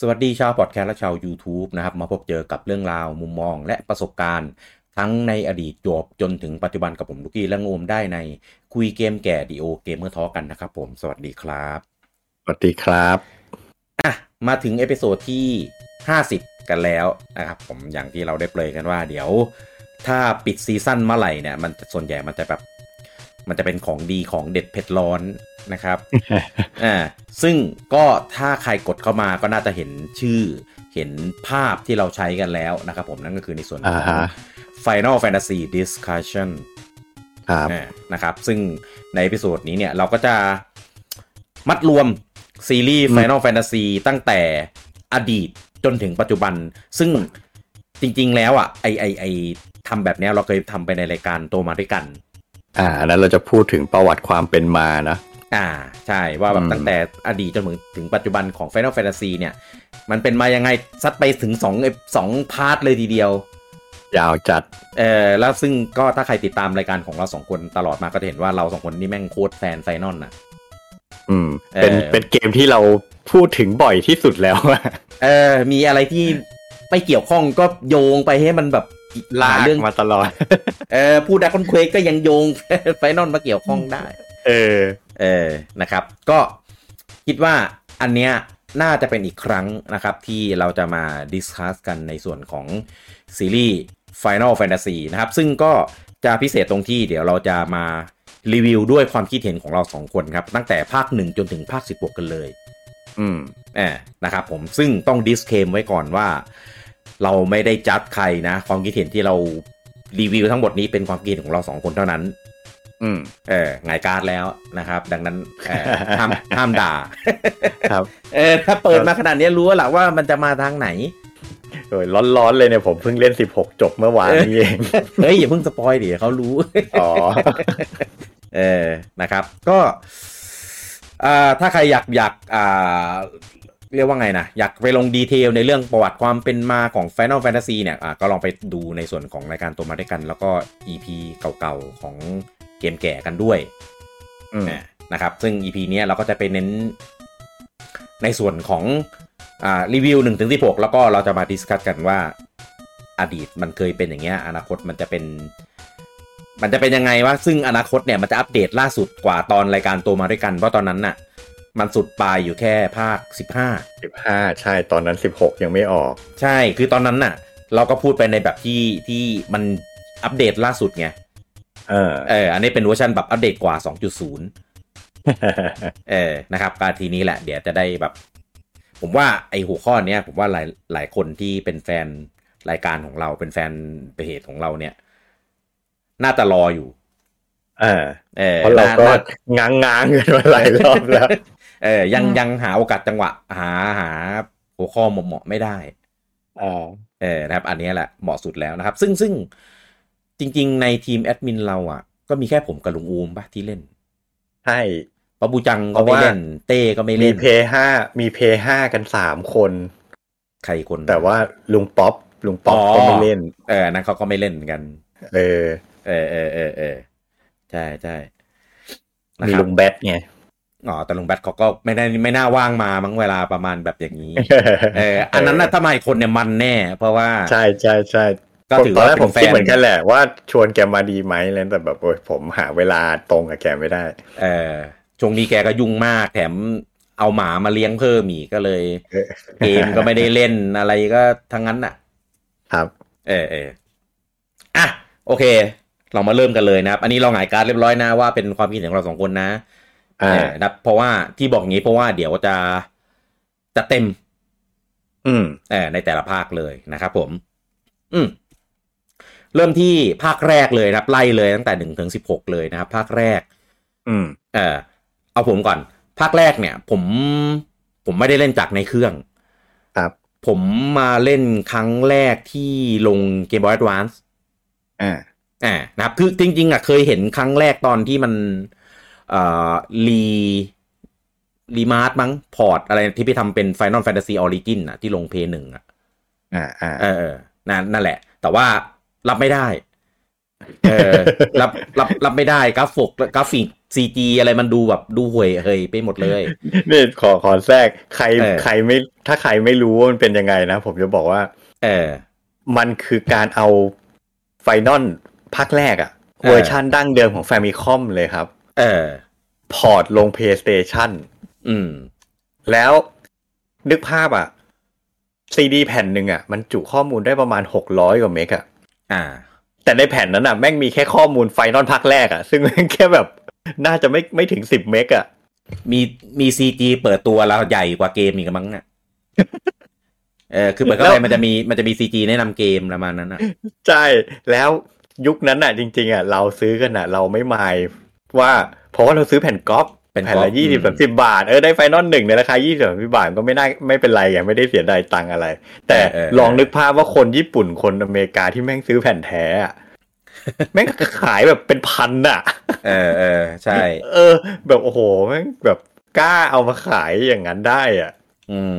สวัสดีชาวพอดแคสต์และชาว YouTube นะครับ มาพบเจอกับเรื่องราวมุมมองและประสบการณ์ ทั้งในอดีตจวบจนถึงปัจจุบันกับผมลูกี้และงโอมได้ในคุยเกมแก่ดีโอเกมเมื่อท้อกันนะครับผมสวัสดีครับ สวัสดีครับ อ่ะมาถึงเอพิโซดที่ 50 กันแล้วนะครับผมอย่างที่เราได้เปรยกันว่าเดี๋ยว ถ้าปิดซีซั่นเมื่อไหร่เนี่ยมันส่วนใหญ่มันจะแบบมันจะเป็นของดีของเด็ดเผ็ดร้อน นะครับ อ่าซึ่งก็ถ้าใครกดเข้ามาก็น่าจะเห็นชื่อเห็นภาพที่เราใช้กันแล้วนะครับผมนั่นก็คือในส่วนข อ่า อง ฮะ Final Fantasy Discussion ครับ อ่านะครับซึ่งในเอพิโซดนี้เนี่ยเราก็จะมัดรวมซีรีส์ อืม Final Fantasy ตั้งแต่อดีตจนถึงปัจจุบัน ซึ่งจริงๆแล้วอ่ะไอไอไอทำแบบเนี้ยเราเคยทำไปในรายการโตมาด้วยกัน อ่านั้นเราจะพูดถึงประวัติความเป็นมานะ อ่าใช่ว่าแบบ อืม ตั้งแต่อดีตจนถึงถึงปัจจุบันของ Final Fantasy เนี่ยมันเป็นมายังไงซัดไปถึง2เอฟสองพาร์ทเลยทีเดียว ยาวจัด เออแล้วซึ่งก็ถ้าใครติดตามรายการของเราสองคนตลอดมาก็จะเห็นว่าเราสองคนนี่แม่งโคตรแฟนไฟนอลน่ะ อืม เป็น เอ่อ เป็นเกมที่เราพูดถึงบ่อยที่สุดแล้ว เออ มีอะไร ที่ไม่เกี่ยวข้องก็โยงไปให้มันแบบ ลา ห ก เรื่อง มาตลอด เออพูดดักคอนเควสก็ยังโยง ไฟนอลมาเกี่ยวข้องได้ เออ เออ นะครับ ก็คิดว่าอันเนี้ยน่าจะเป็นอีกครั้งนะครับ ที่เราจะมาดิสคัสกันในส่วนของซีรีส์ Final Fantasy นะครับ ซึ่งก็จะพิเศษตรงที่เดี๋ยวเราจะมารีวิวด้วยความคิดเห็นของเราสองคนครับ ตั้งแต่ภาค 1 จนถึงภาค 16 กันเลย อืม เออนะครับผมซึ่งต้องดิสเคมไว้ก่อนว่า เราไม่ได้จัดใครนะ ความคิดเห็นที่เรารีวิวทั้งหมดนี้เป็นความคิดเห็นของเราสองคนเท่านั้น อืม เออไงายการดแล้วนะครับ ดังนั้นเอ อห้าม ห้ามด่า ครับ เออถ้าเปิดมาขนาดนี้รู้แล้วล่ะว่ามันจะมาทางไหน โอ้ยร้อนๆเลยเนี่ยผมเพิ่งเล่น 16 จบเมื่อวานนี้เอง เฮ้ย อย่าเพิ่งสปอยเดี๋ยวเขารู้ อ๋อ เออ นะครับ ก็อ่าถ้าใครอยากอยากอ่าเรียกว่าไงนะ อยากไปลงดีเทลในเรื่องประวัติความเป็นมาของ Final Fantasy เนี่ยอ่าก็ลองไปดูในส่วนของรายการตัวมาด้วยกัน แล้วก็ EP เก่าๆ ของเกมแก่กันด้วย อืม นะครับ ซึ่ง EP เนี้ยเราก็จะไปเน้นในส่วนของอ่ารีวิว1ถึง16 แล้วก็เราจะมาดิสคัสกันว่าอดีตมันเคยเป็นอย่างเงี้ยอนาคตมันจะเป็น มันจะเป็นยังไงวะซึ่งอนาคตเนี่ยมันจะอัปเดตล่าสุดกว่าตอนรายการโตมาด้วยกันเพราะตอนนั้นน่ะ มันสุดปลายอยู่แค่ภาค 15 15 ใช่ ตอนนั้น 16 ยังไม่ออก ใช่คือตอนนั้นน่ะ เราก็พูดไปในแบบที่ที่มันอัปเดตล่าสุดไง เออ เอออันนี้เป็นเวอร์ชันแบบอัปเดตกว่า 2.0 เออ นะครับการทีนี้แหละ เดี๋ยวจะได้แบบ ผมว่าไอหัวข้อเนี้ยผมว่าหลายหลายคนที่เป็นแฟนรายการของเราเป็นแฟนเพจของเราเนี่ย น่าจะรออยู่ เออ เออ เพราะเรา น่ ก็ น่ ง้างง้างๆกันมาหลายรอบแล้ว เออ ยัง อืม ยังหาโอกาสจังหวะ หาหาหัวข้อเหมาะๆไม่ได้ อ่า เออนะครับ อันเนี้ยแหละเหมาะสุดแล้วนะครับ ซึ่งซึ่งจริง ๆ ในทีมแอดมินเราอ่ะ ก็มีแค่ผมกับลุงอูมปะที่เล่น ใช่ ปะบูจังก็ไม่เล่น เต้ก็ไม่ มี เล่น เพย์ห้ามีเพย์ห้ากันสามคน ใครคน แต่ว่าลุงป๊อปลุงป๊อปก็ไม่เล่น เอออันนั้นเขาก็ไม่เล่นเหมือนกัน เออ เออเออเออเออใช่ใช่นะ มี ครับ ลุงแบทไง อ๋อแต่ลุงแบทเขาก็ไม่ได้ไม่น่าว่างมามั้งเวลาประมาณแบบอย่างนี้ เออ อันนั้นนะถ้ามาอีกคนเนี่ยมันแน่ เพราะว่า ใช่ใช่ใช่ ก็ถือ ตอน ว่า แรก เป็ ผ น ม แฟ คิด น เหมือนกันแหละว่าชวนแกมาดีไหมแล้วแต่แบบโอ้ยผมหาเวลาตรงกับแกไม่ได้ เออช่วงนี้แกก็ยุ่งมาก แถมเอาหมามาเลี้ยงเพิ่มอีกก็เลย เออ เกมก็ไม่ได้เล่นอะไรก็ทั้งนั้นน่ะ ครับ เออเอออ่ะโอเค เรามาเริ่มกันเลยนะครับ อันนี้เราหงายการดเรียบร้อยนะว่าเป็นความคิดเห็นของเราสองคนนะ อ่า เออนะครับเพราะว่าที่บอกงี้เพราะว่าเดี๋ยวจะจะเต็ม อืม เออในแต่ละภาคเลยนะครับผม อืมเริ่มที่ภาคแรกเลยนะครับ ไล่เลยตั้งแต่หนึ่งถึงสิบหกเลยนะครับ ภาคแรก อืม เออเอาผมก่อน ภาคแรกเนี่ย ผม ผมไม่ได้เล่นจากในเครื่อง ครับ ผมมาเล่นครั้งแรกที่ลง Game Boy Advance อ่า อ่านะครับคือจริงๆอ่ะเคยเห็นครั้งแรกตอนที่มันเอ่อรีรีมาร์มั้งพอร์ตอะไรที่พี่ทำเป็น Final Fantasy Origin อ่ะที่ลงเพย์หนึ่งอ่ะ อ่า อ่า เออเออนั่นนั่นแหละ แต่ว่ารับไม่ได้ เออ รับรับรับไม่ได้กราฟิกกราฟิก ซีจีอะไรมันดูแบบดูห่วยเฮยไปหมดเลย นี่ขอขอแทรกใคร เออ ใครไม่ถ้าใครไม่รู้ว่ามันเป็นยังไงนะ ผมจะบอกว่า เออ มันคือการเอาไฟนอลภาคแรกอะ เออ เวอร์ชันดั้งเดิมของแฟมิคอมเลยครับ เออ พอร์ตลง PlayStation อืม แล้วนึกภาพอะซีดีแผ่นหนึ่งอะมันจุข้อมูลได้ประมาณ 600 กว่าเมกอะ อ่า แต่ในแผ่นนั้นอะแม่งมีแค่ข้อมูลไฟนอลภาคแรกอะซึ่งแม่งแค่แบบน่าจะไม่ไม่ถึง 10 เมกอะ มีมีซีจีเปิดตัวแล้วใหญ่กว่าเกมอีกมั้งอ่ะ เออคือเปิดเข้า แล้ ไป ว มันจะมีมันจะมีซีจีแนะนำเกมประมาณนั้นอ่ะ ใช่แล้วยุคนั้นอ่ะ จริง ๆอ่ะเราซื้อกันอ่ะ เราไม่หมายว่าเพราะว่าเราซื้อแผ่นก๊อป เป็นก๊อป แผ่นละ อื ยี่สิบ ม สามสิบบาท เออได้ไฟนอลหนึ่งในราคายี่สิบสามสิบาทก็ไม่ได้ไม่เป็นไรไงไม่ได้เสียดายตังค์อะไร แต่ลองนึกภาพว่าคนญี่ปุ่นคนอเมริกาที่แม่งซื้อแผ่นแท้ อ่ะ แม่งขายแบบเป็นพันอ่ะ เออเออใช่ เออ แบบโอ้โหแม่งแบบกล้าเอามาขายอย่างนั้นได้อ่ะ อืม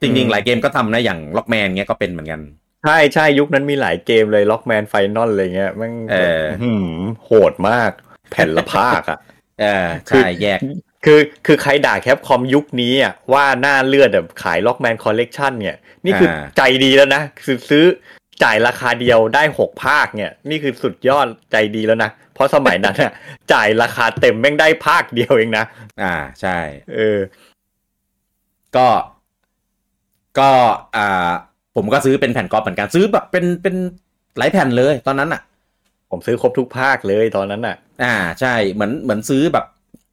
จริง อืม ๆ หลายเกมก็ทำนะอย่างล็อกแมนเงี้ยก็เป็นเหมือนกัน ใช่ใช่ยุคนั้นมีหลายเกมเลยล็อกแมนไฟนอลอะไรเงี้ยแม่ง เออ หืมโหดมากแผ่นละภาคอ่ะ เออใช่แยก คือคือใครด่าแคปคอมยุคนี้อ่ะว่าหน้าเลือดแบบขายล็อกแมนคอลเลกชันเนี่ย นี่คืออา ใจดีแล้วนะคือซื้อจ่ายราคาเดียวได้หกภาคเนี่ย นี่คือสุดยอดใจดีแล้วนะ เพราะสมัยนั้น อ่ะ จ่ายราคาเต็มแม่งได้ภาคเดียวเองนะ อ่าใช่ เออ ก็ก็อ่า ผมก็ซื้อเป็นแผ่นกรอบเหมือนกันซื้อแบบเป็นเป็นหลายแผ่นเลยตอนนั้นอ่ะ ผมซื้อครบทุกภาคเลยตอนนั้นอ่ะ อ่าใช่เหมือนเหมือนซื้อแบบ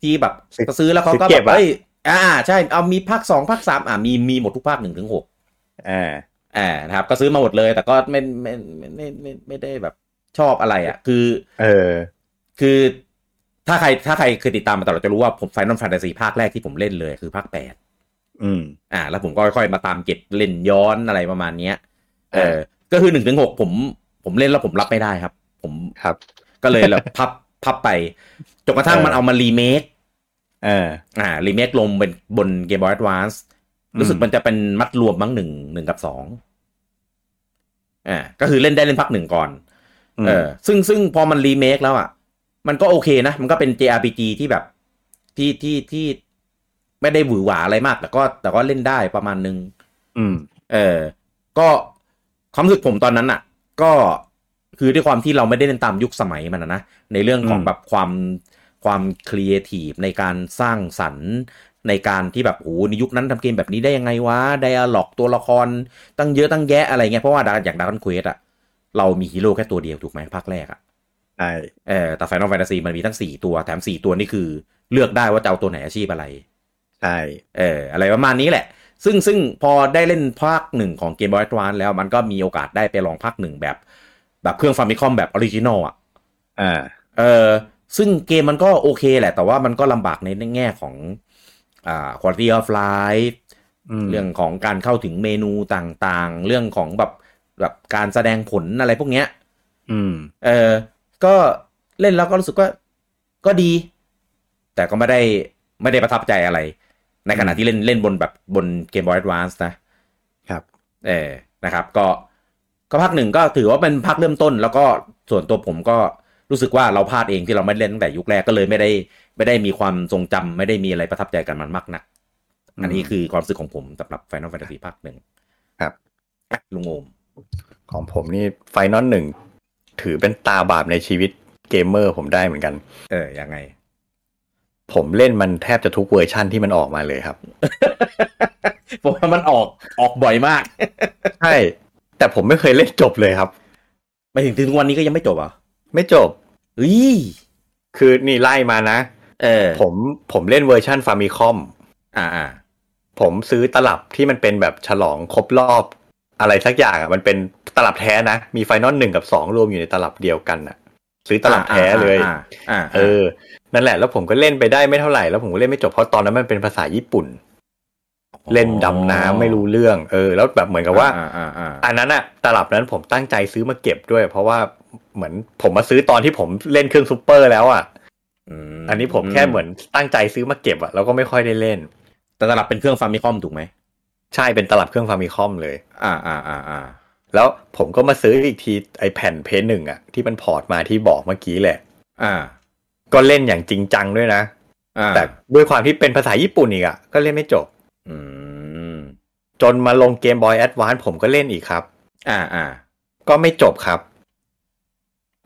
ที่แบบ ซื้อ ซื้อแล้วเขาก็ ซื้อเก็ แบบ บ อะ เอ้ยอ่า ใช่เอามีภาคสองภาคสามอ่ามีมีหมดทุกภาคหนึ่งถึงหก อ่า อ่านะครับ ก็ซื้อมาหมดเลย แต่ก็ไม่ไม่ไม่ไม่ไม่ไม่ได้แบบชอบอะไรอ่ะ คือ เออ คือถ้าใครถ้าใครเคยติดตามมาตลอดจะรู้ว่าผมไฟนอลแฟนตาซีภาคแรกที่ผมเล่นเลยคือภาคแปด อืม อ่า แล้วผมก็ค่อยๆมาตามเก็บเล่นย้อนอะไรประมาณเนี้ย เออ เออ ก็คือหนึ่งถึงหกผมผมเล่นแล้วผมรับไม่ได้ครับ ผม ครับ ก็เลย แบบ พับพับไปจนกระทั่ง เออ มันเอามารีเมค เออ อ่ารีเมคลงเป็นบนเกมบอยแอดวานซ์ อืม รู้สึกมันจะเป็นมัดรวมมั้งหนึ่งหนึ่งกับสองอ่าก็คือเล่นได้เล่นพักหนึ่งก่อน เออซึ่งซึ่งพอมันรีเมคแล้วอ่ะ มันก็โอเคนะ มันก็เป็น JRPG ที่แบบที่ที่ที่ไม่ได้หวือหวาอะไรมาก แต่ก็แต่ก็เล่นได้ประมาณนึง อืม เออ ก็ความรู้สึกผมตอนนั้นอ่ะ ก็คือด้วยความที่เราไม่ได้เล่นตามยุคสมัยมันอะนะ ในเรื่องของ อืม แบบความความครีเอทีฟในการสร้างสรรค์ในการที่แบบโอ้โหในยุคนั้นทำเกมแบบนี้ได้ยังไงวะ ไดอะล็อกตัวละคร ตั้งเยอะตั้งแยะอะไรเงี้ย เพราะว่าอย่างดาร์คเควสอะเรามีฮีโร่แค่ตัวเดียวถูกไหมภาคแรกอะ ใช่ เออแต่ Final Fantasy มันมีทั้ง 4 ตัว แถม 4 ตัวนี่คือเลือกได้ว่าจะเอาตัวไหนอาชีพอะไร ใช่ เอออะไรประมาณนี้แหละ ซึ่งซึ่งพอได้เล่นภาคหนึ่งของเกมบอยทวานแล้วมันก็มีโอกาสได้ไปลองภาคหนึ่งแบบ แบบเครื่องฟาร์มิคอมแบบออริจินอลอ่ะ อ่า เออซึ่งเกมมันก็โอเคแหละ แต่ว่ามันก็ลำบากในแง่ของอ่า quality of life อืม เรื่องของการเข้าถึงเมนูต่างๆ เรื่องของแบบแบบการแสดงผลอะไรพวกเนี้ย อืม เออ ก็เล่นแล้วก็รู้สึกว่าก็ดี แต่ก็ไม่ได้ไม่ได้ประทับใจอะไร ในขณะที่เล่นเล่นบนแบบบนเกมบอยแอดวานซ์นะครับ เออนะครับ ก็ก็ภาคหนึ่งก็ถือว่าเป็นภาคเริ่มต้น แล้วก็ส่วนตัวผมก็รู้สึกว่าเราพลาดเองที่เราไม่ได้เล่นตั้งแต่ยุคแรกก็เลยไม่ได้ ไม่ได้มีความทรงจำไม่ได้มีอะไรประทับใจกันมันมากนัก อันนี้คือความรู้สึกของผมสำหรับ Final Fantasy ภาคหนึ่ง ครับ อ่ะลุงโอม ของผมนี่ไฟนอลหนึ่งถือเป็นตาบาปในชีวิตเกมเมอร์ผมได้เหมือนกัน เออยัง ไง ผมเล่นมันแทบจะทุกเวอร์ชั่นที่มันออกมาเลยครับ ผมว่ามันออกออกบ่อยมาก ใช่ แต่ผมไม่เคยเล่นจบเลยครับ ไปถึงถึงวันนี้ก็ยังไม่จบเหรอ่ะ ไม่จบ เฮ้ย คือนี่ไล่มานะ เออ ผมผมเล่นเวอร์ชั่นฟามิคอม อ่าอ่า ผมซื้อตลับที่มันเป็นแบบฉลองครบรอบ อะไรสักอย่างอ่ะ มันเป็นตลับแท้นะ มีไฟนอลหนึ่งกับสองรวมอยู่ในตลับเดียวกันอ่ะ ซื้อตลับแท้เลย อ่าอ่า เออ นั่นแหละ แล้วผมก็เล่นไปได้ไม่เท่าไหร่ แล้วผมก็เล่นไม่จบ เพราะตอนนั้นมันเป็นภาษาญี่ปุ่น เล่นดำน้ำไม่รู้เรื่อง เออ แล้วแบบเหมือนกับว่า อ่าอ่าอ่า อันนั้นอะตลับนั้นผมตั้งใจซื้อมาเก็บด้วย เพราะว่าเหมือนผมมาซื้อตอนที่ผมเล่นเครื่องซูเปอร์แล้วอะ ม อันนี้ผมแค่เหมือนตั้งใจซื้อมาเก็บอะแล้วก็ไม่ค่อยได้เล่น แต่ตลับเป็นเครื่องฟาร์มิคอมถูกไหม ใช่เป็นตลับเครื่องฟาร์มิคอมเลย อ่าอ่าอ่าอ่า แล้วผมก็มาซื้ออีกทีไอแผ่นเพนหนึ่งอะที่มันพอร์ตมาที่บอกเมื่อกี้แหละ อ่า ก็เล่นอย่างจริงจังด้วยนะ อ่า แต่ด้วยความที่เป็นภาษาญี่ปุ่นอีกอะก็เล่นไม่จบ อืม จนมาลงเกมบอยแอดวานผมก็เล่นอีกครับ อ่าอ่า ก็ไม่จบครับ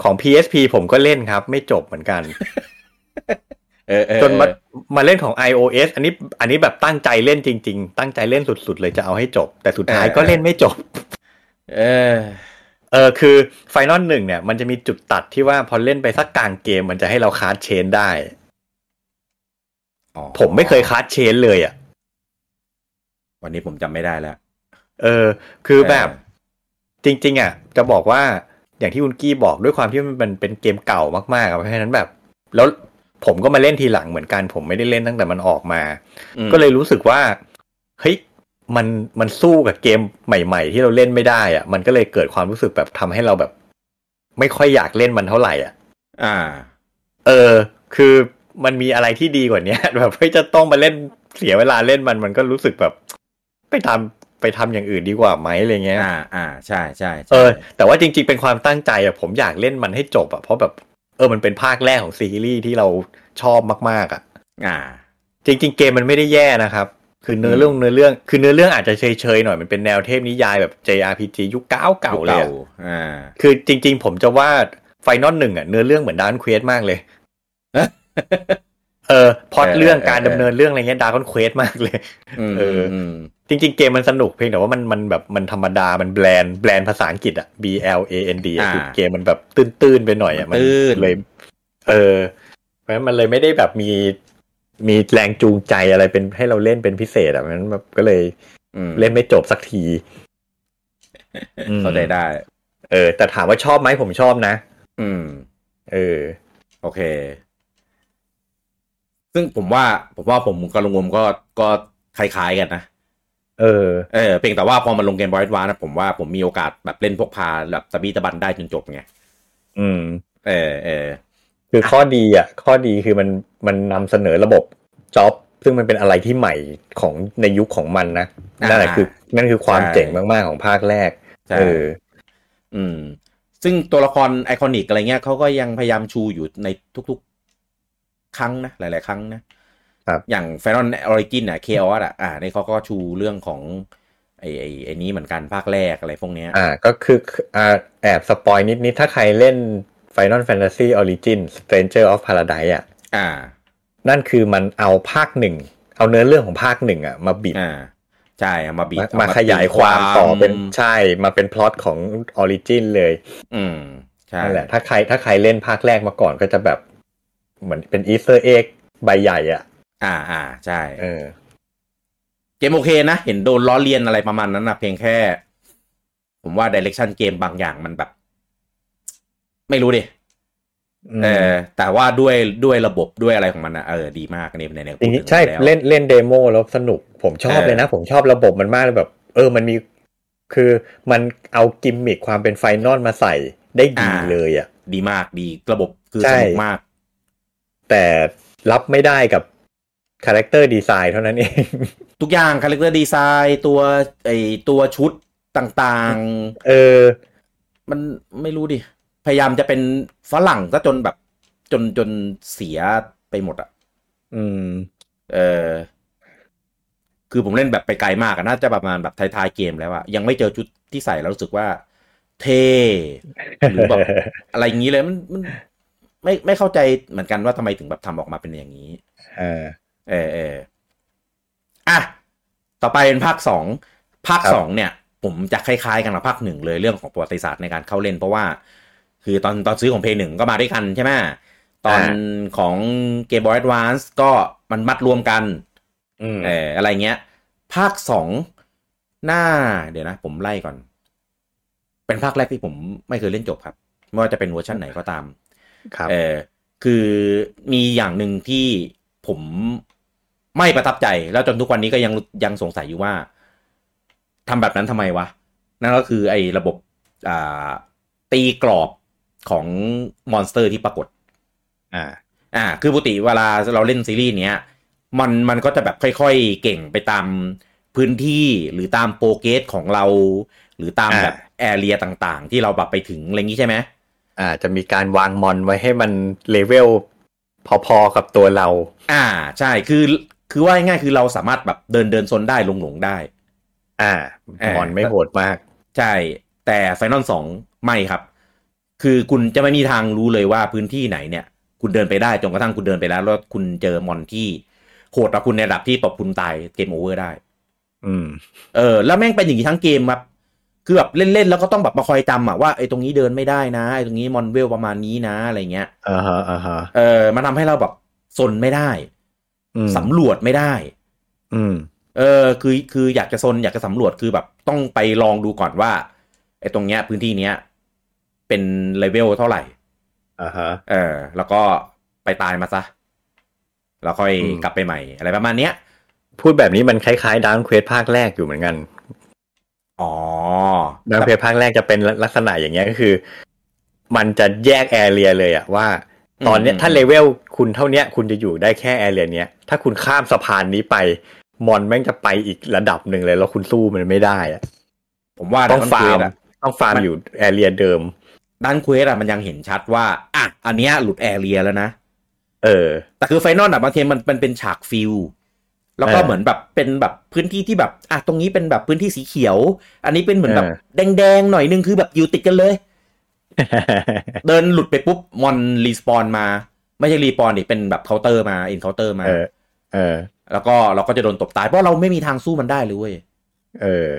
ของ PSP ผมก็เล่นครับ ไม่จบเหมือนกัน เออเออ จนมา เออ มาเล่นของ iOS อันนี้ อันนี้แบบตั้งใจเล่นจริง ๆ ตั้งใจเล่นสุดๆ เลยจะเอาให้จบ แต่สุดท้ายก็เล่นไม่จบ เออ เออคือไฟนอลหนึ่งเนี่ย มันจะมีจุดตัดที่ว่าพอเล่นไปสักกลางเกมมันจะให้เราคาร์ดเชนได้ อ๋อ ผมไม่เคยคาร์ดเชนเลยอะ่ะ วันนี้ผมจำไม่ได้แล้ว เออ คือแบบจริง ๆ อ่ะ จะบอกว่าอย่างที่คุณกี้บอกด้วยความที่มันเป็นเกมเก่ามากๆอะเพราะฉะนั้นแบบ แล้วผมก็มาเล่นทีหลังเหมือนกันผมไม่ได้เล่นตั้งแต่มันออกมา อืม ก็เลยรู้สึกว่าเฮ้ยมันมันสู้กับเกมใหม่ ๆ ที่เราเล่นไม่ได้อะมันก็เลยเกิดความรู้สึกแบบทำให้เราแบบ ไม่ค่อยอยากเล่นมันเท่าไหร่อ่ะ อ่า เออ คือมันมีอะไรที่ดีกว่าเนี้ย แบบเฮ้ยจะต้องมาเล่นเสียเวลาเล่นมันมันก็รู้สึกแบบ ไปทำไปทำอย่างอื่นดีกว่าไหมอะไรเงี้ย อ่าอ่าใช่ใช่ใช่ เออ แต่ว่าจริง ๆ เป็นความตั้งใจอะผมอยากเล่นมันให้จบอะเพราะแบบเออมันเป็นภาคแรกของซีรีส์ที่เราชอบมากๆอะ อ่า จริง ๆ เกมมันไม่ได้แย่นะครับ คือเนื้อเรื่องเนื้อเรื่อง คือเนื้อเรื่องอาจจะเฉยๆหน่อยมันเป็นแนวเทพนิยายแบบ JRPG ยุคเก่าๆเลยอะ อ่า คือจริง ๆ ผมจะว่าไฟนอลหนึ่งอะเนื้อเรื่องเหมือนดานเควสมากเลย เออพล็อด เออ เรื่อง เออ การ เออ ดำเนินเรื่องอะไรเงี้ยดาร์กอนเควสมากเลย ม เอออื ม จริง ๆ เกมมันสนุกเพียงแต่ว่ามันมันแบบมันธรรมดา มันแบรนด์แบรนด์ภาษาอังกฤษอะ B L A N D อะคือเกมมันแบบตื้น ๆ ไปหน่อยอะ ตื้น เลย เออ เพราะฉะนั้นมันเลยไม่ได้แบบมีมีแรงจูงใจอะไรเป็นให้เราเล่นเป็นพิเศษอะเพราะฉะนั้นแบบก็เลย อืม เล่นไม่จบสักทีอืม เข้าใจได้ เออ แต่ถามว่าชอบไหมผมชอบนะ อืม เออ โอเค ซึ่งผมว่าผมว่าผมกับลุงงมก็ก็คล้ายๆกันนะ เออ เออเพียงแต่ว่าพอมันลงเกมบอยส์วานะผมว่าผมมีโอกาสแบบเล่นพวกพาแบบตะบี้ตะบันได้จนจบไง อืม เออเออ คือข้อดีอ่ะ ข้อดีคือมันมันนำเสนอระบบจ็อบซึ่งมันเป็นอะไรที่ใหม่ของในยุคของมันนะนั่นแหละคือ นั่นคือความเจ๋งมาก ๆ ของภาคแรก ใช่ เออ อืม ซึ่งตัวละครไอคอนิกอะไรเงี้ยเขาก็ยังพยายามชูอยู่ในทุกๆ ครั้งนะ หลาย ๆ ครั้งนะครับ อย่างแฟนอนออริจินอ่ะเคออสอ่ะอ่าในเขาก็ชูเรื่องของไอไอไอนี้เหมือนกันภาคแรกอะไรพวกเนี้ย อ่าก็คืออ่าแอบสปอยนิด ๆ ถ้าใครเล่น Final Fantasy Origin Stranger of Paradise อ่ะ อ่า นั่นคือมันเอาภาคหนึ่ง เอาเนื้อเรื่องของภาคหนึ่งอ่ะ มาบีบ อ่า ใช่เอามาบีบ มา เอ มาขยาย ตี ความต่อเป็นใช่มาเป็นพล็อตของ Origin เลย อืม ใช่ นั่นแหละถ้าใครถ้าใครเล่นภาคแรกมาก่อนก็จะแบบเหมือนเป็นอีสเตอร์เอ็กใบใหญ่อะ อ่าอ่าใช่ เออ เกมโอเคนะ เห็นโดนล้อเลียนอะไรประมาณนั้นนะเพียงแค่ ผมว่าดิเรกชันเกมบางอย่างมันแบบ ไม่รู้ดิเออ แต่ว่าด้วยด้วยระบบด้วยอะไรของมันนะเออดีมากเนี่ยในใน จริงๆใช่เล่นเล่นเดโมแล้วสนุกผมชอบเลยนะ ผมชอบระบบมันมากเลยแบบ เออมันมีคือมันเอากิมมิคความเป็นไฟนอลมาใส่ได้ดีเลยอะ ดีมากดีระบบคือ ใช่ สนุกมาก แต่รับไม่ได้กับคาแรคเตอร์ดีไซน์เท่านั้นเอง ทุกอย่างคาแรคเตอร์ดีไซน์ตัวไอตัวชุดต่าง เออ ๆ มันไม่รู้ดิ พยายามจะเป็นฝรั่งซะจนแบบ จนจนเสียไปหมดอะ อืม เออคือผมเล่นแบบไปไกลมากอะน่าจะประมาณแบบท้ายๆเกมแล้วอะยังไม่เจอชุดที่ใส่แล้วรู้สึกว่า เท่หรือแบบ อะไรอย่างนี้เลยมันมันไม่ไม่เข้าใจเหมือนกันว่าทำไมถึงแบบทำออกมาเป็นอย่างนี้ เออ เออเอออ่ะต่อไปเป็นภาคสองภาค ครับ สองเนี่ย ผมจะคล้ายๆกันกับภาคหนึ่งเลยเรื่องของประวัติศาสตร์ในการเข้าเล่น เพราะว่า คือตอนตอนซื้อของเพย์หนึ่งก็มาด้วยกันใช่ไหมตอนของเกมบอยแอดวานซ์ก็มันมัดรวมกัน อืม เอออะไรเงี้ย ภาคสองหน้า เดี๋ยวนะ ผมไล่ก่อน เป็นภาคแรกที่ผมไม่เคยเล่นจบครับ ไม่ว่าจะเป็นเวอร์ชันไหนก็ตาม ครับ เออคือมีอย่างหนึ่งที่ผมไม่ประทับใจ แล้วจนทุกวันนี้ก็ยังยังสงสัยอยู่ว่าทำแบบนั้นทำไมวะ นั่นก็คือไอ้ระบบอ่าตีกรอบของมอนสเตอร์ที่ปรากฏ อ่า อ่า คือปกติเวลาเราเล่นซีรีส์เนี้ย มันมันก็จะแบบค่อยๆ เก่งไปตามพื้นที่หรือตามโปรเกสของเรา หรือตาม อ่า แบบแอเรียต่างๆ ที่เราแบบไปถึงอะไรอย่างงี้ใช่ไหม อ่าจะมีการวางมอนไว้ให้มันเลเวล พอๆกับตัวเรา อ่าใช่คือคือว่าง่ายๆคือเราสามารถแบบเดินเดินซนได้หลงหลงๆได้ อ่า อ่า มอนไม่โหดมาก ใช่ แต่ไฟนอลสองไม่ครับ คือคุณจะไม่มีทางรู้เลยว่าพื้นที่ไหนเนี่ย คุณเดินไปได้จนกระทั่งคุณเดินไปแล้วแล้วคุณเจอมอนที่โหดกว่าคุณในระดับที่ตบคุณตายเกมโอเวอร์ได้ อืม เออแล้วแม่งเป็นอย่างนี้ทั้งเกมครับคือแบบเล่นๆแล้วก็ต้องแบบมาคอยจำอะว่าไอ้ตรงนี้เดินไม่ได้นะไอ้ตรงนี้มอนเวลประมาณนี้นะอะไรเงี้ย อ่าฮะ อ่าฮะ เออมันทำให้เราแบบสนไม่ได้ อืม สำรวจไม่ได้ อืม เออคือคืออยากจะซนอยากจะสำรวจคือแบบต้องไปลองดูก่อนว่าไอ้ตรงเนี้ยพื้นที่เนี้ยเป็นเลเวลเท่าไหร่ อ่าฮะ เออแล้วก็ไปตายมาซะแล้วค่อย อืม กลับไปใหม่ อะไรประมาณเนี้ย พูดแบบนี้มันคล้ายๆดาวน์เควสภาคแรกอยู่เหมือนกัน อ๋อ ดาวน์เควสภาคแรกจะเป็นลักษณะอย่างเงี้ยก็คือ มันจะแยกแอเรียเลยอะว่า ตอนเนี้ยถ้าเลเวลคุณเท่าเนี้ย คุณจะอยู่ได้แค่แอเรียเนี้ยถ้าคุณข้ามสะพานนี้ไป มอนแม่งจะไปอีกระดับหนึ่งเลย แล้วคุณสู้มันไม่ได้อะ ผมว่า ต้องฟาร์ม ดันเควสอะ ต้องฟาร์มอยู่แอเรียเดิม ดันเควสอะมันยังเห็นชัดว่าอ่ะอันเนี้ยหลุดแอเรียแล้วนะ เออ แต่คือไฟนอลอะบางทีมันมันเป็นฉากฟิลแล้วก็ เออ เหมือนแบบเป็นแบบพื้นที่ที่แบบอ่ะตรงนี้เป็นแบบพื้นที่สีเขียว อันนี้เป็นเหมือนแบบ เออ แดงๆหน่อยนึงคือแบบอยู่ติดกันเลย เดินหลุดไปปุ๊บมอนรีสปอนมา ไม่ใช่รีสปอนดิเป็นแบบเคาน์เตอร์มาอินเคาน์เตอร์มา เออ เออ แล้วก็เราก็จะโดนตบตายเพราะเราไม่มีทางสู้มันได้เลยเว้ย เออ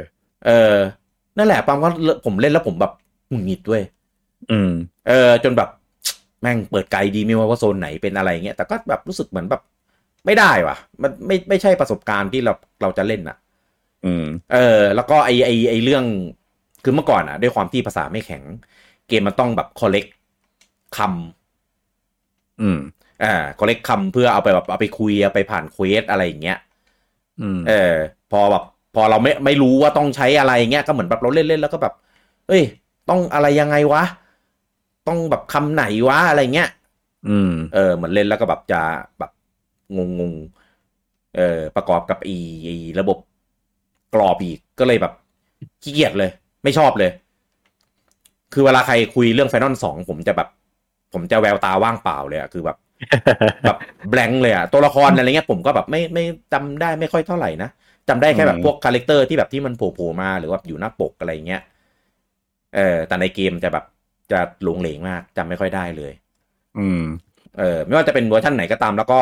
เออ นั่นแหละปั๊มก็เลผมเล่นแล้วผมแบบหงุดหงิดเว้ย อืม เออจนแบบ แม่งเปิดไกลดีไม่ว่าว่าโซนไหนเป็นอะไรเงี้ยแต่ก็แบบรู้สึกเหมือนแบบ ไม่ได้ว่ะ มันไม่ไม่ใช่ประสบการณ์ที่เราเราจะเล่นอะ อืม เออ แล้วก็ไอไอไอเรื่องคือเมื่อก่อนอะด้วยความที่ภาษาไม่แข็ง เกมมันต้องแบบ collect ค อืม ำอ่า collect คำเพื่อเอาไปแบบเอาไปคุยเอาไปผ่านเควสอะไรอย่างเงี้ย อืม เออพอแบบพอเราไม่ไม่รู้ว่าต้องใช้อะไรเงี้ยก็เหมือนแบบเราเล่นเล่นแล้วก็แบบ เอ้ย ต้องอะไรยังไงวะ ต้องแบบคำไหนวะอะไรเงี้ย อืม เออเหมือนเล่นแล้วก็แบบจะแบบงงงๆเออประกอบกับอีอีระบบกรอบอีกก็เลยแบบขี้เกียจเลย ไม่ชอบเลย คือเวลาใครคุยเรื่องไฟนอลสองผมจะแบบ ผมจะแววตาว่างเปล่าเลยอะคือแบบ แบบแบงเลยอะตัวละครอะไรเงี้ยผมก็แบบไม่ไม่จำได้ไม่ค่อยเท่าไหร่นะจำได้แค่แบบ อืม พวกคาแรคเตอร์ที่แบบที่มันโผล่ๆมาหรือว่าอยู่หน้าปกอะไรเงี้ยเออแต่ในเกมจะแบบจะหลงเหลงมากจำไม่ค่อยได้เลย อืม เออไม่ว่าจะเป็นเวอร์ชันไหนก็ตามแล้วก็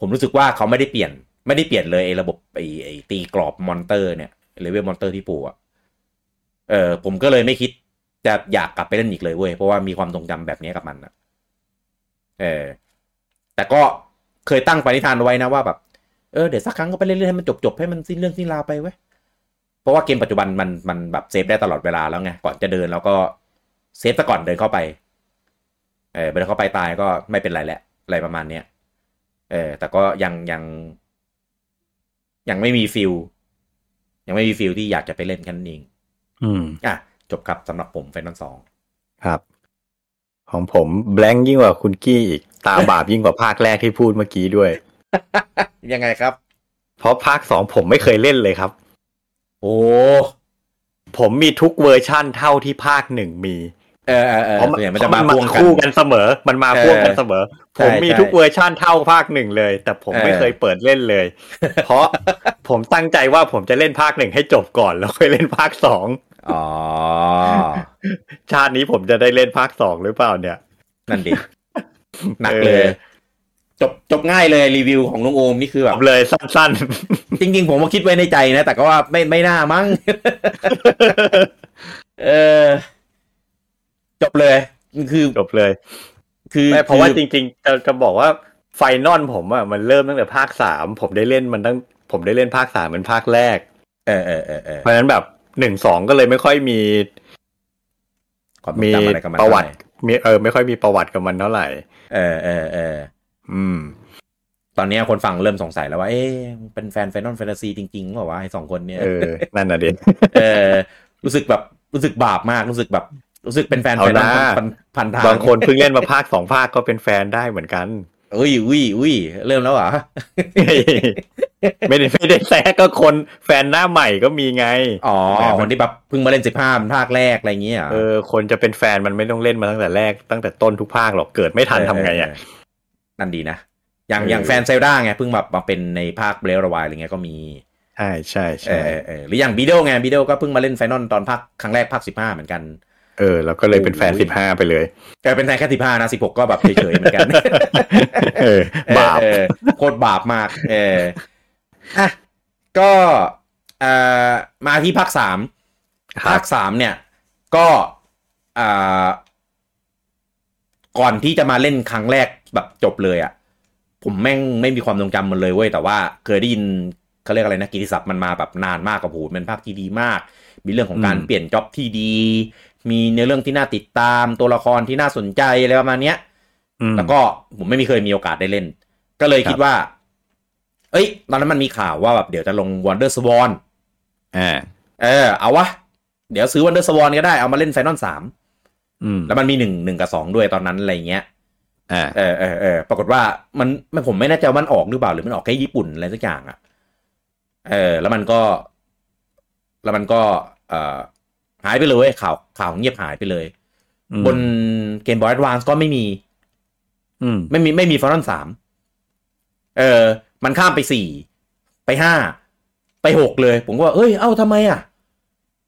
ผมรู้สึกว่าเขาไม่ได้เปลี่ยน ไม่ได้เปลี่ยนเลยไอ้ระบบไอ้ไอ้ตีกรอบมอนเตอร์เนี่ยเลเวลมอนเตอร์ที่ปูอะเออผมก็เลยไม่คิดจะอยากกลับไปเล่นอีกเลยเว้ย เพราะว่ามีความทรงจำแบบนี้กับมันอะเออแต่ก็เคยตั้งปณิธานไว้นะว่าแบบเออเดี๋ยวสักครั้งก็ไปเล่นๆให้มันจบๆให้มันสิ้นเรื่องสิ้นราวไปเว้ยเพราะว่าเกมปัจจุบันมันมันแบบเซฟได้ตลอดเวลาแล้วไงก่อนจะเดินแล้วก็เซฟซะก่อนเดินเข้าไป เออเวลาเขาไปตายก็ไม่เป็นไรแหละ อะไรประมาณเนี้ย เออ แต่ก็ยังยัง ยังไม่มีฟิลยังไม่มีฟิลที่อยากจะไปเล่นแค่นั้นเอง อืม อ่ะ จบครับสำหรับผมไฟนอลสอง ครับ ของผมแบงยิ่งกว่าคุณกี้อีก ตาบาปยิ่งกว่าภาคแรกที่พูดเมื่อกี้ด้วย ยังไงครับ เพราะภาคสองผมไม่เคยเล่นเลยครับ โอ้ ผมมีทุกเวอร์ชั่นเท่าที่ภาคหนึ่งมี เออเออเออ เพราะ ส่วนใหญ่มันจะ เพร มาพ่วงกัน คู่กันเสมอ มันมาพ่วงกัน เออ เสมอ ใช่ ผมมี ใช่ ทุกเวอร์ชั่นเท่าภาคหนึ่งเลย แต่ผม เออ ไม่เคยเปิดเล่นเลย เพราะผมตั้งใจว่าผมจะเล่นภาคหนึ่งให้จบก่อนแล้วค่อยเล่นภาคสอง อ๋อ ชาตินี้ผมจะได้เล่นภาคสองหรือเปล่าเนี่ย นั่น ดิหนัก เออ เลย จบจบง่ายเลยรีวิวของลุงโอมนี่คือแบ ผ บ มเลยสั้น จริง ๆ ผมก็คิดไว้ในใจนะ แต่ก็ว่าไม่ไม่น่ามั้ง ๆ เออ จบเลยคือ จบเลย คือ ไม่เพราะว่าจริงๆจะจะบอกว่าไฟนอลผมอ่ะมันเริ่มตั้งแต่ภาคสามผมได้เล่นมันตั้งผมได้เล่นภาคสามเป็นภาคแรก เออเออเออเออ เพราะฉะนั้นแบบหนึ่งสองก็เลยไม่ค่อยมี ความทรง มี จำอะไรกับมัน ประวัติ เท่าไห มีเออไม่ค่อยมีประวัติกับมันเท่าไหร่ เออเออเออ อืม ตอนเนี้ยคนฟังเริ่มสงสัยแล้วว่า เอ๊ะเป็นแฟนแฟนนอนแฟนตาซีจริงๆเปล่าวะไอ้สองคนเนี่ย เออ นั่น น่ะดิ เออ รู้สึกแบบรู้สึกบาปมากรู้สึกแบบ รู้สึกเป็นแฟน เอา แฟนนอ นะ นพันพันทาง บางคนเพิ่งเล่นมาภาคสองภาคก็เป็นแฟนได้เหมือนกัน อุ้ยอุ้ยอุ้ยเริ่มแล้วเหรอ ไม่ได้ไม่ได้แซะก็คนแฟนหน้าใหม่ก็มีไง อ๋อ แบบ คนที่แบบเพิ่งมาเล่นสิบห้าภาคแรกอะไรอย่างเงี้ยหร เออ คนจะเป็นแฟนมันไม่ต้องเล่นมาตั้งแต่แรกตั้งแต่ต้นทุกภาคหรอกเกิดไม่ทันทำไงอ่ะ เ นั่นดีนะ อย่าง เออ อ อ ย่างแฟนเซลด้าไงเพิ่งแบบมาเป็นในภาคเบลรวายอะไรเงี้ยก็มี ใช่ใช่ เอ ใช่ อเออเออหรืออย่างบีโดไงบีโดก็เพิ่งมาเล่นไฟนอลตอนภาคครั้งแรกภาคสิบห้าเหมือนกัน เออเราก็เลยเป็นแฟน โอ้ย สิบห้าไปเลย กลายเป็นแฟนแค่สิบห้านะสิบหกก็แบบเฉยๆเหมือนกัน เออ บาป เออเออโคตรบาปมาก เอออ่ะก็เอ่อมาที่ภาคสาม ครับ ภาคสามเนี่ย ก็เอ่อก่อนที่จะมาเล่นครั้งแรกแบบจบเลยอะ่ะ ผมแม่งไม่มีความทรงจำมันเลยเว้ย แต่ว่าเคยได้ยินเขาเรียกอะไรนะกิติศัพท์มันมาแบบนานมากกับหูเป็นภาคที่ดีมาก มีเรื่องของการ อืม เปลี่ยนจ็อบที่ดี มีเนื้อเรื่องที่น่าติดตามตัวละครที่น่าสนใจอะไรประมาณเนี้ย อืม แล้วก็ผมไม่มีเคยมีโอกาสได้เล่น ก็เลย ครับ คิดว่า เอ้ย ตอนนั้นมันมีข่าวว่าแบบเดี๋ยวจะลง Wonder Swan อ่า เออ เอาวะ เดี๋ยวซื้อ Wonder Swan ก็ได้ เอามาเล่น Final อืม 3 แล้วมันมีหนึ่งหนึ่งกับสองด้วยตอนนั้นอะไรเงี้ย อ่า เออเออเออปรากฏว่ามันมันผมไม่แน่ใจว่ามันออกหรือเปล่าหรือมันออกแค่ญี่ปุ่นอะไรสักอย่างอะ่ะ เออ แล้วมันก็ แล้วมันก็ เออหายไปเลยเว้ยข่าวข่าวเงียบหายไปเลย อืม บนเกมบอยแอดวานก็ไม่มี อืม ไม่มีไม่มีฟอนต์สาม เออ มันข้ามไปสี่ ไปห้า ไปหกเลย ผมก็ว่าเอ้ย เอ้าทำไมอ่ะ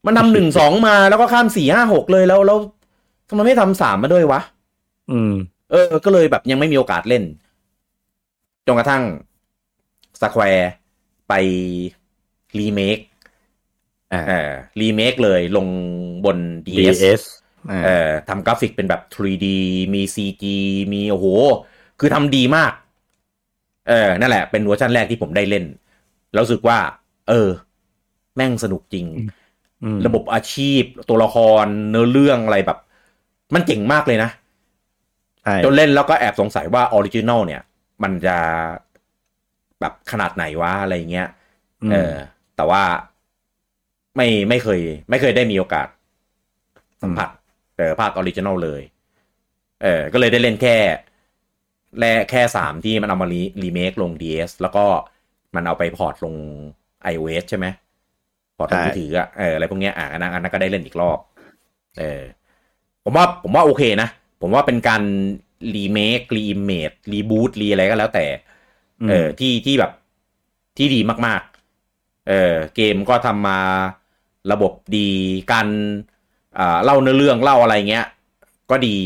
มัน นำหนึ่งสองมาแล้วก็ข้ามสี่ห้าหกเลยแล้วแล้วทำไมไม่ทำสามมาด้วยวะ อืม เออ ก็เลยแบบยังไม่มีโอกาสเล่น จนกระทั่งสแควร์ไปรีเมค อ่า เออรีเมคเลยลงบน DS DS อ่า เอ่อทำกราฟิกเป็นแบบ 3D มี CG มีโอ้โห คือทำดีมาก เออ นั่นแหละ เป็นเวอร์ชันแรกที่ผมได้เล่น แล้วรู้สึกว่า เออ แม่งสนุกจริง อืม ระบบอาชีพ ตัวละคร เนื้อเรื่องอะไรแบบ มันเจ๋งมากเลยนะ ใช่ จนเล่นแล้วก็แอบสงสัยว่าออริจิน l ลเนี่ย มันจะแบบขนาดไหนวะ อะไรเงี้ย ม เออ แต่ว่าไม่ไม่เคย ไม่เคยได้มีโอกาส สัมผัสเออภาคออริจินอลเลย เออ ก็เลยได้เล่นแค่แลแค่สามที่มันเอามารีรีเมคลง DS แล้วก็มันเอาไปพอร์ตลง iOS ใช่ไหมพอร์ตลงมือถืออะเอออะไรพวกเนี้ยอ่ะอันนั้นอันนั้นก็ได้เล่นอีกรอบ เออ ผมว่าผมว่าโอเคนะ ผมว่าเป็นการรีเมครีอิมเมจรีบูตรีอะไรก็แล้วแต่ ม เออที่ที่แบบที่ดีมากๆ เออเกมก็ทำมาระบบดีการอ่าเล่าเนื้อเรื่องเล่าอะไรเงี้ย ก็ดี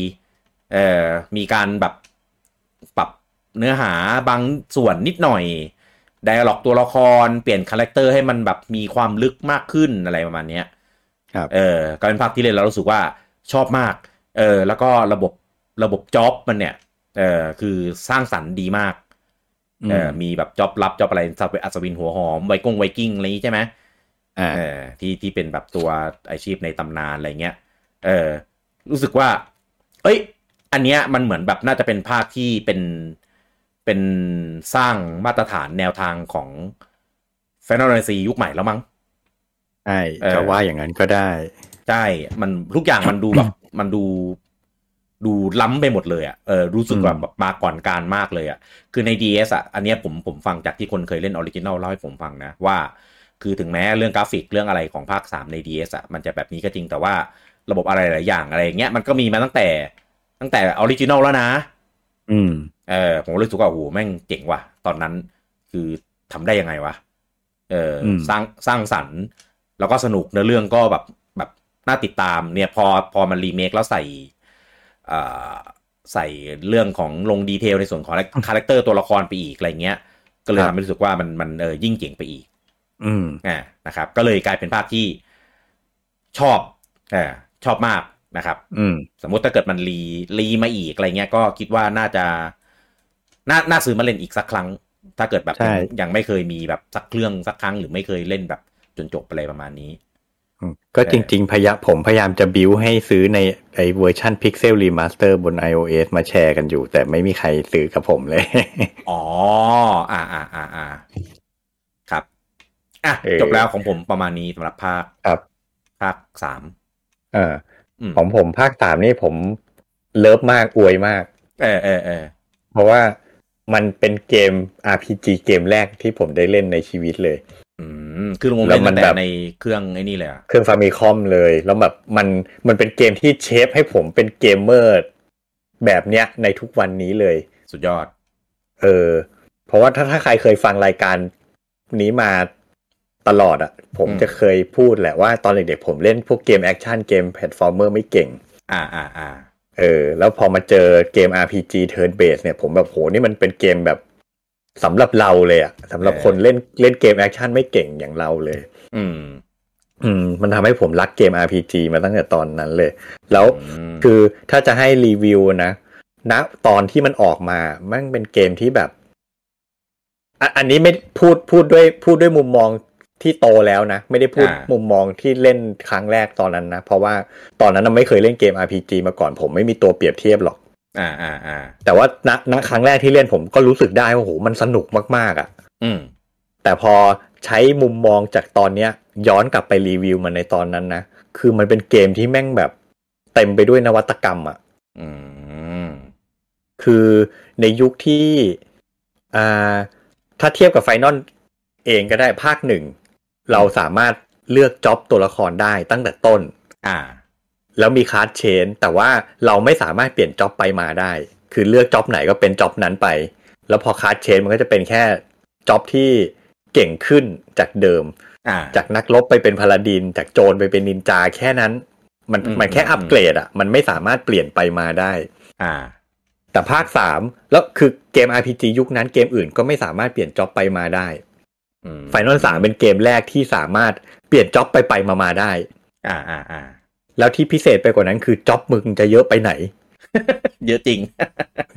เออมีการแบบปรับเนื้อหาบางส่วนนิดหน่อย ไดอะล็อกตัวละครเปลี่ยนคาแรคเตอร์ให้มันแบบมีความลึกมากขึ้นอะไรประมาณเนี้ย ครับ เออก็เป็นภาคที่เล่นแล้วรู้สึกว่าชอบมาก เออ แล้วก็ระบบระบบจ็อบมันเนี่ย เออคือสร้างสรรค์ดีมาก เออ ม มีแบบจ็อบลับจ็อบอะไรสับอัศวินหัวหอมไวกงไวกิ้งอะไรนี้ใช่ไหม อ่า เออ ที่ที่เป็นแบบตัวอาชีพในตำนานอะไรเงี้ย เออ รู้สึกว่า เอ้ย อันเนี้ยมันเหมือนแบบน่าจะเป็นภาคที่เป็นเป็นสร้างมาตรฐานแนวทางของแฟนตาซียุคใหม่แล้วมั้ง ใช่ เออ จะว่าอย่างนั้นก็ได้ ใช่ มันทุกอย่างมันดูแบบ มันดูดูล้ำไปหมดเลยอะ่ะ เออ รู้สึกว่า อืม แบบมาก่อนการมากเลยอะ่ะ คือใน DS อ่ะ อันเนี้ยผมผมฟังจากที่คนเคยเล่นออริจิน l ลเล่าให้ผมฟังนะ ว่า คือถึงแม้เรื่องกราฟิกเรื่องอะไรของภาค 3 ใน DS อ่ะ มันจะแบบนี้ก็จริงแต่ว่าระบบอะไรหลายอย่างอะไรอย่างเงี้ยมันก็มีมาตั้งแต่ตั้งแต่ออริจิน l ลแล้วนะ อืม เออผมรู้สึกว่าโอ้โหแม่งเจ๋งว่ะ ตอนนั้นคือทำได้ยังไงวะเอออ ม สร้างสร้างสรรค์ แล้วก็สนุกเนื้อเรื่องก็แบบแบบน่าติดตามเนี่ยพอพอมันรีเมคแล้วใส่เอ่อใส่เรื่องของลงดีเทลในส่วนของ คาแรคเตอร์ตัวละครไปอีกอะไรเงี้ย ก็เลยทำให้รู้สึกว่ามันมันเออยิ่งเจ๋งไปอีก อืม อ่านะครับ ก็เลยกลายเป็นภาพที่ชอบอ่าชอบมากนะครับ อืม สมมติถ้าเกิดมันรีรีมาอีกอะไรเงี้ยก็คิดว่าน่าจะน่าน่าซื้อมาเล่นอีกสักครั้ง ถ้าเกิดแบบ ใช่ ยังยังไม่เคยมีแบบสักเครื่องสักครั้ง หรือไม่เคยเล่นแบบจนจบอะไรประมาณนี้ อืมก็จริงๆพยะผมพยายามจะบิวให้ซื้อในไอเวอร์ชัน Pixel Remaster บน iOS มาแชร์กันอยู่ แต่ไม่มีใครซื้อกับผมเลย อ๋อ อ่าอ่าอ่าอ่าครับอ่ะ เออ จบแล้วของผมประมาณนี้สำหรับภาค ครับ ภาคสาม เออ อืม ของผมภาคสามนี่ผมเลิฟมากอวยมาก เออเออเออ เพราะว่ามันเป็นเกม RPG เกมแรกที่ผมได้เล่นในชีวิตเลย อืมคือลง แล้ เล่น วมั ตั้ น งแต่ แบบ ในเครื่องไอ้นี่เลยอะ เครื่องฟามิคอมเลย แล้วแบบมันมันเป็นเกมที่เชฟให้ผมเป็นเกมเมอร์แบบเนี้ยในทุกวันนี้เลย สุดยอด เออ เพราะว่าถ้าถ้าใครเคยฟังรายการนี้มาตลอดอะผม อืม จะเคยพูดแหละว่าตอนเด็กๆผมเล่นพวกเกมแอคชั่นเกมแพลตฟอร์มเมอร์ไม่เก่ง อ่าอ่าอ่า เออ แล้วพอมาเจอเกม RPG Turn Based เนี่ยผมแบบโหนี่มันเป็นเกมแบบสำหรับเราเลยอะสำหรับคนเล่นเล่นเกมแอคชั่นไม่เก่งอย่างเราเลย อืม อืม มันทำให้ผมรักเกม RPG มาตั้งแต่ตอนนั้นเลย แล้ว ม คือถ้าจะให้รีวิวนะณตอนที่มันออกมา มันเป็นเกมที่แบบอ่ะอันนี้ไม่พูดพูดด้วยพูดด้วยมุมมองที่โตแล้วนะ ไม่ได้พูดมุมมองที่เล่นครั้งแรกตอนนั้นนะ เพราะว่าตอนนั้นนะไม่เคยเล่นเกม RPG มาก่อน ผมไม่มีตัวเปรียบเทียบหรอก อ่าอ่าอ่า แต่ว่าณณครั้งแรกที่เล่นผมก็รู้สึกได้ว่าโหมันสนุกมากๆอะ่ะ อืม แต่พอใช้มุมมองจากตอนเนี้ย ย้อนกลับไปรีวิวมันในตอนนั้นนะคือมันเป็นเกมที่แม่งแบบเต็มไปด้วยนวัตกรรมอ่ะ อืม คือในยุคที่อ่าถ้าเทียบกับไฟนอลเองก็ได้ภาคหนึ่ง เราสามารถเลือกจ็อบตัวละครได้ตั้งแต่ต้น อ่า แล้วมีคาร์ดเชน แต่ว่าเราไม่สามารถเปลี่ยนจ็อบไปมาได้ คือเลือกจ็อบไหนก็เป็นจ็อบนั้นไป แล้วพอคาร์ดเชนมันก็จะเป็นแค่จ็อบที่เก่งขึ้นจากเดิม อ่า จากนักรบไปเป็นพาลาดิน จากโจรไปเป็นนินจาแค่นั้น มัน อืม มันแค่ อืม อัปเกรดอะมันไม่สามารถเปลี่ยนไปมาได้ อ่า แต่ภาคสามแล้วคือเกม RPG ยุคนั้นเกมอื่นก็ไม่สามารถเปลี่ยนจ็อบไปมาได้ อืม ไฟนอลสามเป็นเกมแรกที่สามารถเปลี่ยนจ็อบไปไปมามาได้ อ่าอ่าอ่า แล้วที่พิเศษไปกว่านั้นคือจ็อบมึงจะเยอะไปไหน เยอะจริง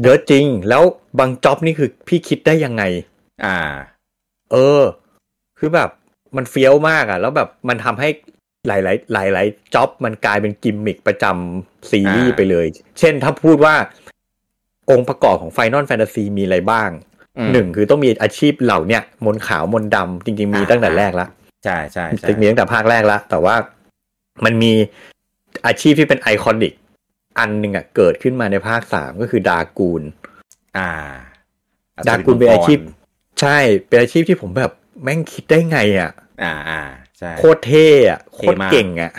เยอะจริง แล้วบางจ็อบนี่คือพี่คิดได้ยังไง อ่า เออ คือแบบมันเฟี้ยวมากอะ่ะ แล้วแบบมันทำให้หลาย ๆ หลายๆจ็อบมันกลายเป็นกิมมิคประจำซีรีส์ อ่า ไปเลย เช่นถ้าพูดว่าองค์ประกอบของไฟนอลแฟนตาซีมีอะไรบ้าง อืม หนึ่งคือต้องมีอาชีพเหล่าเนี่ยมนต์ขาวมนต์ดำจริง ๆ มี อ่า ตั้งแต่แรกละ ใช่ใช่ใช่ มีตั้งแต่ภาคแรกละแต่ว่ามันมีอาชีพที่เป็นไอคอนิก อันหนึ่งอะเกิดขึ้นมาในภาคสามก็คือดากูล อ่า ดากูลเป็นอาชีพ ใช่เป็นอาชีพที่ผมแบบแม่งคิดได้ไงอะ อ่าอ่าใช่ โคตรเท่อะโค เท่ ตร มาก เก่งอะ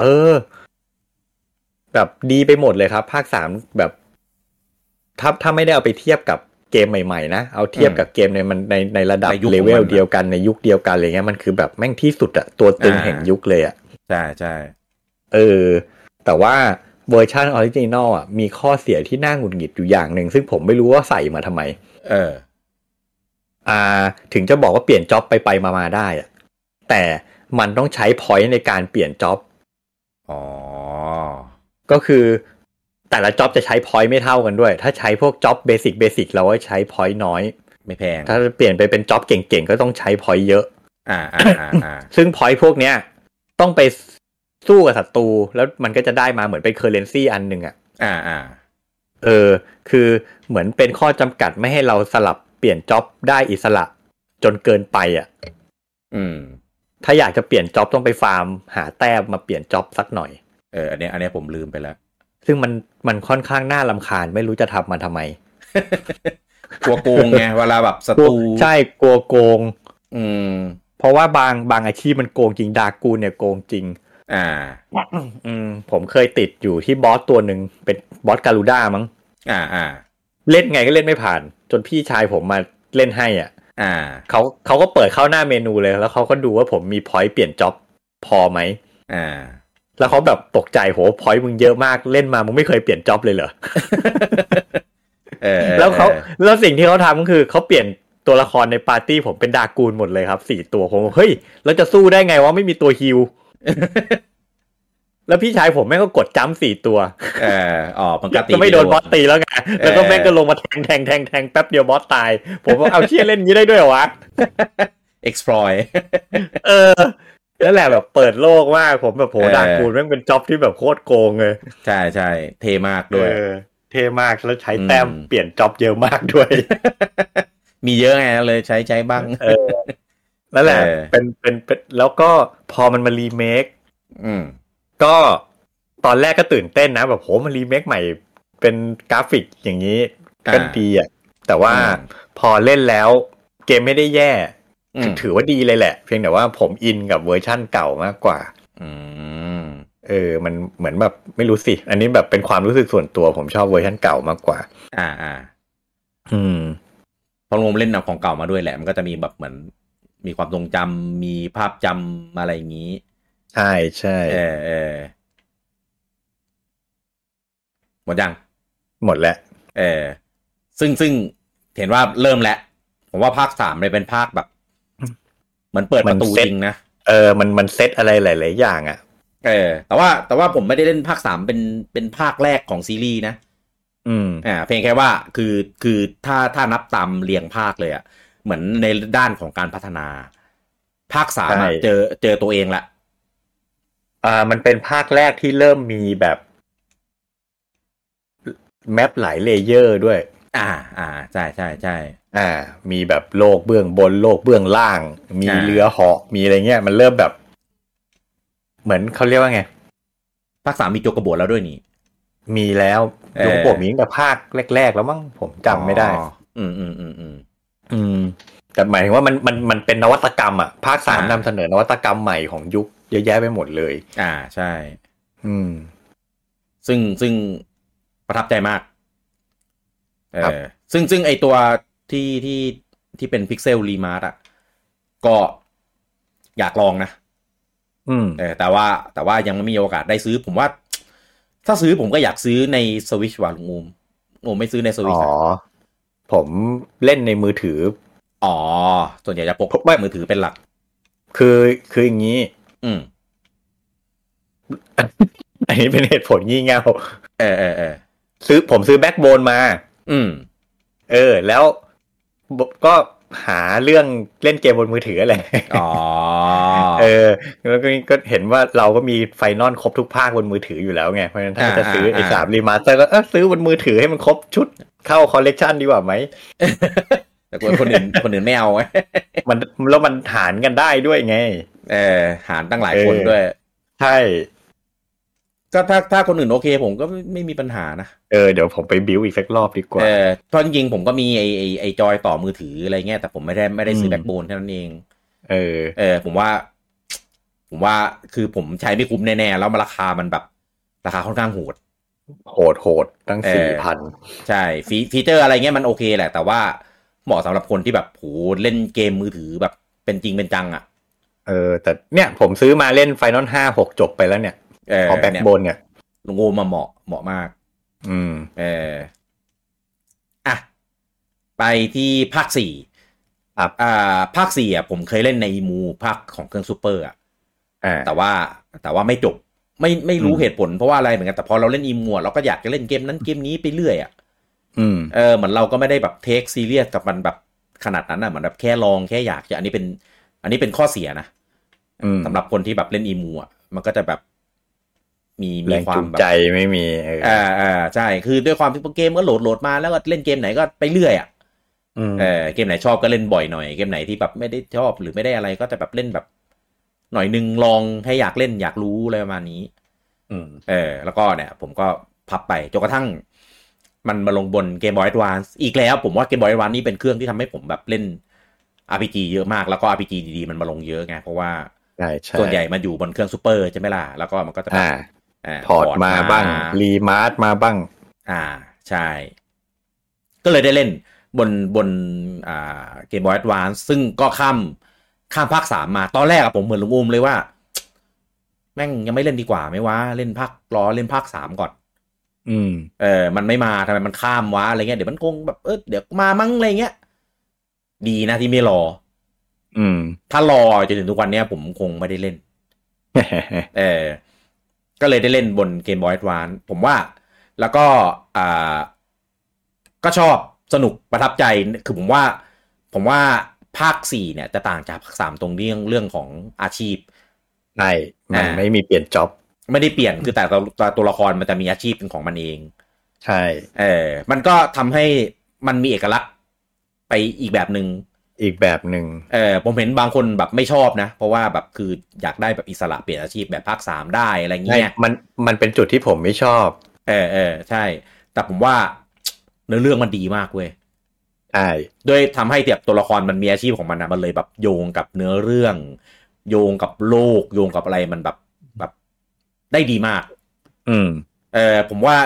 เออ แบบดีไปหมดเลยครับ ภาคสามแบบถ้าถ้าไม่ได้เอาไปเทียบกับเกมใหม่ๆนะเอาเทียบกับเกมในมันในในระดับ ในยุค เลเว ของ ล มันอะ เดียวกันในยุคเดียวกันอะไรเงี้ยมันคือแบบแม่งที่สุดอะตัวตึง อ่า แห่งยุคเลยอะ ใช่ใช่ เออ แต่ว่าเวอร์ชันออริจินอลอะมีข้อเสียที่น่าหงุดหงิดอยู่อย่างหนึ่งซึ่งผมไม่รู้ว่าใส่มาทำไม เออ อ่าถึงจะบอกว่าเปลี่ยนจ็อบไปไปมามาได้อะแต่มันต้องใช้พอยต์ในการเปลี่ยนจ็อบ อ๋อ ก็คือแต่ละจ็อบจะใช้พอยต์ไม่เท่ากันด้วย ถ้าใช้พวกจ็อบเบสิกเบสิกเราก็ใช้พอยต์น้อย ไม่แพง ถ้าเปลี่ยนไปเป็นจ็อบเก่งๆ ก็ต้องใช้พอยต์เยอะ อ่าอ่าอ่าอ่า ซึ่งพอยต์พวกเนี้ยต้องไปสู้กับศัตรูแล้วมันก็จะได้มาเหมือนเป็นเคอร์เรนซีอันหนึ่งอะ อ่าอ่า เออ คือเหมือนเป็นข้อจำกัดไม่ให้เราสลับเปลี่ยนจ็อบได้อิสระจนเกินไปอ่ะ อืม ถ้าอยากจะเปลี่ยนจ็อบต้องไปฟาร์มหาแต้มมาเปลี่ยนจ็อบสักหน่อย เออ อันเนี้ยอันเนี้ยผมลืมไปแล้ว ซึ่งมันมันค่อนข้างน่าลำคาญไม่รู้จะทำมาทำไม กลัวโกงไง เวลาแบบศั ก ต ลัว รู ใช่กลัวโกง อืม เพราะว่าบางบางอาชีพมันโกงจริงดากูลเนี่ยโกงจริง อ่า อืมผมเคยติดอยู่ที่บอสตัวหนึ่งเป็นบอสการูด้ามั้ง อ่าอ่า เล่นไงก็เล่นไม่ผ่าน จนพี่ชายผมมาเล่นให้อ่ะ อ่า เขาเขาก็เปิดเข้าหน้าเมนูเลย แล้วเขาก็ดูว่าผมมีพอยต์เปลี่ยนจ็อบพอไหม อ่า แล้วเขาแบบตกใจโหพอยต์มึงเยอะมากเล่นมามึงไม่เคยเปลี่ยนจ็อบเลยเหรอ เออออ แล้วเขาแล้วสิ่งที่เขาทำก็คือเขาเปลี่ยนตัวละครในปาร์ตี้ผมเป็นดากูลหมดเลยครับสี่ตัวผมบอกเฮ้ยเราจะสู้ได้ไงว่าไม่มีตัวฮิว แล้วพี่ชายผมแม่งก็กดจ้ำสี่ตัว เอออ๋อมันก็ตี จะไม่โดนบอสตีแล้วไงแล้วก็ เออ แม่งก็ลงมาแทงแทงแทงแทงแป๊บเดียวบอสตาย ผมว่าเอาเชี่ยเล่นงี้ได้ด้วยเหรอวะ exploit เออนั่นแหละแบบเปิดโลกมากผมแบบโห เออ ดากูลแม่งเป็นจ็อบที่แบบโคตรโกงเลย ใช่ใช่เทมากด้วย เออเท่มากแล้วใช้แต้ม อืม เปลี่ยนจ็อบเยอะมากด้วย มีเยอะไงเลยใช้ใช้บ้าง เออนั่นแหละ เออ เป็นเป็นเป็นแล้วก็พอมันมารีเมค อืม ก็ตอนแรกก็ตื่นเต้นนะ แบบโหมันรีเมคใหม่เป็นกราฟิกอย่างนี้ อ่า ก็ดีอ่ะแต่ว่า อืม พอเล่นแล้วเกมไม่ได้แย่ อืม ถือว่าดีเลยแหละ เพียงแต่ว่าผมอินกับเวอร์ชั่นเก่ามากกว่า อืม เออ มันเหมือนแบบไม่รู้สิ อันนี้แบบเป็นความรู้สึกส่วนตัวผมชอบเวอร์ชั่นเก่ามากกว่า อ่าอ่า อืม พอรวมเล่นหนังของเก่ามาด้วยแหละ มันก็จะมีแบบเหมือนมีความทรงจำมีภาพจำอะไรอย่างนี้ ใช่ใช่ เออเออหมดยัง หมดแล้ว เออซึ่งซึ่งเห็นว่าเริ่มแล้ว ผมว่าภาคสามเลยเป็นภาคแบบเหมือนเปิด มั ป น ระตู เซ็ต จริงนะ เออมันมันเซตอะไรหลาย ๆ อย่างอ่ะ เออ แต่ว่าแต่ว่าผมไม่ได้เล่นภาคสามเป็นเป็นภาคแรกของซีรีส์นะ อืม อ่าเพียงแค่ว่าคือคือถ้าถ้านับตามเรียงภาคเลยอะเหมือนในด้านของการพัฒนา ภาคสามอะ ใช่ เจอเจอตัวเองละ อ่า มันเป็นภาคแรกที่เริ่มมีแบบแมปหลายเลเยอร์ด้วย อ่า อ่าใช่ใช่ใช่ อ่า มีแบบโลกเบื้องบนโลกเบื้องล่าง มี อ่า เรือเหาะมีอะไรเงี้ย มันเริ่มแบบ เหมือนเขาเรียกว่าไง ภาคสามมีโจกระโบดแล้วด้วยนี่ มีแล้ว เออ ยุคผมมีตั้งแต่ภาคแรก ๆ แล้วมั้งผมจำไม่ได้ อ๋ออืมอืมอืมอืม อืม แต่หมายถึงว่ามันมันมันเป็นนวัตกรรมอ่ะ ภาคสาม อ่าน นำเสนอนวัตกรรมใหม่ของยุคเยอะแยะไปหมดเลย อ่าใช่ อืม ซึ่งซึ่งประทับใจมากเอ ครับ อซึ่งซึ่งไอตัวที่ที่ที่เป็นพิกเซลรีมาร์อะก็อยากลองนะ อืม เออแต่ว่าแต่ว่ายังไม่มีโอกาสได้ซื้อ ผมว่า ถ้าซื้อผมก็อยากซื้อในสวิชว่ะลุงอูมผมไม่ซื้อในสวิช อ๋อ ผมเล่นในมือถือ อ๋อ ส่วนใหญ่จะพก ผมไม่ มือถือเป็นหลัก คือคืออย่างนี้ อืม อันนี้เป็นเหตุผลงี่เง่า เออเออเออ ซื้อผมซื้อแบ็กโบนมา อืม เออ แล้วบก็หาเรื่องเล่นเกมบนมือถืออะไร อ๋อ เออ แล้วก็นี่ก็เห็นว่าเราก็มีไฟนอลครบทุกภาคบนมือถืออยู่แล้วไง เพราะฉะนั้นถ้าจะซื้อไอ้สามรีมาสเตอร์ก็เออซื้อบนมือถือให้มันครบชุดเข้าคอลเลกชันดีกว่าไหม แต่คนคนอื่นคนอื่นไม่เอาไว้ มันแล้วมันหารกันได้ด้วยไง เออหารตั้งหลายคนด้วย ใช่ ก็ถ้าถ้าคนอื่นโอเค ผมก็ไม่ไม่มีปัญหานะ เออ เดี๋ยวผมไปบิวอีกสักรอบดีกว่า เออเพราะจริงๆผมก็มีไอไอ้ไอจอยต่อมือถืออะไรเงี้ยแต่ผมไม่ได้ไม่ได้ซื้อ ม แบ็คโบนเท่านั้นเอง เออ เออผมว่า ผมว่าคือผมใช้ไม่คุ้มแน่ๆ แล้วมันราคามันแบบ ราคาค่อนข้างโหด โหดโหดตั้ง เอ สี่ อ พัน ใช่ฟีฟีเจอร์อะไรเงี้ยมันโอเคแหละ แต่ว่าเหมาะสำหรับคนที่แบบโหเล่นเกมมือถือแบบเป็นจริงเป็นจัง อ่ะ เออ แต่เนี่ยผมซื้อมาเล่นไฟนอลห้าหกจบไปแล้วเนี่ย เออ พอแบ็ก เนี่ย บนเนี่ย ลุงโอมาเหมาะเหมาะมาก อืม เอออ่ะไปที่ภาคสี่ ครับ อ่าภาคสี่อ่ะผมเคยเล่นในอีมูภาคของเครื่องซูเปอร์อ่ะ อ่า แต่ว่าแต่ว่าไม่จบไม่ไม่รู้ อืม เหตุผลเพราะว่าอะไรเหมือนกันแต่พอเราเล่นอีมัวเราก็อยากจะเล่นเกมนั้นเกมนี้ไปเรื่อยอ่ะ อืม เออเหมือนเราก็ไม่ได้แบบเทคซีเรียสกับมันแบบขนาดนั้นอ่ะเหมือนแบบแค่ลองแค่อยากจะอันนี้เป็น อันนี้เป็นข้อเสียนะ อืม สำหรับคนที่แบบเล่นอีมัวมันก็จะแบบมี แร มี ง ควา จู ม ง แบบ ใจไม่มีเออ อ่าอ่าใช่คือด้วยความที่เกมก็โหลดโหลดมาแล้วก็เล่นเกมไหนก็ไปเรื่อยอ่ะ อืม เออเกมไหนชอบก็เล่นบ่อยหน่อยเกมไหนที่แบบไม่ได้ชอบหรือไม่ได้อะไรก็จะแบบเล่นแบบ หน่อยหนึ่งลองให้อยากเล่นอยากรู้อะไรประมาณนี้ อืม เออแล้วก็เนี่ย ผมก็พับไปจนกระทั่ง มันมาลงบนเกมบอย d อ a วานอีกแล้วผมว่าเกมบอย d อ a วานนี่เป็นเครื่องที่ทำให้ผมแบบเล่น RPG เยอะมากแล้วก็ RPG ดีๆ มันมาลงเยอะไงเพราะว่า ใช่ใช่ ส่วนใหญ่มันอยู่บนเครื่องซูเปอร์ใช่ไหมล่ะ แล้วก็มันก็จะแบบาอ่าพอร์ตมาบ้าง รีมาร์ทมาบ้าง อ่าใช่ ก็เลยได้เล่นบนบนอ่าเกมบอย d อ a วานซึ่งก็ข้ามข้ามภาคสามมา ตอนแรกอะผมเหมือนลุงอุ้มเลยว่า แม่งยังไม่เล่นดีกว่าไหม่ว่าเล่นภาครอเล่นภาคสามก่อน อืม เออ มันไม่มาทำไมมันข้ามวะอะไรเงี้ย เดี๋ยวมันคงแบบ เออเดี๋ยวมามั้งอะไรเงี้ย ดีนะที่ไม่รอ อืม ถ้ารอจนถึงทุกวันเนี้ยผมคงไม่ได้เล่น เออ ก็เลยได้เล่นบนเกมบอยส์วานผมว่า แล้วก็อ่าก็ชอบสนุกประทับใจ คือผมว่า ผมว่าภาคสี่เนี่ยจะต่างจากภาคสามตรงเรื่องเรื่องของอาชีพ ใช่มัน อ่า ไม่มีเปลี่ยนจ็อบ ไม่ได้เปลี่ยน คือแต่ตัวตัวตัวละครมันจะมีอาชีพเป็นของมันเอง ใช่ เออ มันก็ทำให้มันมีเอกลักษณ์ไปอีกแบบหนึง่ง อีกแบบหนึ่ง เออผมเห็นบางคนแบบไม่ชอบนะ เพราะว่าแบบคืออยากได้แบบอิสระเปลี่ยนอาชีพแบบภาคสามได้อะไร ใช่ เงี้ย มันมันเป็นจุดที่ผมไม่ชอบ เออเออใช่ แต่ผมว่า เนื้อเรื่องมันดีมากเว้ย ใช่ ด้วยทำให้แบบตัวละครมันมีอาชีพของมันนะมันเลยแบบโยงกับเนื้อเรื่อง โยงกับโลก โยงกับอะไรมันแบบแบบได้ดีมาก อืม เออผมว่า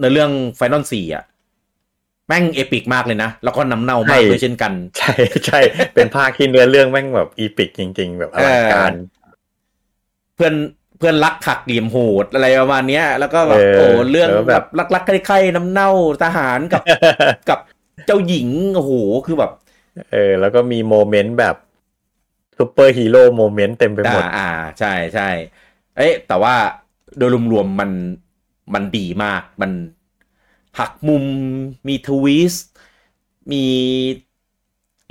ในเรื่อง f ฟนอลสี่อ่ะ แม่งเอปิกมากเลยนะ แล้วก็น้ำเน่ามาก ใช่ ด้วยเช่นกัน ใช่ ใช่เป็นภาคที่เนื้อเรื่องแม่งแบบอีพิกจริง ๆ แบบอลังการ เพื่อนเพื่อนรักขักเหลี่ยมโหดอะไรประมาณเนี้ย แล้วก็แบบ เออ โอ้เรื่อง แล้ว แบ แบบ บ รักๆใครๆน้ำเน่าทหารกับ กับเจ้าหญิงโอ้โหคือแบบ เออ แล้วก็มีโมเมนต์แบบซูเปอร์ฮีโร่โมเมนต์เต็มไปหม อ่า ด อ่าใช่ใช่เอ๊ะแต่ว่าโดยรวมๆมันมันดีมาก มันหักมุมมีทวิสต์มี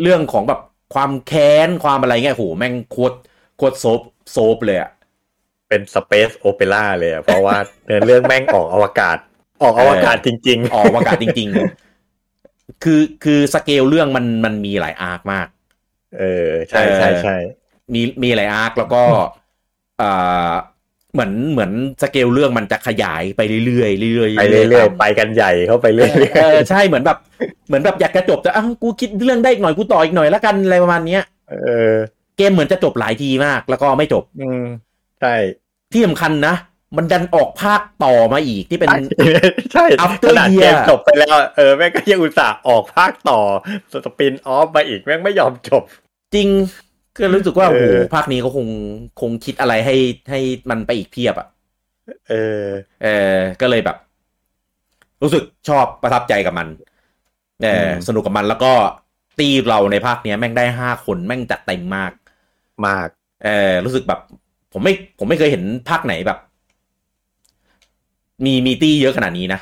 เรื่องของแบบความแค้นความอะไรเงี้ยโอ้โหแม่งโคตรโคตรโซฟโซฟเลยอะ เป็นสเปซโอเปร่าเลยอะเพราะ ว่า เนื้อเรื่องแม่งออกอวกาศ ออกอวกาศจริง ออกอากาศจริง ๆ คือคือสเกลเรื่องมันมันมีหลายอาร์คมาก ๆ เออ ใช่ใช่ใช่ มีมีหลายอาร์คแล้วก็ เอ่อเหมือนเหมือนสเกลเรื่องมันจะขยายไปเรื่อยๆเรื่อยๆ ไปเรื่อย ๆ ๆ ไปกันใหญ่เข้าไปเรื่อย เออใช่เหมือนแบบเหมือนแบบอยากจะจบแต่อ้าวกูคิดเรื่องได้อีกหน่อยกูต่ออีกหน่อยละกันอะไรประมาณเนี้ย ๆ เออ เกมเหมือนจะจบหลายทีมาก แล้วก็ไม่จบ อืม ใช่ ที่สำคัญนะ มันดันออกภาคต่อมาอีกที่เป็น ใช่ข After นาด Year เกมจบไปแล้ว เออ แม่งก็ยังอุตส่าห์ออกภาคต่อ สปินออฟมาอีก แม่งไม่ยอมจบ จริงก็รู้สึกว่าโอ้โห เออ ภาคนี้เขาคงคงคิดอะไรให้ให้มันไปอีกเพียบอ่ะ เออ เออก็เลยแบบ รู้สึกชอบประทับใจกับมันเออ อืม สนุกกับมันแล้วก็ตีมเราในภาคเนี้ยแม่งได้ห้าคนแม่งจัดเต็มมาก มาก เออรู้สึกแบบ ผมไม่ผมไม่เคยเห็นภาคไหนแบบ มีมีตี้เยอะขนาดนี้นะ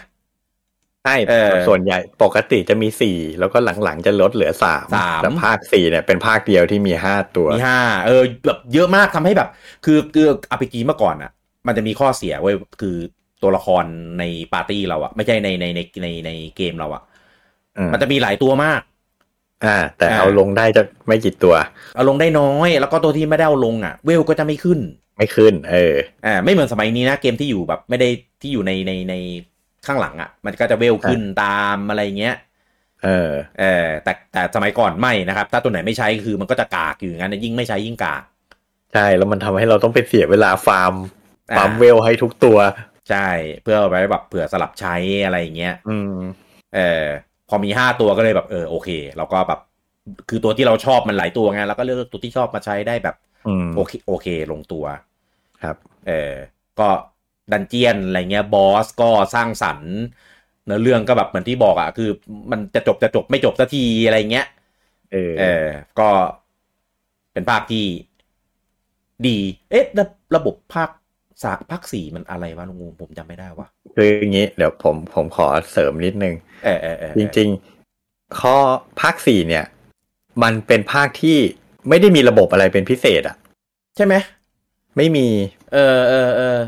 ใช่ เออ ส่วนใหญ่ปกติจะมีสี่แล้วก็หลังๆจะลดเหลือสาม สาม แต่ภาคสี่เนี่ยเป็นภาคเดียวที่มีห้าตัว มีห้าเออแบบเยอะมากทำให้แบบ คือคืออาพีกีเมื่อก่อนอ่ะ มันจะมีข้อเสียเว้ยคือตัวละครในปาร์ตี้เราอะไม่ใช่ในในในในในเกมเราอะ อืม มันจะมีหลายตัวมาก อ่า แต่ อ่า เอาลงได้จะไม่กี่ตัว เอาลงได้น้อย แล้วก็ตัวที่ไม่ได้เอาลงอ่ะ เวลก็จะไม่ขึ้น ไม่ขึ้น เออ อ่าไม่เหมือนสมัยนี้นะเกมที่อยู่แบบไม่ได้ที่อยู่ในในในข้างหลังอ่ะ มันก็จะเวลขึ้นตามอะไรเงี้ย เออ เออแต่แต่สมัยก่อนไม่นะครับ ถ้าตัวไหนไม่ใช้คือมันก็จะกากอยู่อย่างนั้นนะยิ่งไม่ใช้ยิ่งกาก ใช่แล้วมันทำให้เราต้องไปเสียเวลาฟาร์ม อ่า ฟาร์มเวลให้ทุกตัว ใช่เพื่อเอาไว้แบบเผื่อสลับใช้อะไรเงี้ย อืม เออพอมีห้าตัวก็เลยแบบเออโอเคเราก็แบบคือตัวที่เราชอบมันหลายตัวไงเราก็เลือกตัวที่ชอบมาใช้ได้แบบ อืม โอเคโอเคลงตัว ครับ เออก็ดันเจียนอะไรเงี้ยบอสก็สร้างสรรค์เนื้อเรื่องก็แบบเหมือนที่บอกอะคือ มันจะจบจะจบไม่จบสักทีอะไรเงี้ย เออ เออก็เป็นภาคที่ดี เอ๊ะแล้วระบบภาคสากภาคสี่มันอะไรวะลุงงูผมจำไม่ได้วะ คืออย่างนี้ เดี๋ยวผมผมขอเสริมนิดนึง เออเออเออ จริงๆ ข้อภาคสี่เนี่ย มันเป็นภาคที่ไม่ได้มีระบบอะไรเป็นพิเศษอะ ๆใช่ไหม ไม่มี เออเออเออ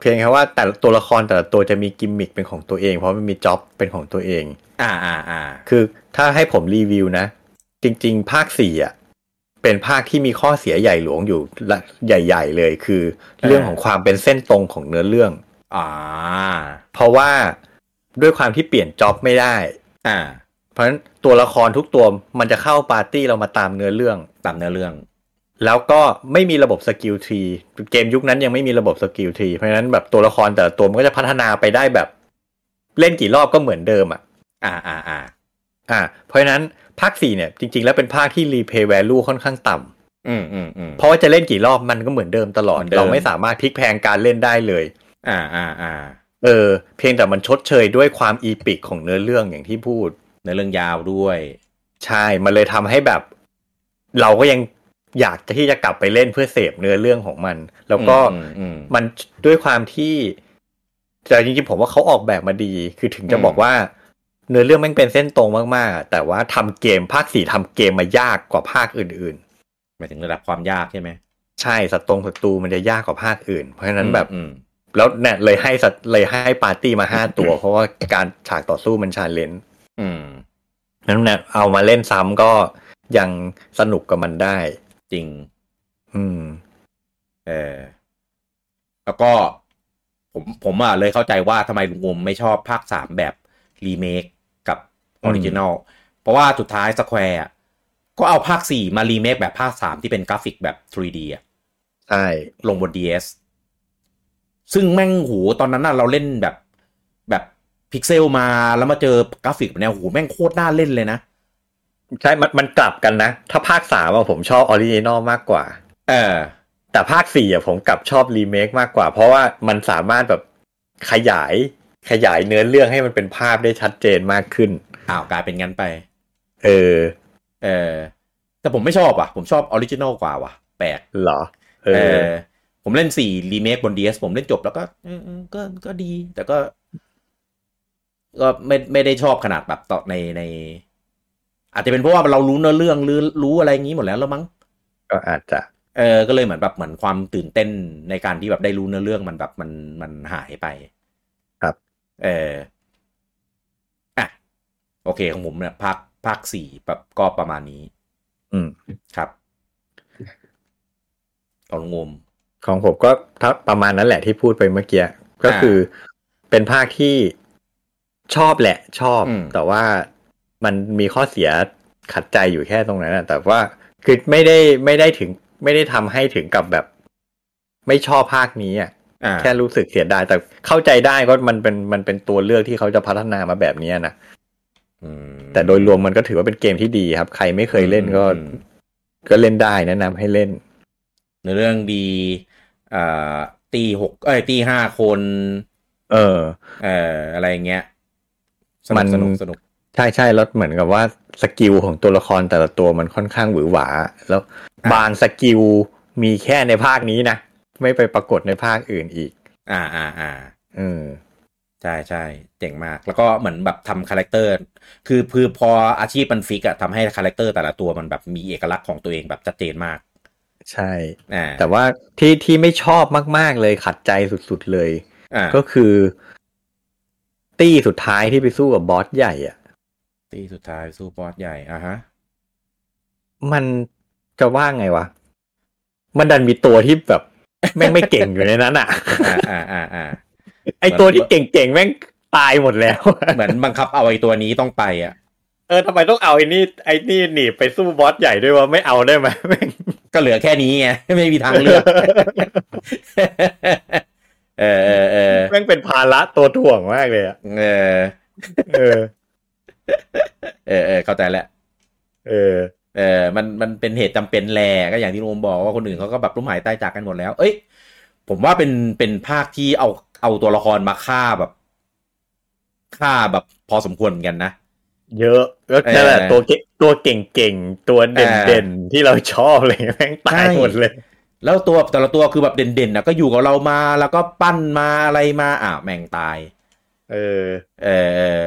เพียงแค่ว่าแต่ละตัวละครแต่ละตัวจะมีกิมมิคเป็นของตัวเอง เพราะมันมีจ็อบเป็นของตัวเอง อ่าอ่าอ่า คือถ้าให้ผมรีวิวนะ จริง ๆ ภาคสี่อ่ะเป็นภาคที่มีข้อเสียใหญ่หลวงอยู่ละใหญ่ ๆ เลยคือ เรื่องของความเป็นเส้นตรงของเนื้อเรื่อง อ่า เพราะว่าด้วยความที่เปลี่ยนจ็อบไม่ได้ อ่า เพราะฉะนั้นตัวละครทุกตัวมันจะเข้าปาร์ตี้เรามาตามเนื้อเรื่อง ตามเนื้อเรื่อง แล้วก็ไม่มีระบบสกิลทรีเกมยุคนั้นยังไม่มีระบบสกิลทรีเพราะฉะนั้นแบบตัวละครแต่ละตัวมันก็จะพัฒนาไปได้แบบ เล่นกี่รอบก็เหมือนเดิมอ่ะ อ่าอ่าอ่า อ่าเพราะฉะนั้นภาคสี่เนี่ยจริง ๆ แล้วเป็นภาคที่รีเพย์แวลูค่อนข้างต่ำ อืมอืมอืม เพราะว่าจะเล่นกี่รอบมันก็เหมือนเดิมตลอด เหมือนเดิม เราไม่สามารถพลิกแพลงการเล่นได้เลย อ่าอ่าอ่า เออ เพียงแต่มันชดเชยด้วยความอีปิกของเนื้อเรื่องอย่างที่พูด เนื้อเรื่องยาวด้วย ใช่ มันเลยทำให้แบบ เราก็ยังอยากที่จะกลับไปเล่นเพื่อเสพเนื้อเรื่องของมัน แล้วก็ อืมอืมอืม มันด้วยความที่แต่จริงๆผมว่าเขาออกแบบมาดี คือถึงจะ อืม บอกว่า เนื้อเรื่องแม่งเป็นเส้นตรงมากๆ แต่ว่าทำเกมภาคสี่ทำเกมมายากกว่าภาคอื่น หมายถึงระดับความยากใช่ไหม ๆ ใช่สัตว์ตรงศัตรูมันจะยากกว่าภาคอื่น เพราะฉะนั้นแบบ อืม แล้วเนี่ยเลยให้สัตว์เลยให้ปาร์ตี้มาห้าตัว เพราะว่าการฉากต่อสู้มันชาเลนจ์ อืม นั้นเนี่ยเอามาเล่นซ้ำก็ยังสนุกกับมันได้ จริง อืม เออ แล้วก็ผมผมอ่ะเลยเข้าใจว่าทำไมลุงอมไม่ชอบภาคสามแบบรีเมคกับออริจินอล เพราะว่าสุดท้ายสแควร์ก็เอาภาคสี่มารีเมคแบบภาคสามที่เป็นกราฟิกแบบ 3D อะ ใช่ ลงบน DS ซึ่งแม่งโหูตอนนั้นน่ะเราเล่นแบบแบบ พิกเซลมาแล้วมาเจอกราฟิกแบบเนี้ยโอ้โหแม่งโคตรน่าเล่นเลยนะ ใช่มันมันกลับกันนะ ถ้าภาคสามอะผมชอบออริจินอลมากกว่า เออ แต่ภาคสี่อะผมกลับชอบรีเมคมากกว่า เพราะว่ามันสามารถแบบขยายขยายเนื้อเรื่องให้มันเป็นภาพได้ชัดเจนมากขึ้น อ้าวกลายเป็นงั้นไป เออ เออ แต่ผมไม่ชอบอ่ะ ผมชอบออริจินอลกว่าว่ะ แปลก เหรอ เอ เอ อ อ ผมเล่นสี่รีเมคบน DS ผมเล่นจบแล้วก็อืมอืมก็ก็ดี แต่ก็ ก็ไม่ไม่ได้ชอบขนาดแบบต่อในใน อาจจะเป็นเพราะว่าเรารู้เนื้อเรื่องหรือรู้อะไรอย่างนี้หมดแล้วแล้วมั้ง ก็อาจจะ เออ ก็เลยเหมือนแบบเหมือนความตื่นเต้นในการที่แบบได้รู้เนื้อเรื่องมันแบบมันมันหายไป เอออ่ะโอเคของผมเนี่ยภาคภาคสี่แบบก็ประมาณนี้ อืม ครับของงม ของผมก็ถ้าประมาณนั้นแหละที่พูดไปเมื่อกี้ก็คือเป็นภาคที่ชอบแหละ ชอบ อืม แต่ว่ามันมีข้อเสียขัดใจอยู่แค่ตรงนั้นนะแต่ว่าคือไม่ได้ไม่ได้ถึง ไม่ได้ทำให้ถึงกับแบบ ไม่ชอบภาคนี้อ่ะ อ่า แค่รู้สึกเสียดายแต่เข้าใจได้ก็มันเป็นมันเป็นตัวเลือกที่เขาจะพัฒนามาแบบนี้นะ อืม แต่โดยรวมมันก็ถือว่าเป็นเกมที่ดีครับ ใครไม่เคยเล่นก็ อืม ก็เล่นได้แนะนำให้เล่น เนื้อเรื่องดีอ่าตีหกเอ้ยตีห้าคน เออ เอ่ออะไรอย่างเงี้ยส มั นุก น สนุกสนุก ใช่ใช่แล้วเหมือนกับว่าสกิลของตัวละครแต่ละตัวมันค่อนข้างหวือหวา แล้ว อ่ะ บางสกิลมีแค่ในภาคนี้นะ ไม่ไปปรากฏในภาคอื่นอีก อ่าอ่าอ่า เออ ใช่ใช่เจ๋งมาก แล้วก็เหมือนแบบทำคาแรคเตอร์ คือคือพออาชีพมันฟิกอะทำให้คาแรคเตอร์แต่ละตัวมันแบบมีเอกลักษณ์ของตัวเองแบบชัดเจนมาก ใช่ อ่า แต่ว่าที่ที่ไม่ชอบมาก ๆ เลยขัดใจสุด ๆ เลย อ่า ก็คือตี้สุดท้ายที่ไปสู้กับบอสใหญ่อะ ตีสุดท้ายสู้บอสใหญ่อ่ะฮะ มันจะว่าไงวะ มันดันมีตัวที่แบบ แม่งไม่เก่งอยู่ในนั้นอะ อ่าอ่าอ่าอ่า ไอตัวที่เก่งๆแม่งตายหมดแล้ว เหมือนบังคับเอาไอ้ตัวนี้ต้องไปอ่ะ เออทำไมต้องเอาไอ้นี่ไอ้นี่หนีบไปสู้บอสใหญ่ด้วยวะไม่เอาได้ไหมแม่ง ก็เหลือแค่นี้ไง ไม่มีทางเลือก เออเออเออ แม่งเป็นภาระตัวถ่วงมากเลยอะ เออ เออ เออเออเข้าใจแล้ว เออ เออมัน มันเป็นเหตุจำเป็นแหละก็อย่างที่ลุงบอกว่าคนอื่นเขาก็แบบล้มหายตายจากกันหมดแล้ว เอ้ย ผมว่าเป็น เป็นภาคที่เอา เอาตัวละครมาฆ่าแบบ ฆ่าแบบพอสมควรเหมือนกันนะ เยอะก็นั่นแหละ เออ ตัวเก่งตัวเก่งๆตัวเด่น เอ เด่ อ นที่เราชอบเลยแม่งตายหมดเลย แล้วตัวแต่ละตัวคือแบบเด่นๆนะก็อยู่กับเรามา แล้วก็ปั้นมาอะไรมาอ้าวแม่งตาย เออ เออเออ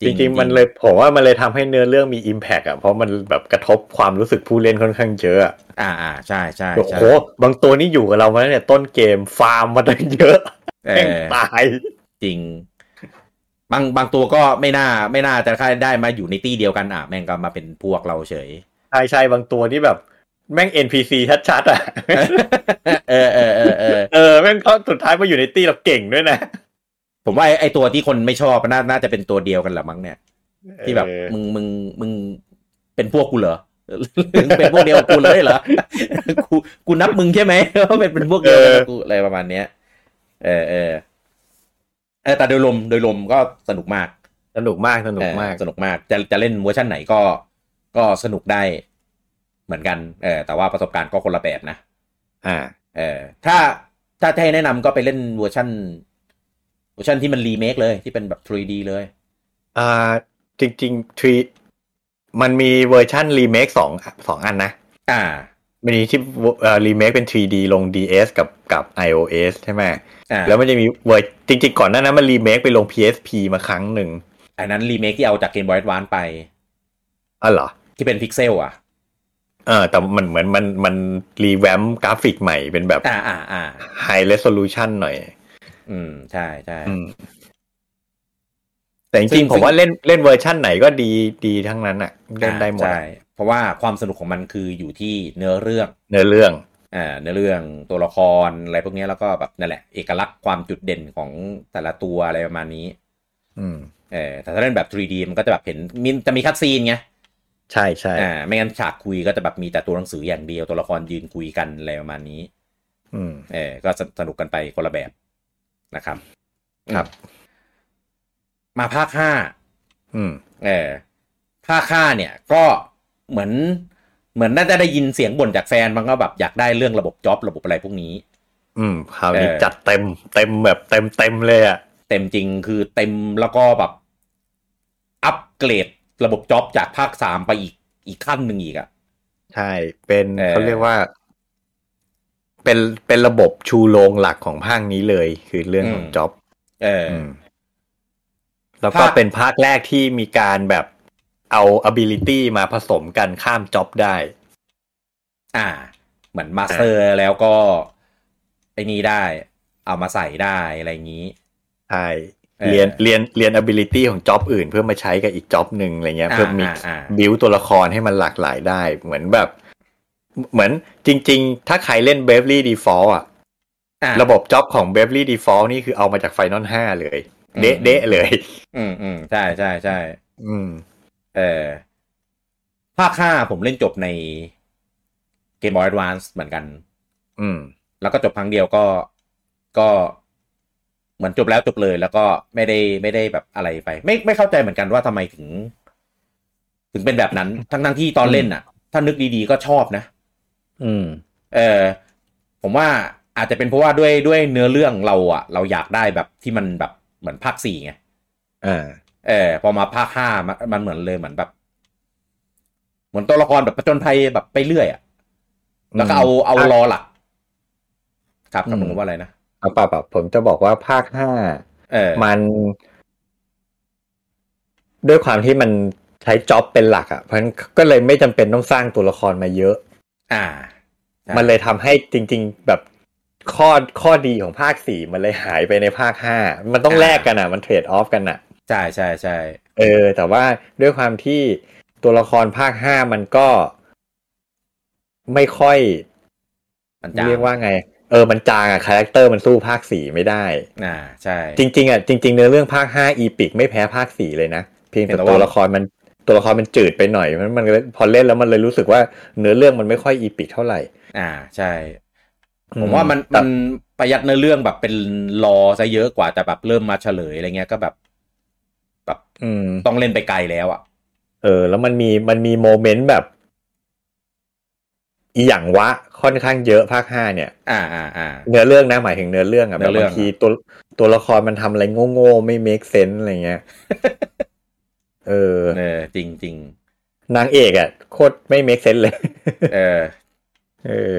จริง ๆ มันเลยผมว่ามันเลยทำให้เนื้อเรื่องมีอิมแพกอ่ะเพราะมันแบบกระทบความรู้สึกผู้เล่นค่อนข้างเยอะอะ อ่าอ่าใช่ใช่ โอ้ ใช่ โหบางตัวนี่อยู่กับเรามาตั้งแต่ต้นเกมฟาร์มมาตั้งเยอะ เอ แม่ง อ ตาย จริง บางบางตัวก็ไม่น่า ไม่น่าจะได้มาอยู่ในตี้เดียวกันอ่ะแม่งก็มาเป็นพวกเราเฉย ใช่ใช่ๆบางตัวนี่แบบแม่ง NPC ชัดๆอ่ะ เออเออเออเออ เออแม่งเขาสุดท้ายมาอยู่ในตี้เราเก่งด้วยนะ ผมว่าไอ้ไอตัวที่คนไม่ชอบน่าน่าจะเป็นตัวเดียวกันแหละมั้งเนี่ย ที่แบบมึงมึงมึงเป็นพวกกูเหรอ มึงเป็นพวกเดียวกับกูเลยเหรอ กูกูนับมึงใช่ไหม ว่าเป็นเป็นพวกเดียวกันกับกูอะไรประมาณเนี้ยเออเออเออแต่โดยรวมโดยรวมก็สนุกมาก สนุกมากสนุกมาก เออสนุกมาก จะจะเล่นเวอร์ชันไหนก็ก็สนุกได้เหมือนกันเออแต่ว่าประสบการณ์ก็คนละแบบนะ อ่า เออถ้าถ้าจะให้แนะนำก็ไปเล่นเวอร์ชันเวอร์ชันที่มันรีเมคเลยที่เป็นแบบ 3D เลย อ่า จริงๆทรีมันมีเวอร์ชั่นรีเมคสองสองอันนะ อ่า มันมีที่เอ่อรีเมคเป็น 3D ลง DS กับกับ iOS ใช่ไหม อ่า แล้วมันจะมีเวอร์จริง ๆ ก่อนหน้านั้นมันรีเมคไปลง PSP มาครั้งหนึ่ง อันนั้นรีเมคที่เอาจากเกมบอย d วานไป อ๋อเหรอ ที่เป็นพิกเซลอ่ะ เออแต่มันเหมือนมันมันรีแวมกราฟิกใหม่เป็นแบบ อ่าอ่าอ่า High Resolution หน่อย อืมใช่ใช่ อืม แต่จ ซึ่ ริ ง งๆผมว่าเล่นเล่นเวอร์ชั่นไหนก็ดีดีทั้งนั้นอะเล่นได้หมด ใช่ อะ เพราะว่าความสนุกของมันคืออยู่ที่เนื้อเรื่อง เนื้อเรื่อง อ่าเนื้อเรื่องตัวละครอะไรพวกเนี้ยแล้วก็แบบนั่นแหละเอกลักษณ์ความจุดเด่นของแต่ละตัวอะไรประมาณนี้ อืม เออแต่ถ้าเล่นแบบ 3D มันก็จะแบบเห็นมีจะมีคัดซีนไง ใช่ใช่ อ่าไม่งั้นฉากคุยก็จะแบบมีแต่ตัวหนังสืออย่างเดียวตัวละครยืนคุยกันอะไรประมาณนี้ อืม เออก็สนุกกันไปคนละแบบนะครับ ครับ มาภาคห้า อืม เออค่าค่าเนี่ยก็เหมือนเหมือนน่าจะได้ยินเสียงบ่นจากแฟนมันก็แบบอยากได้เรื่องระบบจ็อบระบบอะไรพวกนี้ อืมคราวนี้ เออ จัดเต็ม เต็มแบบเต็มเต็มเลยอ่ะ เต็มจริงคือเต็มแล้วก็แบบ อัปเกรดระบบจ็อบจากภาคสามไปอีกอีกขั้นหนึ่งอีกอะ ใช่ เป็น เออ เขาเรียกว่า เป็นเป็นระบบชูโรงหลักของภาคนี้เลย คือเรื่องของจ็อบ เอออ มแล้วก็ ภาค เป็นภาคแรกที่มีการแบบเอา ability มาผสมกันข้ามจ็อบได้ อ่า เหมือนมาสเตอร์แล้วก็ ไอ้นี้ได้ เอามาใส่ได้อะไรอย่างนี้ ใช่ เออ เรียนเรียนเรียน ability ของจ็อบอื่นเพื่อมาใช้กับอีกจ็อบหนึ่งอะไรเงี้ย อ่า เพื่อมิก อ่าอ่า บิวตัวละครให้มันหลากหลายได้ เหมือนแบบ เหมือนจริง ๆ ถ้าใครเล่น b e v e r l y Default อ่ะ อ่า ระบบจ็อบของ b e v e r l y Default นี่คือเอามาจาก Final 5 เลย อืม เดะเดะเลย อืมอืมใช่ใช่ใช่ อืม เออภาคห้าผมเล่นจบในเกมบอย a d ดวานซ์เหมือนกัน อืม แล้วก็จบครั้งเดียวก็ก็เหมือนจบแล้วจบเลยแล้วก็ไม่ได้ไม่ได้แบบอะไรไป ไม่ไม่เข้าใจเหมือนกันว่าทำไมถึง ถึงเป็นแบบนั้น ทั้งทั้งที่ตอนเล่นอ่ะ ถ้านึกดีๆก็ชอบนะ อืม เออผมว่าอาจจะเป็นเพราะว่าด้วยด้วยเนื้อเรื่องเราอ่ะ เราอยากได้แบบที่มันแบบเหมือนภาคสี่ไง อ่า เออพอมาภาคห้ามันมันเหมือนเลยเหมือนแบบ เหมือนตัวละครแบบประจนภัยแบบไปเรื่อยอ่ะแล้วก็เอาเอารอหลัก ครับคำนึงว่าอะไรนะ เอาป่ะป่ะผมจะบอกว่าภาคห้า เออ มัน ด้วยความที่มันใช้จ็อบเป็นหลักอะ่ะ เพราะฉะนั้นก็เลยไม่จำเป็นต้องสร้างตัวละครมาเยอะ อ่า ใช่ มันเลยทำให้จริง ๆ แบบข้อข้อดีของภาคสี่มันเลยหายไปในภาคห้ามันต้องแลกกันอะ่ะ มันเทรดออฟกันอ่ะ ใช่ใช่ใช่ เออ แต่ว่าด้วยความที่ตัวละครภาคห้ามันก็ไม่ค่อย มันจาง เรียกว่าไง เออ มันจางอะ่ะคาแรคเตอร์มันสู้ภาคสี่ไม่ได้ อ่าใช่ จริงๆอ่ะจริงๆเนื้อเรื่องภาค 5 อีพิกไม่แพ้ภาค 4 เลยนะ เพียงแต่ตัวละครมันตัวละครมันจืดไปหน่อยมันมันพอเล่นแล้วมันเลยรู้สึกว่าเนื้อเรื่องมันไม่ค่อยอีพิกเท่าไหร่ อ่าใช่ ผมว่ามัน แต่ มันประหยัดเนื้อเรื่องแบบเป็นรอซะเยอะกว่าแต่แบบเริ่มมาเฉลยอะไรเงี้ยก็แบบแบบ อืม ต้องเล่นไปไกลแล้วอ่ะ เออ แล้วมันมีมันมีโมเมนต์แบบ อีหยังวะค่อนข้างเยอะภาค 5 เนี่ย อ่าอ่าอ่า เนื้อเรื่องนะหมายถึงเนื้อเรื่องอ่ะ เนื้ แบบ อเรื่อง บา อะ งทีตัวตัวละครมันทำอะไรโง่ๆไม่ make sense อะไรเงี้ย เออ เออจริงจริง นางเอกอ่ะโคตรไม่ make sense เลย เออ เออ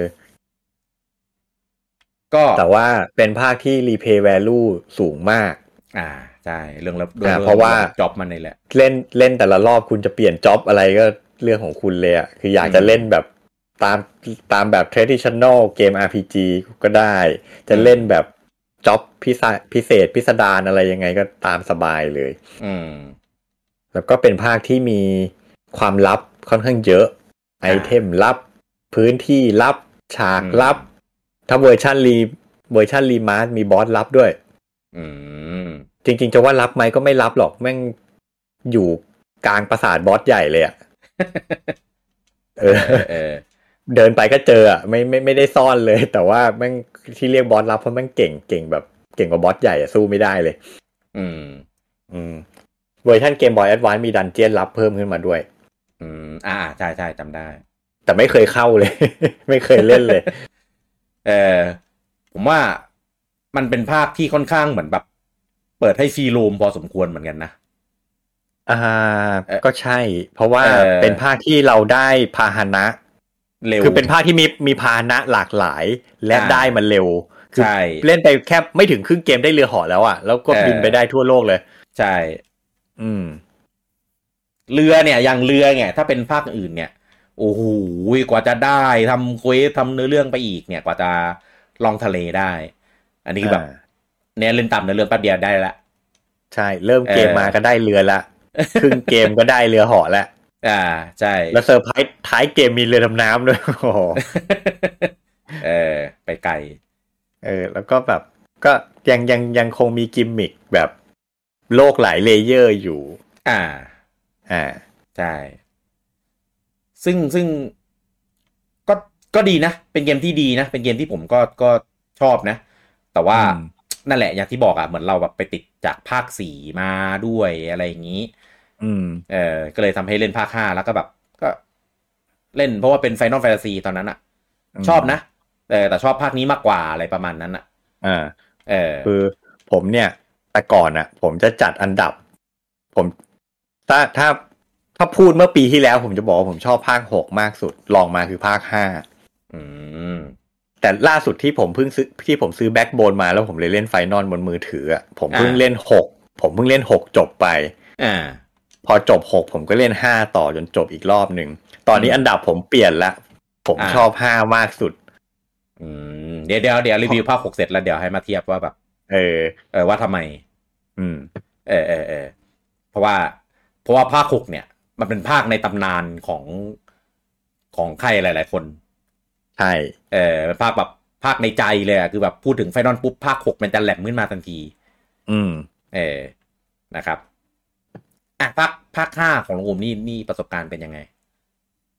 ก็ แต่ว่าเป็นภาคที่ replay value สูงมาก อ่าใช่เรื่องแล้ว อ่าเพราะว่า จอบมันนี่แหละ เล่นเล่นแต่ละรอบคุณจะเปลี่ยนจ็อบอะไรก็เรื่องของคุณเลยอะคืออยากจะ อืม เล่นแบบตามตามแบบ traditional เกม RPG ก็ได้ จะ อืม เล่นแบบจ็อบพิเศษพิเศษพิสดารอะไรยังไงก็ตามสบายเลย อืม แล้วก็เป็นภาคที่มีความลับค่อนข้างเยอะ ไอ อ่า เทมลับ พื้นที่ลับ ฉาก อืม ลับ ถ้าเวอร์ชันรีเวอร์ชันรีมาร์มีบอสลับด้วย อืม จริงๆจะว่ารับไหมก็ไม่รับหรอกแม่งอยู่กลางปราสาทบอสใหญ่เลยอะ เออ เออเออ เดินไปก็เจออะไม่ไม่ไม่ได้ซ่อนเลย แต่ว่าแม่งที่เรียกบอสรับเพราะแม่งเก่งเก่งแบบเก่งกว่าบอสใหญ่อะสู้ไม่ได้เลย อืม อืมเวอร์ชันเกมบอยแอดวานมีดันเจียนรับเพิ่มขึ้นมาด้วย อืมอ่าใช่ใช่จำได้ แต่ไม่เคยเข้าเลย ไม่เคยเล่นเลย เออผมว่ามันเป็นภาคที่ค่อนข้างเหมือนแบบ เปิดให้ฟรีรูมพอสมควรเหมือนกันนะ อ่า เอ่อ ก็ใช่ เพราะว่า เอ่อ เป็นภาคที่เราได้พาหนะ เร็ว คือเป็นภาคที่มีมีพาหนะหลากหลาย และ อ่า ได้มันเร็ว คือ ใช่ เล่นไปแค่ไม่ถึงครึ่งเกมได้เรือเหอแล้วอะ่ะ แล้วก็ เออ บินไปได้ทั่วโลกเลย ใช่ อืม เรือเนี่ยอย่างเรือเนี่ยถ้าเป็นภาคอื่นเนี่ย โอ้โหกว่าจะได้ทำเควสทำเนื้อเรื่องไปอีกเนี่ย กว่าจะลองทะเลได้ อันนี้คือแบบ อ่า เนี่ยเล่นตามเนื้อเรื่องแป๊บเดียวได้ละ ใช่ เริ่มเกม เออ มาก็ได้เรือละ ครึ่งเกมก็ได้เรือเหอแล้ว อ่าใช่ แล้วเซอร์ไพรส์ท้ายเกมมีเรือดำน้ำด้วย โอ้โห เออไปไกล เออ แล้วก็แบบ ก็ยังยังยังคงมีกิมมิคแบบโลกหลายเลเยอร์อยู่ อ่า อ่า ใช่ ซึ่งซึ่งก็ก็ดีนะ เป็นเกมที่ดีนะ เป็นเกมที่ผมก็ก็ชอบนะ แต่ว่า อืม นั่นแหละอย่างที่บอกอะ่ะเหมือนเราแบบไปติดจากภาคสี่มาด้วยอะไรอย่างนี้ อืม เออก็เลยทำให้เล่นภาคห้าแล้วก็แบบก็เล่นเพราะว่าเป็น Final Fantasy ตอนนั้นอะ อืม ชอบนะเออแต่ชอบภาคนี้มากกว่าอะไรประมาณนั้นอะ อ่า เออ คือผมเนี่ย แต่ก่อนอะผมจะจัดอันดับ ผมถ้าถ้าถ้าพูดเมื่อปีที่แล้ว ผมจะบอกว่าผมชอบภาคหกมากสุดลองมาคือภาคห้า อืม แต่ล่าสุดที่ผมเพิ่งซื้อที่ผมซื้อแบ็กโบนมาแล้วผมเลยเล่นไฟนอลบนมือถืออะผมเพิ่งเล่นหกผมเพิ่งเล่นหกจบไป อ่า พอจบหกผมก็เล่นห้าต่อจนจบอีกรอบหนึ่งตอนนี้ อืม อันดับผมเปลี่ยนละผม อ่า ชอบห้ามากสุด อืมเดี๋ยวเดี๋ยวเดี๋ยวรีวิวภาคหกเสร็จแล้วเดี๋ยวให้มาเทียบว่าแบบ เออ เออว่าทำไม อืม เออเออเออเพราะว่าเพราะว่าภาคหกเนี่ย มันเป็นภาคในตำนานของของใครหลาย ๆ คน ใช่ เออเป็นภาคแบบภาคในใจเลยอะคือแบบพูดถึงไฟนอลปุ๊บภาคหกมันจะแหลมขึ้นมาทันที อืม เออนะครับอ่ะภาคภาคห้าของลุงอุมนี่นี่ประสบการณ์เป็นยังไง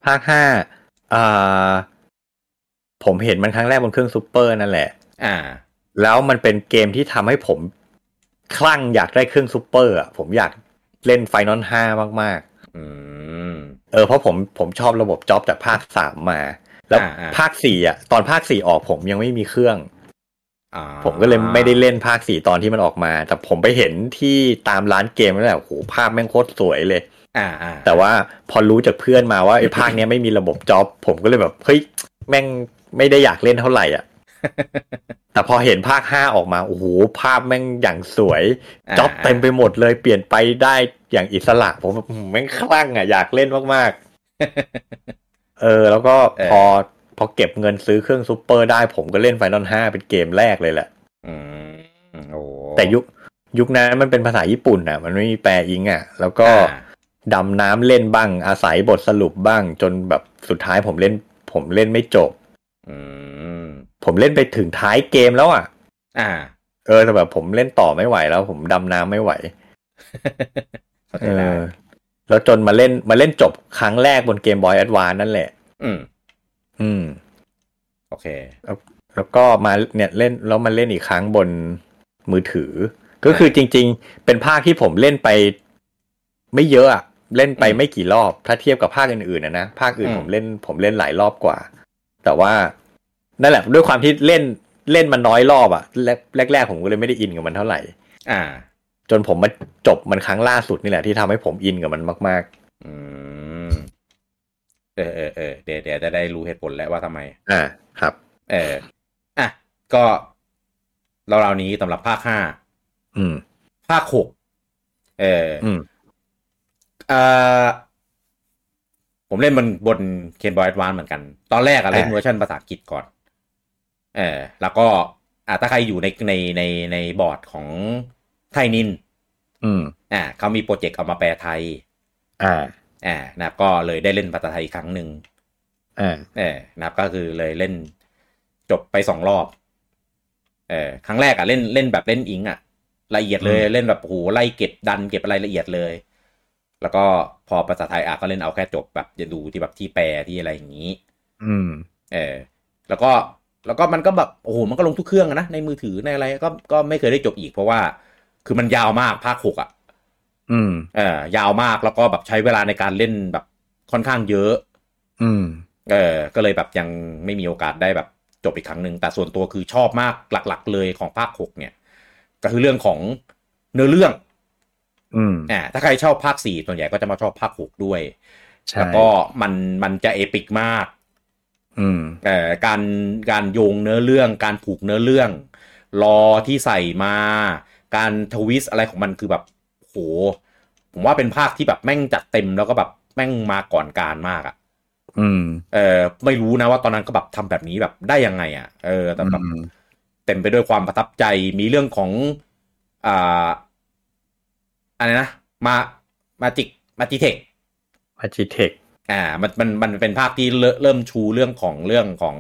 ภาคห้าอ่า ผมเห็นมันครั้งแรกบนเครื่องซูเปอร์นั่นแหละ อ่า แล้วมันเป็นเกมที่ทำให้ผมคลั่งอยากได้เครื่องซูเปอร์อ่ะ ผมอยากเล่นไฟนอลห้ามาก อืม ๆ เออเพราะผมผมชอบระบบจ็อบจากภาคสามมา แล้ว อ่าอ่า ภาคสี่อ่ะ ตอนภาคสี่ออกผมยังไม่มีเครื่อง อ่า ผมก็เลยไม่ได้เล่นภาคสี่ตอนที่มันออกมา แต่ผมไปเห็นที่ตามร้านเกมนั่นแหละโอ้โหภาพแม่งโคตรสวยเลย อ่าอ่า แต่ว่าพอรู้จากเพื่อนมาว่าไอ้ภาคเนี้ยไม่มีระบบจ็อบ ผมก็เลยแบบเฮ้ยแม่งไม่ได้อยากเล่นเท่าไหร่อ่ะ แต่พอเห็นภาคห้าออกมาโอ้โหภาพแม่งอย่างสวย า จ็อบเต็มไปหมดเลยเปลี่ยนไปได้อย่างอิสระ ผมแบบอืมแม่งคลั่งอ่ะอยากเล่นมากๆ เออ แล้วก็พอพอเก็บเงินซื้อเครื่องซูเปอร์ได้ผมก็เล่นไฟนอลห้าเป็นเกมแรกเลยแหละ อืมโอ้ แต่ยุคยุคนั้นมันเป็นภาษาญี่ปุ่นอ่ะ มันไม่มีแปลอิงอ่ะ แล้วก็ อ่า ดำน้ำเล่นบ้าง อาศัยบทสรุปบ้าง จนแบบสุดท้ายผมเล่น ผมเล่นไม่จบ อืม ผมเล่นไปถึงท้ายเกมแล้วอ่ะ อ่า เออแต่แบบผมเล่นต่อไม่ไหวแล้ว ผมดำน้ำไม่ไหว เข้าใจ เอ ได้ อแล้วจนมาเล่นมาเล่นจบครั้งแรกบนเกมบอยแอดวานนั่นแหละ อืม อืม โอเค แล้วก็มาเนี่ยเล่นแล้วมาเล่นอีกครั้งบนมือถือ ก็คือจริง ๆ เป็นภาคที่ผมเล่นไป ไม่เยอะอะเล่นไป อืม ไม่กี่รอบ ถ้าเทียบกับภาคอื่นๆนะนะภาคอื่น อืม ผมเล่นผมเล่นหลายรอบกว่า แต่ว่านั่นแหละ ด้วยความที่เล่นเล่นมันน้อยรอบอะแรกแรกๆผมก็เลยไม่ได้อินกับมันเท่าไหร่ อ่า จนผมมาจบมันครั้งล่าสุดนี่แหละที่ทำให้ผมอินกับมันมาก อืมเออเออเออเดี๋ยวเดี๋ยวจะได้รู้เหตุผลแล้วว่าทำไม ๆ อ่าครับ เอออ่ะก็ราวๆนี้สำหรับภาคห้า อืม ภาคหกเออ อืม เอ่อ ผมเล่นบนบนเคนบอยแอดวานเหมือนกัน ตอนแรกอะ อ่า เล่นเวอร์ชันภาษาอังกฤษก่อน เออ แล้วก็อ่ะถ้าใครอยู่ในในในในบอร์ดของไทยนิน อืม อ่ะเขามีโปรเจกต์เอามาแปลไทย อ่า อ่ะนะครับก็เลยได้เล่นภาษาไทยอีกครั้งหนึ่ง อ่า เออนะครับก็คือเลยเล่นจบไปสองรอบ เออครั้งแรกอะเล่นเล่นแบบเล่นอิงอะละเอียดเลย อืม เล่นแบบโอ้โหไล่เก็บดันเก็บอะไรละเอียดเลย แล้วก็พอภาษาไทยอะก็เล่นเอาแค่จบแบบจะดูที่แบบที่แปลที่อะไรอย่างนี้ อืม เออ แล้วก็แล้วก็มันก็แบบโอ้โหมันก็ลงทุกเครื่องอะนะในมือถือในอะไรก็ก็ไม่เคยได้จบอีกเพราะว่า คือมันยาวมากภาคหกอะ อืม เออยาวมากแล้วก็แบบใช้เวลาในการเล่นแบบค่อนข้างเยอะ อืม เออ ก็เลยแบบยังไม่มีโอกาสได้แบบจบอีกครั้งหนึ่งแต่ส่วนตัวคือชอบมากหลัก ๆ เลยของภาคหกเนี่ย ก็คือเรื่องของเนื้อเรื่อง อืม อ่าถ้าใครชอบภาคสี่ส่วนใหญ่ก็จะมาชอบภาคหกด้วย ใช่ แล้วก็มันมันจะเอปิกมาก อืม เอ่อการการโยงเนื้อเรื่อง การผูกเนื้อเรื่องรอที่ใส่มา การทวิสต์อะไรของมันคือแบบโห ผมว่าเป็นภาคที่แบบแม่งจัดเต็มแล้วก็แบบแม่งมาก่อนการมากอะ อืม เออไม่รู้นะว่าตอนนั้นก็แบบทำแบบนี้แบบได้ยังไงอะ่ะเออแต่แบบ อืม เต็มไปด้วยความประทับใจมีเรื่องของอ่าอะไรนะมามาจิกมาจิเทค อาร์จิเทค อ่ามันมันมันเป็นภาพที่เริ่มเริ่มชูเรื่องของเรื่องของ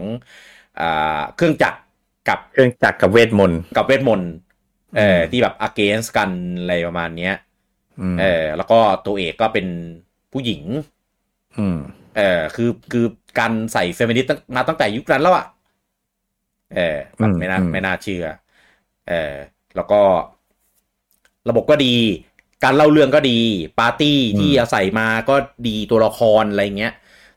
อ่าเครื่องจักรกับ เครื่องจักรกับเวทมนต์ กับเวทมนต์เออที่แบบ against กันอะไรประมาณเนี้ย ม เออแล้วก็ตัวเอกก็เป็นผู้หญิง อืม เออคือคือการใส่เฟมินิสต์ตั้งมาตั้งแต่ยุคนั้นแล้วอะ่ะเออแบบไม่น่า อืม ไม่น่าเชื่อ เออแล้วก็ระบบก็ดี การเล่าเรื่องก็ดี ปาร์ตี้ที่เอาใส่มาก็ดีตัวละครอะไรเงี้ย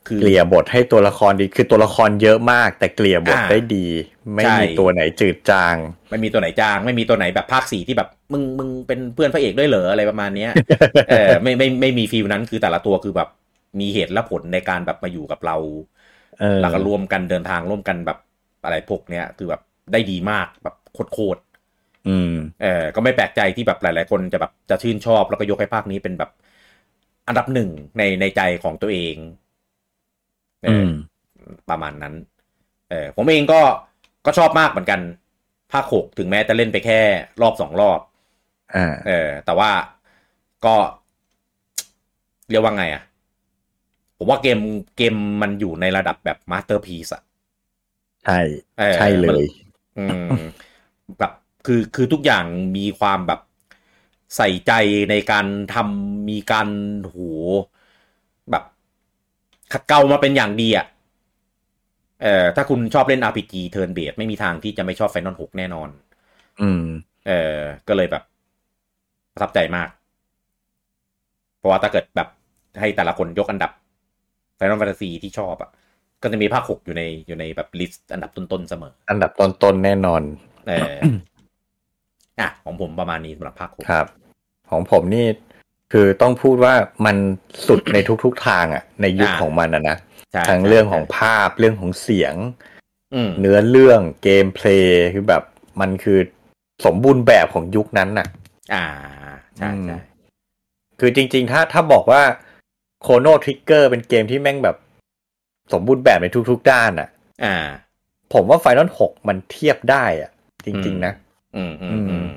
คือ เกลี่ยบทให้ตัวละครดีคือตัวละครเยอะมาก แต่เกลี่ยบท อ่า ได้ดี ไม่ ใช่ มีตัวไหนจืดจาง ไม่มีตัวไหนจาง ไม่มีตัวไหนแบบภาคสีที่แบบมึงมึงเป็นเพื่อนพระเอกด้วยเหรออะไรประมาณเนี้ย เออไม่ไม่ไม่มีฟิลนั้นคือแต่ละตัวคือแบบมีเหตุและผลในการแบบมาอยู่กับเรา เออ แล้วก็ร่วมกันเดินทางร่วมกันแบบอะไรพวกเนี้ยคือแบบได้ดีมากแบบโคตร อืม ๆเออก็ไม่แปลกใจที่แบบหลาย ๆ คนจะแบบจะชื่นชอบแล้วก็ยกให้ภาคนี้เป็นแบบอันดับหนึ่งในในใจของตัวเองเออ อื อ ม ประมาณนั้น เออผมเองก็ก็ชอบมากเหมือนกัน ภาคหกถึงแม้จะเล่นไปแค่รอบสองรอบ อ่า เออแต่ว่าก็เรียกว่าไงอะผมว่าเกมเกมมันอยู่ในระดับแบบมาสเตอร์พีซอะ ใช่ ออ ใช่เล มัน ย อืมแบบคือคือทุกอย่างมีความแบบใส่ใจในการทำมีการโหแบบขัดเกลามาเป็นอย่างดีอะเออถ้าคุณชอบเล่น RPG Turn Based ไม่มีทางที่จะไม่ชอบ Final 6 แน่นอน อืม เออก็เลยแบบประทับใจมาก เพราะว่าถ้าเกิดแบบให้แต่ละคนยกอันดับ Final Fantasy ที่ชอบอะ่ะ ก็จะมีภาคหกอยู่ในอยู่ในแบบลิสต์อันดับต้นๆเสมอ อันดับต้นๆแน่นอน เอ อ อ่ะ ของผมประมาณนี้สำหรับภาคหก ครับ ของผมนี่คือต้องพูดว่ามันสุดในทุกๆทางอ่ะ ในยุคของมันนะนะ ใช่ ทั้ง ใช่ เรื่องของ ใช่ ภาพเรื่องของเสียง อืม เนื้อเรื่องเกมเพลย์คือแบบมันคือสมบูรณ์แบบของยุคนั้นน่ะ อ่า ใช่ใช่ คือจริง ๆ ถ้าถ้าบอกว่าโคโนทริกเกอร์เป็นเกมที่แม่งแบบสมบูรณ์แบบในทุก ๆ ด้านอ่ะ อ่า ผมว่าไฟนอลหกมันเทียบได้อ่ะ จริง ๆ นะ อืมอืมอืม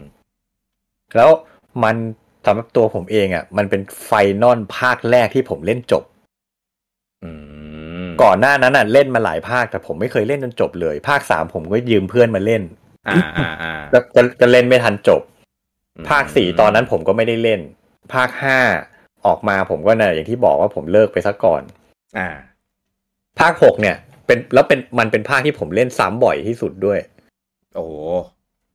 แล้วมันสำหรับตัวผมเองอ่ะ มันเป็นไฟนอลภาคแรกที่ผมเล่นจบ อืม ก่อนหน้านั้นอ่ะเล่นมาหลายภาคแต่ผมไม่เคยเล่นจนจบเลย ภาคสามผมก็ยืมเพื่อนมาเล่น อ่าอ่าอ่า แล้วจะจะเล่นไม่ทันจบ ภาคสี่ตอนนั้นผมก็ไม่ได้เล่น ภาคห้าออกมาผมก็เนี่ยอย่างที่บอกว่าผมเลิกไปซะก่อน อ่า ภาคหกเนี่ย เป็นแล้วเป็นมันเป็นภาคที่ผมเล่นซ้ำบ่อยที่สุดด้วย โอ้โห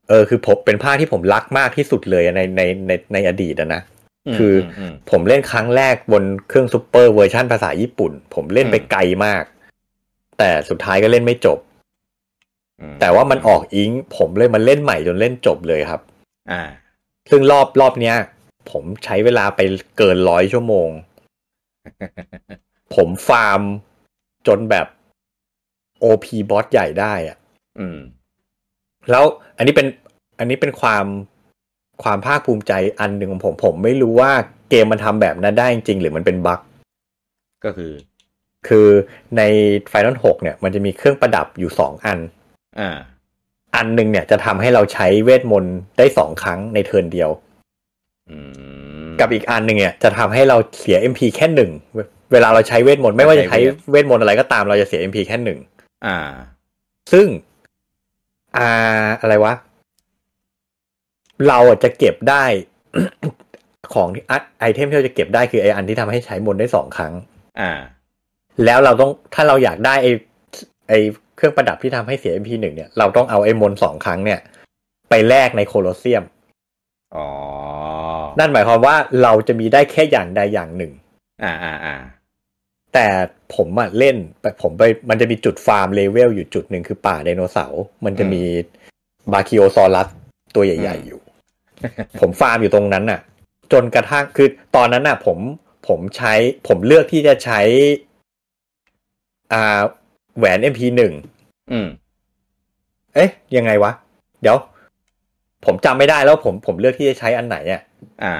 เออคือผมเป็นภาคที่ผมรักมากที่สุดเลยในในในในอดีตอะนะ ม คือ ม ผมเล่นครั้งแรกบนเครื่องซูเปอร์เวอร์ชันภาษาญี่ปุ่น ผมเล่นไป อืม ไกลมาก แต่สุดท้ายก็เล่นไม่จบ อื แต่ว่ามันออกอิงก์ผมเลยมันเล่นใหม่จนเล่นจบเลยครับ อ่า ซึ่งรอบรอบเนี้ย ผมใช้เวลาไปเกินร้อยชั่วโมง ผมฟาร์มจนแบบ OP บอสใหญ่ได้อะ อืม แล้วอันนี้เป็นอันนี้เป็นความความภาคภูมิใจอันหนึ่งของผม ผมไม่รู้ว่าเกมมันทำแบบนั้นได้จริง ๆ หรือมันเป็นบั๊ก ก็คือ คือใน Final 6 เนี่ย มันจะมีเครื่องประดับอยู่ 2 อัน อ่า อันหนึ่งเนี่ยจะทำให้เราใช้เวทมนต์ได้ 2 ครั้งในเทิร์นเดียว อืม กับอีกอันหนึ่งเนี่ยจะทำให้เราเสีย MP แค่หนึ่งเวเวลาเราใช้เวทมนต์ไม่ว่าจะใช้เวทมนต์อะไรก็ตามเราจะเสีย MP แค่หนึ่ง อ่า ซึ่งอ่าอะไรวะ เราอ่ะจะเก็บได้ ของที่อ่ะไอเทมที่เราจะเก็บได้คือไออันที่ทำให้ใช้มนต์ได้สองครั้ง อ่า แล้วเราต้องถ้าเราอยากได้ไอไอเครื่องประดับที่ทำให้เสีย MP หนึ่งเนี่ยเราต้องเอาไอมนต์สองครั้งเนี่ย ไปแลกในโคลอสเซียม อ๋อ นั่นหมายความว่าเราจะมีได้แค่อย่างใดอย่างหนึ่ง อ่าอ่าอ่า แต่ผมอะเล่นแบบผมไปมันจะมีจุดฟาร์มเลเวลอยู่จุดหนึ่งคือป่าไดโนเสาร์มันจะมีบาคิโอซอรัสตัวใหญ่ๆอยู่ ผมฟาร์มอยู่ตรงนั้นน่ะ จนกระทั่งคือตอนนั้นน่ะ ผมผมใช้ผมเลือกที่จะใช้อ่าแหวน MP1 อืม เอ๊ะ ยังไงวะ เดี๋ยว ผมจำไม่ได้แล้วผมผมเลือกที่จะใช้อันไหนอ่ะ อ่า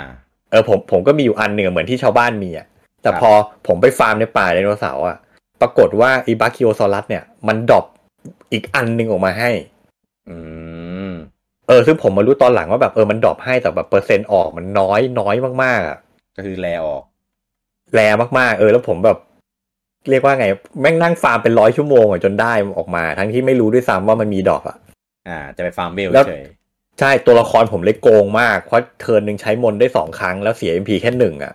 เออผมผมก็มีอยู่อันหนึ่งอะเหมือนที่ชาวบ้านมีอ่ะแต่ ครับ พอผมไปฟาร์มในป่าไดโนเสาร์อ่ะปรากฏว่าอีบาคิโอซอรัสเนี่ย มันดรอปอีกอันหนึ่งออกมาให้ อืม เออซึ่งผมมารู้ตอนหลังว่าแบบเออมันดรอปให้แต่แบบเปอร์เซ็นต์ออกมันน้อยน้อยมากๆอ่ะ ก็คือแลออก แรมากๆ เออ แล้วผมแบบ เรียกว่าไง แม่งนั่งฟาร์มเป็นร้อยชั่วโมงอ่ะจนได้มันออกมา ทั้งที่ไม่รู้ด้วยซ้ำว่ามันมีดรอปอ่ะ อ่า จะไปฟาร์มเวล แล้ว เฉย ใช่ตัวละครผมเลยโกงมากเพราะเทิร์นหนึ่งใช้มนต์ได้สองครั้งแล้วเสีย MP แค่หนึ่งอ่ะ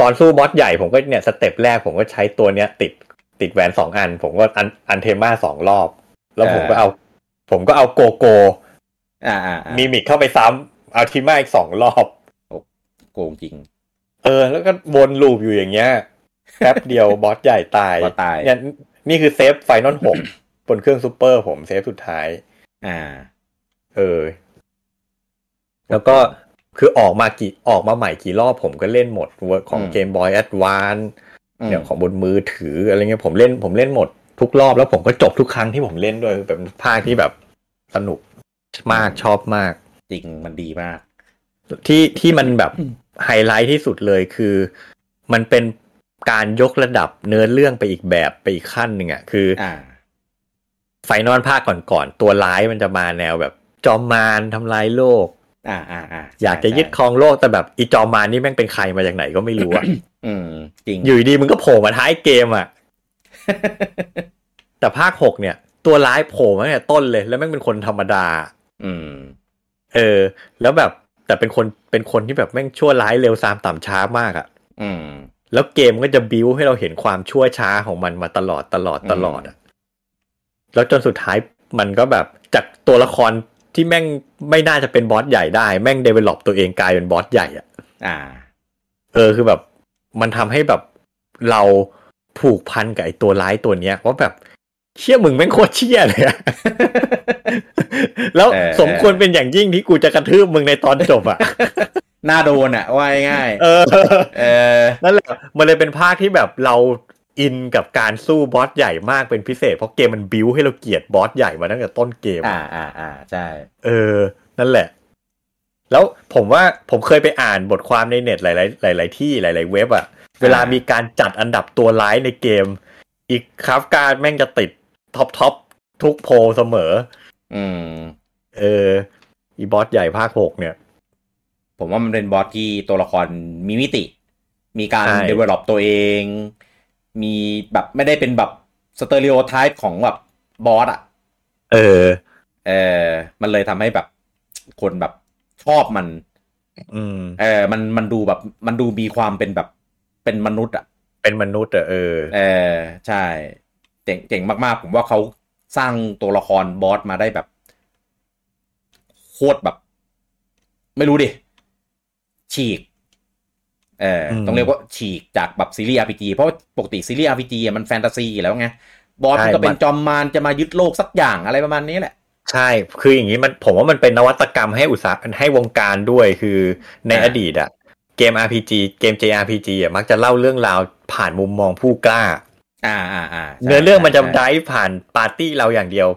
ตอนสู้บอสใหญ่ผมก็เนี่ยสเต็ปแรกผมก็ใช้ตัวเนี้ย ติดติดแหวนสองอัน ผมก็อันอันเทมาสองรอบ แล้วผมก็เอา ผมก็เอาโกโก อ่าอ่าอ่า มีมิกเข้าไปซ้ำเอาทิมาอีกสองรอบ โกงจริง เออ แล้วก็วนลูปอยู่อย่างเงี้ยแป๊บเดียว บอสใหญ่ตาย บอสตาย เนี่ยนี่คือเซฟไฟนอลหก บนเครื่องซูเปอร์ผมเซฟสุดท้าย อ่า เออ แล้วก็คือออกมากี่ออกมาใหม่กี่รอบผมก็เล่นหมดเวอร์ของ อืม เกมบอยแอดวาน อืม เนี่ยของบนมือถืออะไรเงี้ยผมเล่นผมเล่นหมดทุกรอบแล้วผมก็จบทุกครั้งที่ผมเล่นด้วยแบบภาคที่แบบสนุกมากชอบมาก จริงมันดีมาก ที่ที่มันแบบ อืม ไฮไลท์ที่สุดเลยคือ มันเป็นการยกระดับเนื้อเรื่องไปอีกแบบไปอีกขั้นหนึ่งอะ่ะคืออ อ่า ไฟนอลภาคก่อนๆตัวร้ายมันจะมาแนวแบบ จอมมารทำลายโลก อ่าอ่าอ่าใช่ อยากจะยึดครองโลกแต่แบบอีจอมมารนี่แม่งเป็นใครมาจากไหนก็ไม่รู้อะ อืม จริง อยู่ดีมันก็โผล่มาท้ายเกมอะแต่ภาคหกเนี่ย ตัวร้ายโผล่มาเนี่ยต้นเลยแล้วแม่งเป็นคนธรรมดา อืม เออ แล้วแบบแต่เป็นคนเป็นคนที่แบบแม่งชั่วร้ายเร็วซามต่ำช้ามากอะ อืม แล้วเกมก็จะบิวให้เราเห็นความชั่วช้าของมันมาตลอดตลอด อืม ตลอดอะแล้วจนสุดท้ายมันก็แบบจากตัวละครที่แม่งไม่น่าจะเป็นบอสใหญ่ได้ แม่งเดเวล็อปตัวเองกลายเป็นบอสใหญ่อะ อ่า เออคือแบบ มันทำให้แบบเราผูกพันกับไอ้ตัวร้ายตัวเนี้ยว่าแบบเชี่ยมึงแม่งโคตรเชี่ยเลยอะ แล้ว เออ สมควรเป็นอย่างยิ่งที่กูจะกระทืบมึงในตอนจบอะ น่าโดนอ่ะว่าง่ายๆ เออ เออ นั่นแหละ มันเลยเป็นภาคที่แบบเราอินกับการสู้บอสใหญ่มากเป็นพิเศษ เพราะเกมมันบิวให้เราเกลียดบอสใหญ่มาตั้งแต่ต้นเกม อ่าอ่าอ่าใช่ เออ นั่นแหละ แล้วผมว่าผมเคยไปอ่านบทความในเน็ตหลาย ๆ หลาย ๆ ที่หลาย ๆ เว็บอะเวลามีการจัดอันดับตัวร้ายในเกม อีกคราฟการดแม่งจะติดท็อปท็อปทุกโพลเสมอ อืม เออ อีบอสใหญ่ภาคหกเนี่ย ผมว่ามันเป็นบอสที่ตัวละครมีมิติ มีการ ใช่ develop ตัวเอง มีแบบไม่ได้เป็นแบบสเตอริโอไทป์ของแบบบอสอ่ะ เออ เออ มันเลยทำให้แบบคนแบบชอบมัน อืม เออ มันมันดูแบบมันดูมีความเป็นแบบเป็นมนุษย์อ่ะ เป็นมนุษย์อะเออ เออ ใช่ เจ๋งเจ๋งมากๆ ผมว่าเขาสร้างตัวละครบอสมาได้แบบ โคตรแบบ ไม่รู้ดิ ฉีก เอออ ม ต้องเรียกว่าฉีกจากแบบซีรีส์ RPG เพราะปกติซีรีส์ RPG อะมันแฟนตาซีอยู่แล้วไง บอส ใช่ มันก็เป็ มัน น จอมมารจะมายึดโลกสักอย่างอะไรประมาณนี้แหละ ใช่ คืออย่างนี้มันผมว่ามันเป็นนวัตกรรมให้อุตสาหให้วงการด้วย คือใน อ่า อดีตอะเกม RPG เกม JRPG อะมักจะเล่าเรื่องราวผ่านมุมมองผู้กล้า อ่าอ่าอ่าใช่ เนื้อเรื่องมันจะ ใช่ ได้ผ่านปาร์ตี้เราอย่างเดียว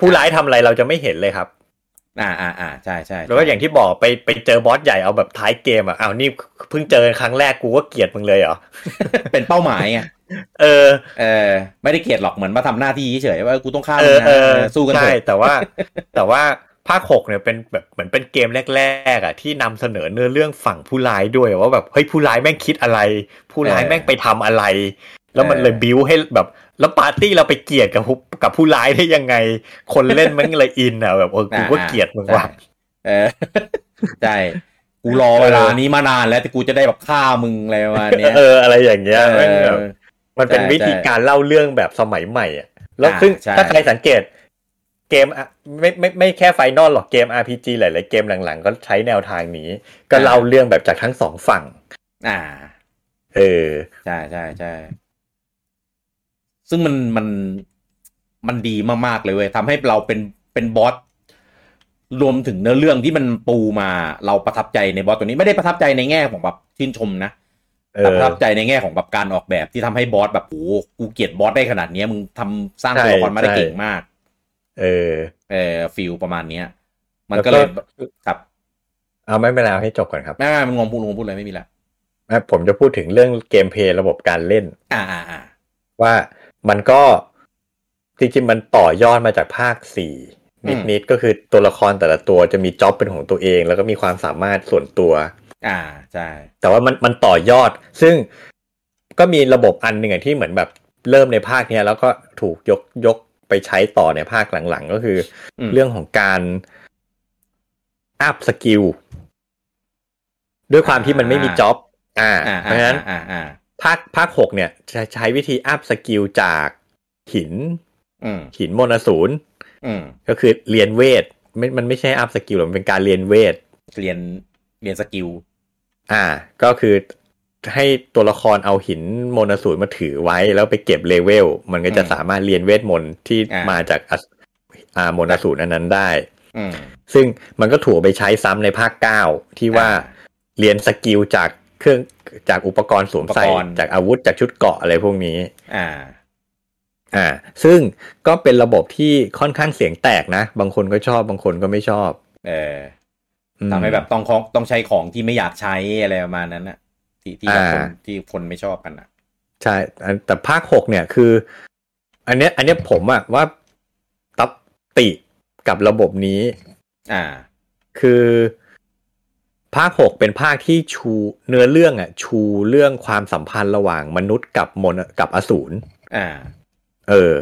ผู้ร้ายทำอะไรเราจะไม่เห็นเลยครับ อ่าอ่าอ่าใช่ใช่ แล้วก็อย่างที่บอกไปไปเจอบอสใหญ่เอาแบบท้ายเกมอะเอาวนี่เพิ่งเจอครั้งแรกกูก็เกลียดมึงเลยเหรอ เป็นเป้าหมายไง เออ เออ ไม่ได้เกลียดหรอกเหมือนมาทำหน้าที่เฉยๆว่ากูต้องฆ่า เอ มึง อ นะ เออ เออสู้กันเถ ใช่ อะ แต่ว่า แต่ว่าภาคหกเนี่ยเป็นแบบเหมือนเป็นเกมแรกๆอ่ะที่นำเสนอเนื้อเรื่องฝั่งผู้ร้ายด้วยว่าแบบเฮ้ยผู้ร้ายแม่งคิดอะไร ผู้ร้าย เออ แม่งไปทำอะไร แล้วมัน เออ เลยบิวให้แบบแล้วปาร์ตี้เราไปเกลียดกับผู้กับผู้ร้ายได้ยังไง คนเล่นแม่งเลยอินอ่ะแบบเออกูก็เกลียดมึงว่ะ เออ ใช่ กูรอเวลานี้มานานแล้วแต่กูจะได้แบบฆ่ามึงอะไรประมาณเนี้ย เอออะไรอย่างเงี้ยแม่ง เอ แบบ อ มันเป็น ใช่ วิธีการเล่าเรื่องแบบสมัยใหม่อะแล้ว อ่า ซึ่ง ใช่ ถ้าใครสังเกตเกมอะไม่ไม่ไม่แค่ไฟนอลหรอกเกม RPG หลาย ๆ เกมหลัง ๆ ก็ใช้แนวทางนี้ ก็เล่าเรื่องแบบจากทั้งสองฝั่ง อ่า เออ ใช่ใช่ใช่ซึ่งมันมันมันดีมากๆเลยเว้ยทำให้เราเป็นเป็นบอสรวมถึงเนื้อเรื่องที่มันปูมาเราประทับใจในบอสตัวนี้ไม่ได้ประทับใจในแง่ของแบบชื่นชมนะ เอ แต่ อ ประทับใจในแง่ของแบบการออกแบบที่ทำให้บอสแบบโอ้โหกูเกลียดบอสได้ขนาดเนี้ยมึงทำสร้างตัวละครมาได้เก่งมาก เออ เออฟิลประมาณเนี้ย มันก็เลยครับ เอาไม่เป็นไรเอาให้จบก่อนครับ ไม่ไม่มันงงพูดงงพูดเลยไม่มีละ แม่ผมจะพูดถึงเรื่องเกมเพลย์ระบบการเล่น อ่าอ่าอ่า ว่ามันก็จริงๆมันต่อยอดมาจากภาคสี่นิดๆก็คือตัวละครแต่ละตัวจะมีจ็อบเป็นของตัวเอง แล้วก็มีความสามารถส่วนตัว อ่าใช่ แต่ว่ามันมันต่อยอด ซึ่งก็มีระบบอันหนึ่งอะที่เหมือนแบบเริ่มในภาคเนี้ยแล้วก็ถูกยกยกไปใช้ต่อในภาคหลังๆ ก็คืออ ม เรื่องของการอัพสกิลด้วยความที่มันไม่มีจ็อบอ่า อ่า เพราะฉะนั้น อ่าอ่า ภาคภาคหกเนี่ยจะใช้วิธีอัพสกิลจากหิน อืม หินมนต์อสูร อืม ก็คือเรียนเวท ไม่มันไม่ใช่อัพสกิลหรอกมันเป็นการเรียนเวท เรียนเรียนสกิล อ่า ก็คือให้ตัวละครเอาหินโมนาสูรมาถือไว้ แล้วไปเก็บเลเวล มันก็จะ อืม สามารถเรียนเวทมนต์ที่ อ่าม มาจากอสอ่าโมนาสูรอันนั้นได้ อืม ซึ่งมันก็ถูกเอาไปใช้ซ้ำในภาคเก้าที่ว่า อ่า เรียนสกิลจากเครื่องจากอุปกรณ์สวมใส่ อุปกรณ์ จากอาวุธจากชุดเกราะอะไรพวกนี้ อ่า อ่า ซึ่งก็เป็นระบบที่ค่อนข้างเสียงแตกนะ บางคนก็ชอบบางคนก็ไม่ชอบ เออ อืม ทำให้แบบต้องของต้องใช้ของที่ไม่อยากใช้อะไรประมาณนั้นนะที่ที่แบบ อ่า คนที่คนไม่ชอบกันนะ ใช่อันแต่ภาคหกเนี่ยคือ อันเนี้ย อันเนี้ยผมอะว่าตับติกับระบบนี้ อ่า คือ ภาคหกเป็นภาคที่ชูเนื้อเรื่องอะชูเรื่องความสัมพันธ์ระหว่างมนุษย์กับมนกับอสูร อ่า เออ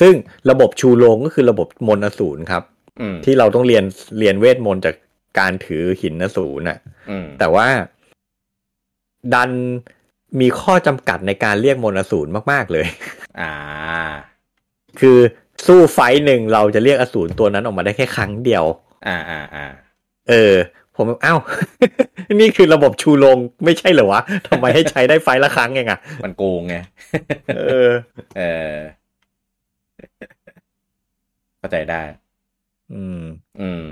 ซึ่งระบบชูโรงก็คือระบบมนต์อสูรครับ อืม ที่เราต้องเรียนเรียนเวทมนต์จากการถือหินอสูรน่ะ อืม แต่ว่า ดันมีข้อจำกัดในการเรียกมนต์อสูรมากๆเลย อ่า คือสู้ไฟท์หนึ่งเราจะเรียกอสูรตัวนั้นออกมาได้แค่ครั้งเดียว อ่าอ่าอ่า เออ ผมแบบอ้าว นี่คือระบบชูโรงไม่ใช่เหรอวะทำไมให้ใช้ได้ไฟท์ละครั้งเองอะ มันโกงไง เออ เออ เข้าใจได้ อืม อืม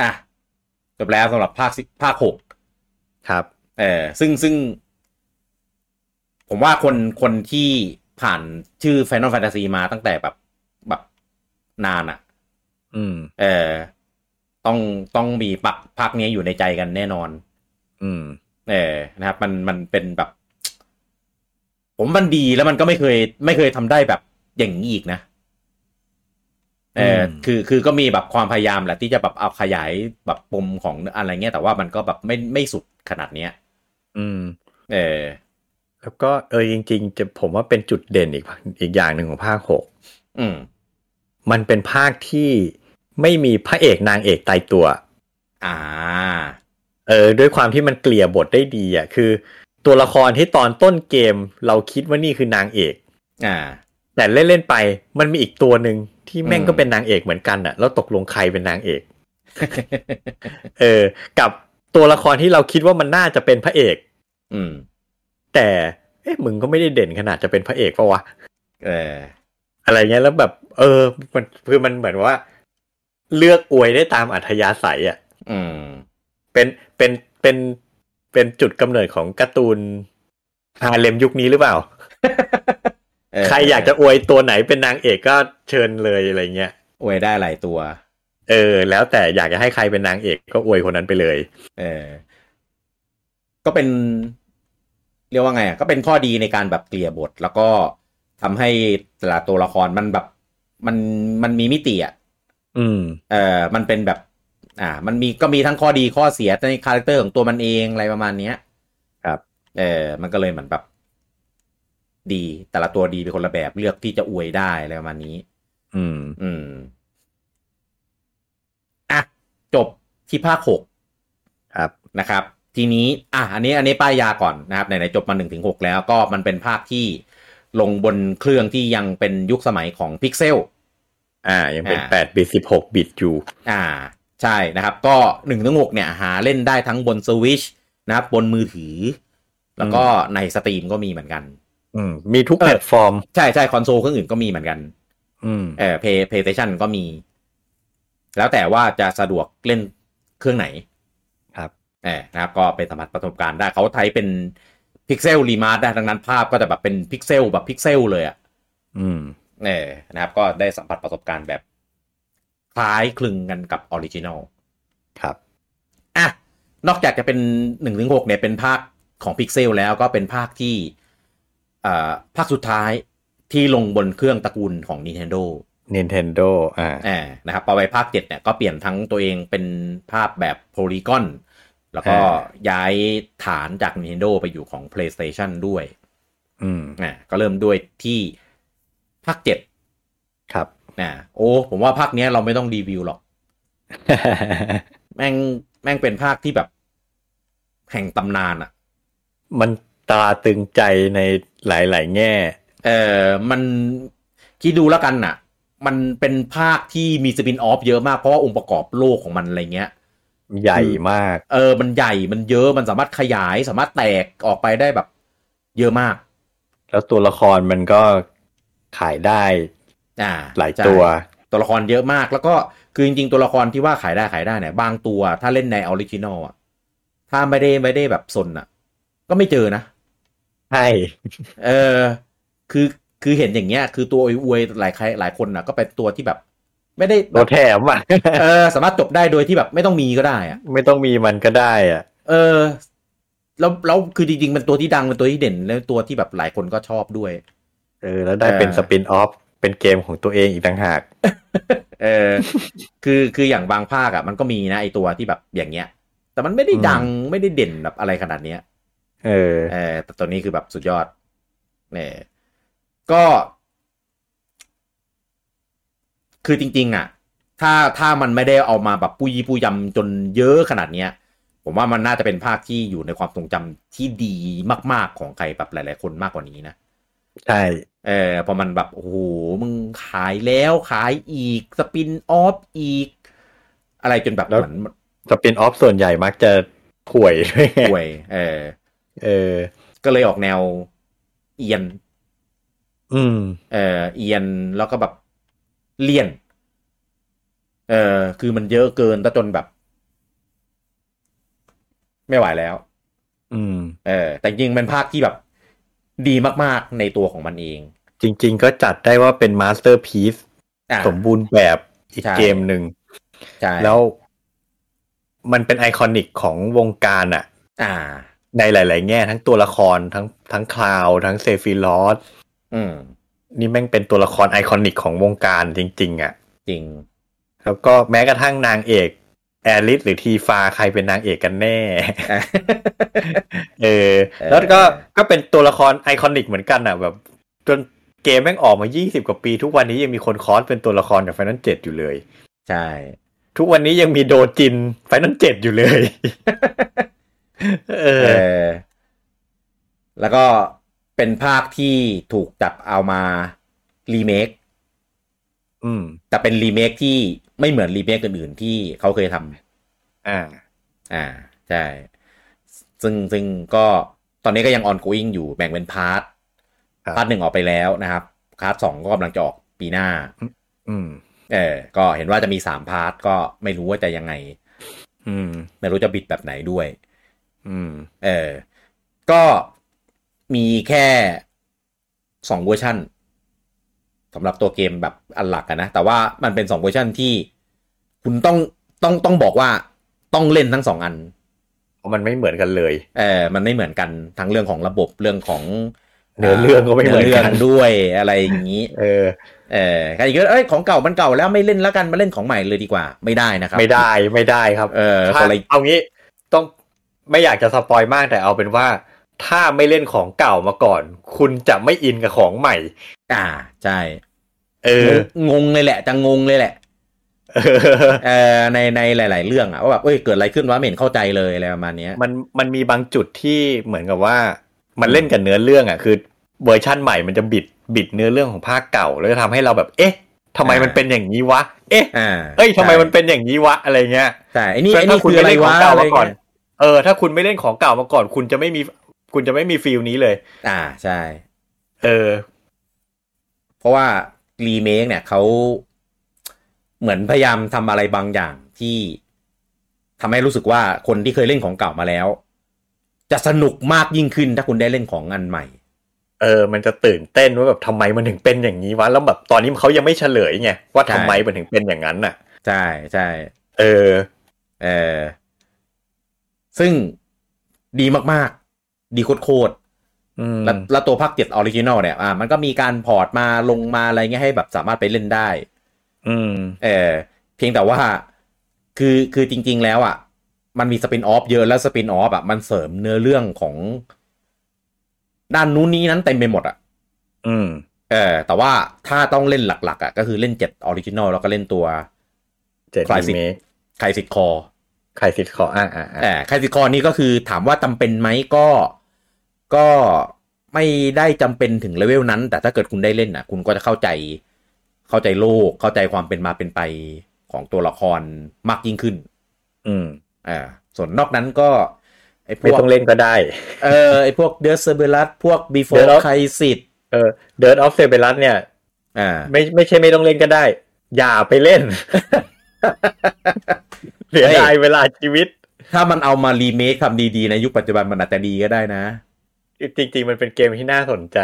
อ่ะจบแล้วสำหรับภาคสิภาคหก ครับ เออซึ่งซึ่ง ผมว่าคนคนที่ผ่านชื่อ Final Fantasy มาตั้งแต่แบบแบบนานอะ่ะ อืม เออต้องต้องมีปักภาคนี้อยู่ในใจกันแน่นอน อืม เออนะครับ มันมันเป็นแบบ ผมมันดีแล้วมันก็ไม่เคย ไม่เคยทำได้แบบอย่างนี้อีกนะ เออ อืม คือคือก็มีแบบความพยายามแหละที่จะแบบเอาขยายแบบปมของอะไรเงี้ยแต่ว่ามันก็แบบไม่ไม่สุดขนาดเนี้ย อืม เออ แล้วก็เออจริง ๆ จะผมว่าเป็นจุดเด่นอีกอีกอย่างหนึ่งของภาคหก อืม มันเป็นภาคที่ไม่มีพระเอกนางเอกตายตัว อ่า เออด้วยความที่มันเกลี่ยบทได้ดีอ่ะคือ ตัวละครที่ตอนต้นเกมเราคิดว่านี่คือนางเอก อ่า แต่เล่นเล่นๆไปมันมีอีกตัวหนึ่งที่แม่ง อืม ก็เป็นนางเอกเหมือนกันอ่ะ แล้วตกลงใครเป็นนางเอก เออ กับตัวละครที่เราคิดว่ามันน่าจะเป็นพระเอก อืม แต่เอ๊ะมึงก็ไม่ได้เด่นขนาดจะเป็นพระเอกปะวะ เออ อะไรเงี้ยแล้วแบบ เออ มันคือมันเหมือนว่า เลือกอวยได้ตามอัธยาศัยอ่ะ อืม เป็นเป็นเป็นเป็นจุดกำเนิดของการ์ตูนฮาเลมยุคนี้หรือเปล่า เ ใครอยากจะอวยตัวไหนเป็นนางเอกก็เชิญเลยอะไรเงี้ย อวยได้หลายตัว เออ แล้วแต่อยากจะให้ใครเป็นนางเอกก็อวยคนนั้นไปเลย เออ ก็เป็น เรียกว่าไงอ่ะ ก็เป็นข้อดีในการแบบเกลี่ยบท แล้วก็ทำให้แต่ละตัวละครมันแบบ มัน มันมีมิติอ่ะ อืม เออมันเป็นแบบ อ่า มันมี ก็มีทั้งข้อดีข้อเสียในคาแรคเตอร์ของตัวมันเองอะไรประมาณเนี้ย ครับ เออ มันก็เลยเหมือนแบบ ดี แต่ละตัวดีเป็นคนละแบบ เลือกที่จะอวยได้อะไรประมาณนี้ อืม อืม อ่ะ จบที่ภาคหก ครับ นะครับ ทีนี้ อ่ะ อันนี้ อันนี้ป้ายยาก่อนนะครับ ไหนๆจบมาหนึ่งถึงหกแล้วก็มันเป็นภาคที่ลงบนเครื่องที่ยังเป็นยุคสมัยของพิกเซล อ่า ยังเป็น อ่า แปดบิตสิบหกบิตอยู่ อ่า ใช่นะครับ ก็หนึ่งถึงหกเนี่ย หาเล่นได้ทั้งบนสวิชนะครับ บนมือถือ แล้วก็ในสตรีมก็มีเหมือนกัน อืม มีทุกแพลตฟอร์ม ใช่ใช่คอนโซลเครื่องอื่นก็มีเหมือนกัน อืม เออเพย์เพย์สเตชันก็มี แล้วแต่ว่าจะสะดวกเล่นเครื่องไหน ครับ เออนะครับก็ไปสัมผัสประสบการณ์ได้เขาใช้เป็นพิกเซลรีมาร์ได้ดังนั้นภาพก็จะแบบเป็นพิกเซลแบบพิกเซลเลยอะ่ะ อืม เออนะครับก็ได้สัมผัสประสบการณ์แบบคล้ายคลึงกันกับออริจินอล ครับ อ่ะ นอกจากจะเป็นหนึ่งถึงหกเนี่ยเป็นภาคของพิกเซลแล้วก็เป็นภาคที่เอ่อภาคสุดท้ายที่ลงบนเครื่องตระกูลของ Nintendo Nintendo อ่า อ่านะครับพอไปภาคเจ็ดเนี่ยก็เปลี่ยนทั้งตัวเองเป็นภาพแบบโพลีกอนแล้วก็ อ่ ย้ายฐานจาก Nintendo ไปอยู่ของ PlayStation ด้วย อืม อ่าก็เริ่มด้วยที่ภาคเจ็ด ครับ นะโอ้ ผมว่าภาคเนี้ยเราไม่ต้องรีวิวหรอก แม่งแม่งเป็นภาคที่แบบ แห่งตำนานอะ่ะ มันตราตรึงใจในหลาย ๆ แง่ เออมันคิดดูแล้วกันน่ะ มันเป็นภาคที่มีสปินออฟเยอะมาก เพราะว่าองค์ประกอบโลกของมันอะไรเงี้ย ใหญ่มาก เออ มันใหญ่ มันเยอะ มันสามารถขยาย สามารถแตกออกไปได้แบบ เยอะมาก แล้วตัวละครมันก็ขายได้ อ่า หลาย ใช่ ตัว ตัวละครเยอะมาก แล้วก็คือจริงๆ ตัวละครที่ว่าขายได้ขายได้เนี่ย บางตัว ถ้าเล่นในออริจินอลอ่ะ ถ้าไม่ได้ไม่ได้แบบสนอ่ะ ก็ไม่เจอนะ ใช่ เออ คือ คือเห็นอย่างเงี้ย คือตัวอวยๆหลายใครหลายคนอ่ะ ก็เป็นตัวที่แบบ ไม่ได้ โดนแถมอ่ะ เออ สามารถจบได้โดยที่แบบไม่ต้องมีก็ได้อ่ะ ไม่ต้องมีมันก็ได้อ่ะ เออ แล้วแล้วคือจริงๆเป็นตัวที่ดังเป็นตัวที่เด่นแล้วตัวที่แบบหลายคนก็ชอบด้วย เออ แล้วได้เป็น เออ สปินออฟ เป็นเกมของตัวเองอีกต่างหาก เออ คือคืออย่างบางภาคอ่ะมันก็มีนะไอตัวที่แบบอย่างเงี้ย แต่มันไม่ได้ดังไม่ได้เด่นแบบอะไรขนาดเนี้ย เออ เออแต่ตัวนี้คือแบบสุดยอดเนี่ยก็คือจริง ๆ อ่ะ ถ้าถ้ามันไม่ได้เอามาแบบปุยปุยยำจนเยอะขนาดเนี้ย ผมว่ามันน่าจะเป็นภาคที่อยู่ในความทรงจำที่ดีมาก ๆ ของใครแบบหลาย ๆ คนมากกว่านี้นะ ใช่ เออพอมันแบบ โอ้โห มึงขายแล้วขายอีก สปินออฟอีก อะไรจนแบบ แล้ว เหมือน สปินออฟส่วนใหญ่มักจะห่วยด้วยไง ป่วย เออ เออ ก็เลยออกแนวเอียน อืม เออเอียนแล้วก็แบบเลี่ยน เออคือมันเยอะเกินแล้วจนแบบ ไม่ไหวแล้ว อืม เออ แต่จริงๆมันภาคที่แบบดีมากๆในตัวของมันเอง จริง ๆ ก็จัดได้ว่าเป็นมาสเตอร์พีซ อ่ะ สมบูรณ์แบบอีก ใช่ เกมหนึ่ง ใช่ แล้วมันเป็นไอคอนิกของวงการอะ อ่า ในหลาย ๆ แง่ ทั้งตัวละครทั้งทั้งคลาวด์ทั้งเซฟิลอส อืม นี่แม่งเป็นตัวละครไอคอนิกของวงการจริง ๆอะ จริง แล้วก็แม้กระทั่งนางเอกแอลิสหรือทีฟาใครเป็นนางเอกกันแน่ เออ แล้วก็ก็เป็นตัวละครไอคอนิกเหมือนกันอ่ะ แบบ จนเกมแม่งออกมา 20 กว่าปี ทุกวันนี้ยังมีคนคอสเป็นตัวละครจากไฟน a ลเจ็ดอยู่เลย ใช่ ทุกวันนี้ยังมีโดจินไฟน a ลเจ็ดอยู่เลย เอ เอ อ อ แล้วก็เป็นภาคที่ถูกจับเอามารีเมค อืม แต่เป็นรีเมคที่ไม่เหมือนรีเมคอื่นๆที่เขาเคยทำ อ่า อ่าใช่ซึ่งซึ่งก็ตอนนี้ก็ยัง ongoing อยู่แบ่งเป็นพาร์ท ครับ พาร์ทหนึ่งออกไปแล้วนะครับพาร์ทสองก็กำลังจะออกปีหน้า อืม เออก็เห็นว่าจะมีสามพาร์ทก็ไม่รู้ว่าจะยังไง อืม ไม่รู้จะบิดแบบไหนด้วย อืม เออก็มีแค่สองเวอร์ชันสำหรับตัวเกมแบบอันหลักอะนะ แต่ว่ามันเป็นสองเวอร์ชันที่คุณต้องต้องต้องบอกว่าต้องเล่นทั้งสองอัน เพราะมันไม่เหมือนกันเลย เออมันไม่เหมือนกันทั้งเรื่องของระบบเรื่องของ เนื้อเรื่องก็ไม่เหมือนกัน เรื่องด้วยอะไรอย่างนี้ เออ เออใครจะคิดว่าเอ้ยของเก่ามันเก่าแล้วไม่เล่นแล้วกันมาเล่นของใหม่เลยดีกว่าไม่ได้นะครับ ไม่ได้ไม่ได้ครับ เออ ถ้า คนละ เอางี้ต้องไม่อยากจะสปอยมากแต่เอาเป็นว่า ถ้าไม่เล่นของเก่ามาก่อน คุณจะไม่อินกับของใหม่ อ่าใช่ เออ งงเลยแหละจะงงเลยแหละ เออ เออในในหลาย ๆ เรื่องอะว่าแบบเอ้ยเกิดอะไรขึ้นวะไม่เห็นเข้าใจเลยอะไรประมาณเนี้ย มันมันมีบางจุดที่เหมือนกับว่า มันเล่นกับเนื้อเรื่องอ่ะคือเวอร์ชั่นใหม่มันจะบิดบิดเนื้อเรื่องของภาคเก่าแล้วจะทำให้เราแบบ เอ๊ะทำไมมันเป็นอย่างนี้วะ เอ๊ะ อ่า เอ้ยทำไมมันเป็นอย่างนี้วะอะไรเงี้ย ใช่ไอ้นี่ ถ้า ไอ้ ถ้า นี่ คุณ คือ ไม่ อะไร เล่วะนของเก่า อะไร มาก่อน เงี้ย เออ ถ้าคุณไม่เล่นของเก่ามาก่อน คุณจะไม่มีคุณจะไม่มีฟีลนี้เลย อ่าใช่ เออ เพราะว่ารีเมคเนี่ยเขาเหมือนพยายามทำอะไรบางอย่างที่ทำให้รู้สึกว่าคนที่เคยเล่นของเก่ามาแล้ว จะสนุกมากยิ่งขึ้นถ้าคุณได้เล่นของอันใหม่ เออ มันจะตื่นเต้นว่าแบบทำไมมันถึงเป็นอย่างนี้วะ แล้วแบบตอนนี้เขายังไม่เฉลยไงว่าทำไมมันถึงเป็นอย่างนั้นน่ะ ใช่ใช่ เออ เออซึ่งดีมาก ๆ ดีโคตร อืม ๆแล้วแล้วตัวภาคเจ็ดออริจินอลเนี่ยอ่ามันก็มีการพอร์ตมาลงมาอะไรเงี้ยให้แบบสามารถไปเล่นได้ อืม เออเพียงแต่ว่าคือคือจริง ๆ แล้วอ่ะ มันมีสปินออฟเยอะแล้วสปินออฟอ่ะมันเสริมเนื้อเรื่องของ ด้านนู้นนี้นั้นเต็มไปหมดอ่ะ อืม เออแต่ว่าถ้าต้องเล่นหลัก ๆ อ่ะ ก็คือเล่นเจ็ดออริจินอลแล้วก็เล่นตัว เจ็ด Classic เมฆ ไคสิคอ ใครสิทธิ์ขออ่าอ่า เออไคสิคอนี่ก็คือถามว่าจำเป็นไหมก็ก็ไม่ได้จำเป็นถึงเลเวลนั้น แต่ถ้าเกิดคุณได้เล่นอ่ะ คุณก็จะเข้าใจ เข้าใจโลกเข้าใจความเป็นมาเป็นไปของตัวละครมากยิ่งขึ้น อืม อ่า ส่วนนอกนั้นก็ไอ้พ ไม่ วก ต้องเล่นก็ได้ เออไอ้พวกเดอร์เซเบลัสพวกบีโฟ Dirt ร์ of ไคสิต เออเดิร์ดออฟเซเบลัสเนี่ย อ่า ไม่ไม่ใช่ไม่ต้องเล่นก็ได้ อย่าไปเล่น เสียดายเวลาชีวิต ถ้ามันเอามารีเมคทำดีๆ ในยุคปัจจุบันมันอาจจะดีก็ได้นะ จริงๆ มันเป็นเกมที่น่าสนใจ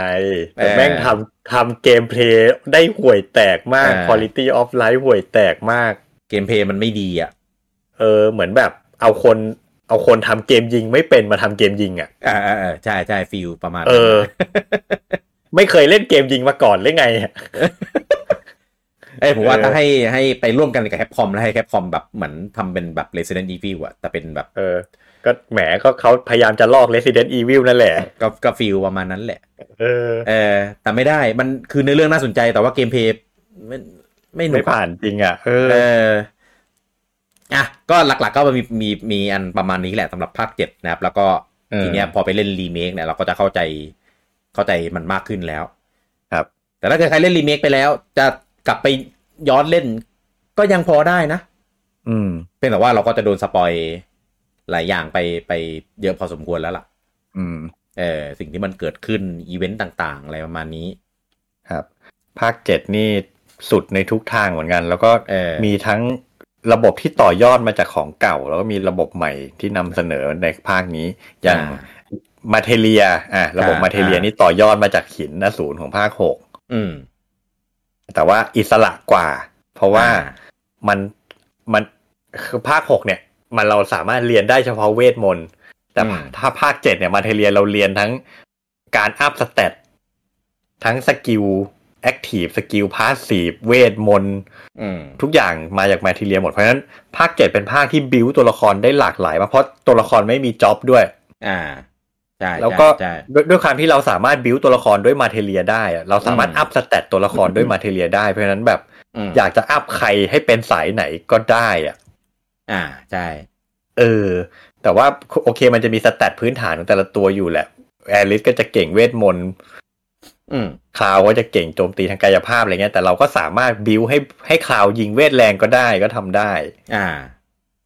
เอ แต่ อ แม่งทำทำเกมเพลย์ได้ห่วยแตกมาก เออ Quality of Life ห่วยแตกมาก เกมเพลย์มันไม่ดีอ่ะ เออ เหมือนแบบเอาคนเอาคนทำเกมยิงไม่เป็นมาทำเกมยิงอ่ะ อ่าอ่าอ่าใช่ใช่ฟิลประมาณ เอ นั้น อ ไม่เคยเล่นเกมยิงมาก่อนหรือไงอะ เอ้ยผมว่า เออ ถ้าให้ให้ไปร่วมกันกับแคปคอมแล้วให้แคปคอมแบบเหมือนทำเป็นแบบ Resident Evil อะแต่เป็นแบบ เออ ก็แหมก็เขาพยายามจะลอก Resident Evil นั่นแหละ ก็ก็ฟิลประมาณนั้นแหละ เออ เออแต่ไม่ได้มันคือในอเรื่องน่าสนใจแต่ว่าเกมเพลย์ไม่ไม่หนุ ไม่ กอะ ผ่านจริงอ่ะ เออ เอออ่ะก็หลักๆก็มีมีมีอันประมาณนี้แหละสำหรับภาคเจ็ดนะครับ แล้วก็ เออ ทีเนี้ยพอไปเล่นรีเมคเนี่ยเราก็จะเข้าใจเข้าใจมันมากขึ้นแล้ว ครับ แต่ถ้าเกิดใครเล่นรีเมคไปแล้ว จะกลับไปย้อนเล่น ก็ยังพอได้นะ อืม เพียงแต่ว่าเราก็จะโดนสปอยหลายอย่างไปไปเยอะพอสมควรแล้วล่ะ อืม เออสิ่งที่มันเกิดขึ้นอีเวนต์ต่างๆ อะไรประมาณนี้ ครับ ภาคเจ็ดนี่สุดในทุกทางเหมือนกัน แล้วก็ เออ มีทั้งระบบที่ต่อยอดมาจากของเก่า แล้วก็มีระบบใหม่ที่นำเสนอในภาคนี้ อย่าง อ่า มาเทเลียอ่ะระบบ อ่าม มาเทเลีย อ่านี่ นี่ต่อยอดมาจากหินอสูรของภาคหก อืม แต่ว่าอิสระกว่า เพราะว่า อ่า มันมันคือภาคหกเนี่ย มันเราสามารถเรียนได้เฉพาะเวทมนต์แต่ อืม ถ้าภาคเจ็ดเนี่ยมาเทเลียเราเรียนทั้งการอัพสเตตทั้งสกิลแอคทีฟสกิลพาสซีฟเวทมนต์ อืม ทุกอย่างมาจากมาทีเรียหมด เพราะฉะนั้นภาคเจ็ดเป็นภาคที่บิวตัวละครได้หลากหลายมากเพราะตัวละครไม่มีจ็อบด้วย อ่าใช่ แล้วก็ ใช่ ด้วยด้วยความที่เราสามารถบิวตัวละครด้วยมาเทเรียได้อะเราสามารถ อืม อัพสเตตตัวละครด้วยมาเทเรียได้เพราะฉะนั้นแบบ ใช่ม อยากจะอัพใครให้เป็นสายไหนก็ได้อะ อ่าใช่ เออ แต่ว่าโอเคมันจะมีสเตตพื้นฐานของแต่ละตัวอยู่แหละแอลิสก็จะเก่งเวทมนต์ อืม คลาวก็จะเก่งโจมตีทางกายภาพอะไรเงี้ยแต่เราก็สามารถบิวให้ให้คลาวยิงเวทแรงก็ได้ก็ทำได้ อ่า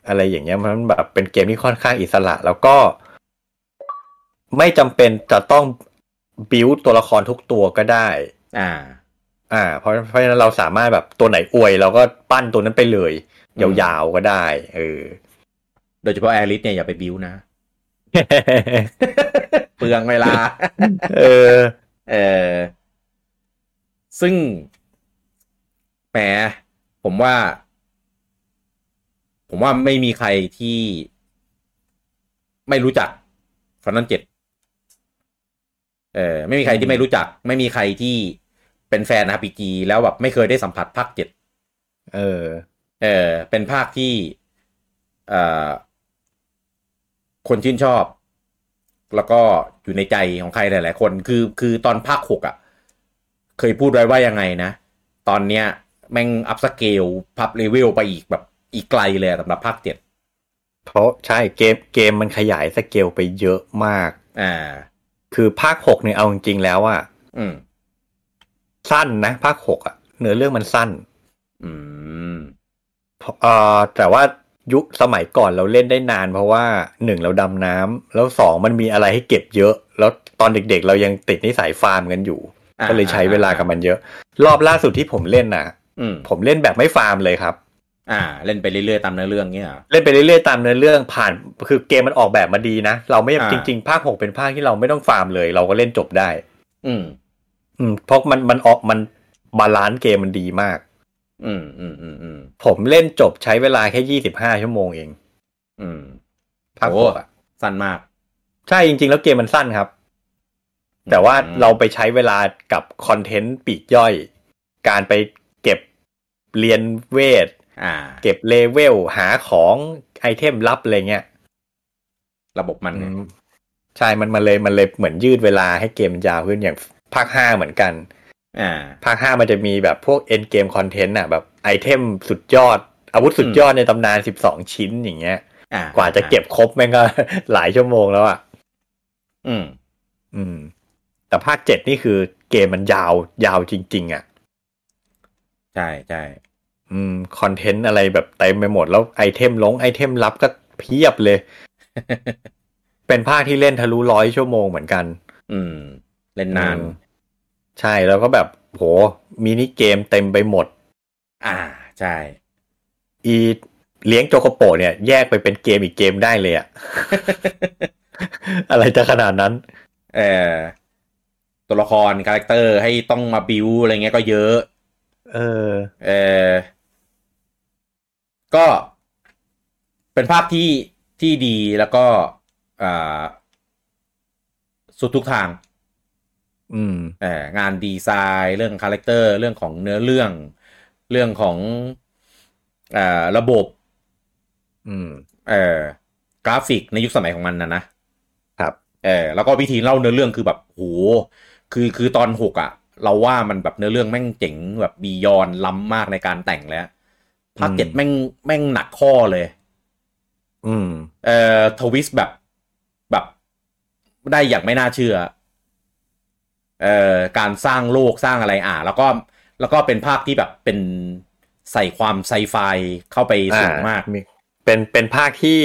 อะไรอย่างเงี้ยมันแบบเป็นเกมที่ค่อนข้างอิสระแล้วก็ไม่จำเป็นจะต้องบิวตัวละครทุกตัวก็ได้ อ่า อ่า เพราะเพราะฉะนั้นเราสามารถแบบตัวไหนอวยเราก็ปั้นตัวนั้นไปเลย อืมยาวๆก็ได้ เอ อ โดยเฉพาะแอริสเนี่ยอย่าไปบิวนะ เปลืองเวลา เออ เออซึ่งแหมผมว่า ผมว่าไม่มีใครที่ ไม่รู้จักฟ i น a ลเจ็ดเออไม่มีใครที่ไม่รู้จัก ไม่มีใครที่เป็นแฟน RPG แล้วแบบไม่เคยได้สัมผัสภาคเจ็ด เออ เออเป็นภาคที่เอ่อคนชื่นชอบ แล้วก็อยู่ในใจของใครหลาย ๆ คน คือคือตอนภาคหกอ่ะ เคยพูดไว้ว่ายังไงนะ ตอนเนี้ย แม่งอัพสเกลพับเลเวลไปอีกแบบอีกไกลเลยอะสำหรับภาคเจ็ด เพราะใช่เกมเกมมันขยายสเกลไปเยอะมาก อ่า คือภาคหกเนี่ยเอาจริงๆแล้วอะ อืม สั้นนะภาคหกอะเนื้อเรื่องมันสั้น อืม เอ่อแต่ว่ายุคสมัยก่อนเราเล่นได้นาน เพราะว่าหนึ่งเราดำน้ำแล้วสองมันมีอะไรให้เก็บเยอะ แล้วตอนเด็กๆ เรายังติดนิสัยฟาร์มกันอยู่ อ่า ก็เลยใช้เวลากับมันเยอะ รอบล่าสุดที่ผมเล่นน่ะ อืม ผมเล่นแบบไม่ฟาร์มเลยครับ อ่า เล่นไปเรื่อย ๆ ตามเนื้อเรื่องเนี้ยเหรอ เล่นไปเรื่อยๆตามเนื้อเรื่องผ่านคือเกมมันออกแบบมาดีนะ เราไม่ อ่า จริงๆ ภาคหกเป็นภาคที่เราไม่ต้องฟาร์มเลย เราก็เล่นจบได้ อืม อืมเพราะมันมันออกมันบาลานซ์เกมมันดีมาก อืมอืมอืมอืม ผมเล่นจบใช้เวลาแค่ยี่สิบห้าชั่วโมงเอง อืม ภาคหกอะ สั้นมาก ใช่จริงๆ แล้วเกมมันสั้นครับ แต่ว่าเราไปใช้เวลากับคอนเทนต์ปลีกย่อย การไปเก็บเรียนเวท อ่า เก็บเลเวล หาของไอเทมลับอะไรเงี้ย ระบบมันเนี่ย ใช่มันมันเลยมันเลยเหมือนยืดเวลาให้เกมมันยาวขึ้นอย่างภาคห้าเหมือนกัน อ่า ภาคห้ามันจะมีแบบพวกเอ็นเกมคอนเทนต์อ่ะแบบไอเทมสุดยอด อาวุธสุดยอดในตำนานสิบสองชิ้นอย่างเงี้ย อ่ กว่าจะเก็บครบแม่งก็ หลายชั่วโมงแล้วอ่ะ อืม อืม แต่ภาคเจ็ดนี่คือเกมมันยาวยาวจริง ๆ อ่ะ ใช่ใช่ อืมคอนเทนต์อะไรแบบเต็มไปหมดแล้วไอเทมลงไอเทมลับก็เพียบเลย เป็นภาคที่เล่นทะลุร้อยชั่วโมงเหมือนกัน อืม เล่นนาน อืมใช่แล้วก็แบบโหมินิเกมเต็มไปหมด อ่าใช่ อีเลี้ยงโจโกโปะเนี่ยแยกไปเป็นเกมอีกเกมได้เลยอะ อะไรจะขนาดนั้น เออตัวละครคาแรคเตอร์ให้ต้องมาบิวอะไรเงี้ยก็เยอะ เออ เออก็เป็นภาพที่ที่ดีแล้วก็อ่าสุดทุกทาง อืม เอองานดีไซน์เรื่องคาแรคเตอร์ เรื่องของเนื้อเรื่อง เรื่องของอ่าระบบ อืม เออกราฟิกในยุคสมัยของมันนะนะ ครับ เออแล้วก็วิธีเล่าเนื้อเรื่องคือแบบโหคือคือตอนหกอะ่ะ เราว่ามันแบบเนื้อเรื่องแม่งเจ๋งแบบบียอนล้ำมากในการแต่งแล้วภาค อืม เจ็ดแม่งแม่งหนักข้อเลย อืม เอ่อทวิสต์แบบแบบได้อย่างไม่น่าเชื่อเอ่อการสร้างโลกสร้างอะไรอ่ะแล้วก็แล้วก็เป็นภาคที่แบบเป็นใส่ความไซไฟเข้าไปสูงมาก อ่เป็นเป็นภาคที่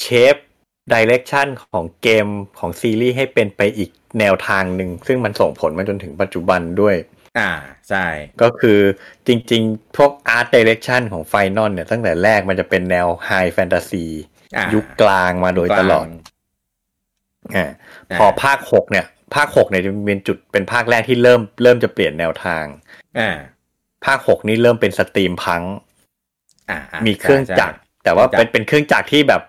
เชฟดิเรกชันของเกมของซีรีส์ให้เป็นไปอีกแนวทางหนึ่ง ซึ่งมันส่งผลมาจนถึงปัจจุบันด้วย อ่าใช่ ก็คือจริงๆ พวกอาร์ตดิเรกชันของไฟนอลเนี่ยตั้งแต่แรกมันจะเป็นแนวไฮแฟนตาซี อ่ายุ ยุคกลางมาโดยตลอดอ่าพอภาคหกเนี่ย ภาคหกเนี่ยจะเป็นจุดเป็นภาคแรกที่เริ่มเริ่มจะเปลี่ยนแนวทาง อ่า ภาคหกนี่เริ่มเป็นสตรีมพัง อ่าา มีเครื่อง ใช่ จักร ใช่ แต่ว่า เครื่ เป็ อน งจักร เป็นเครื่องจักรที่แบบ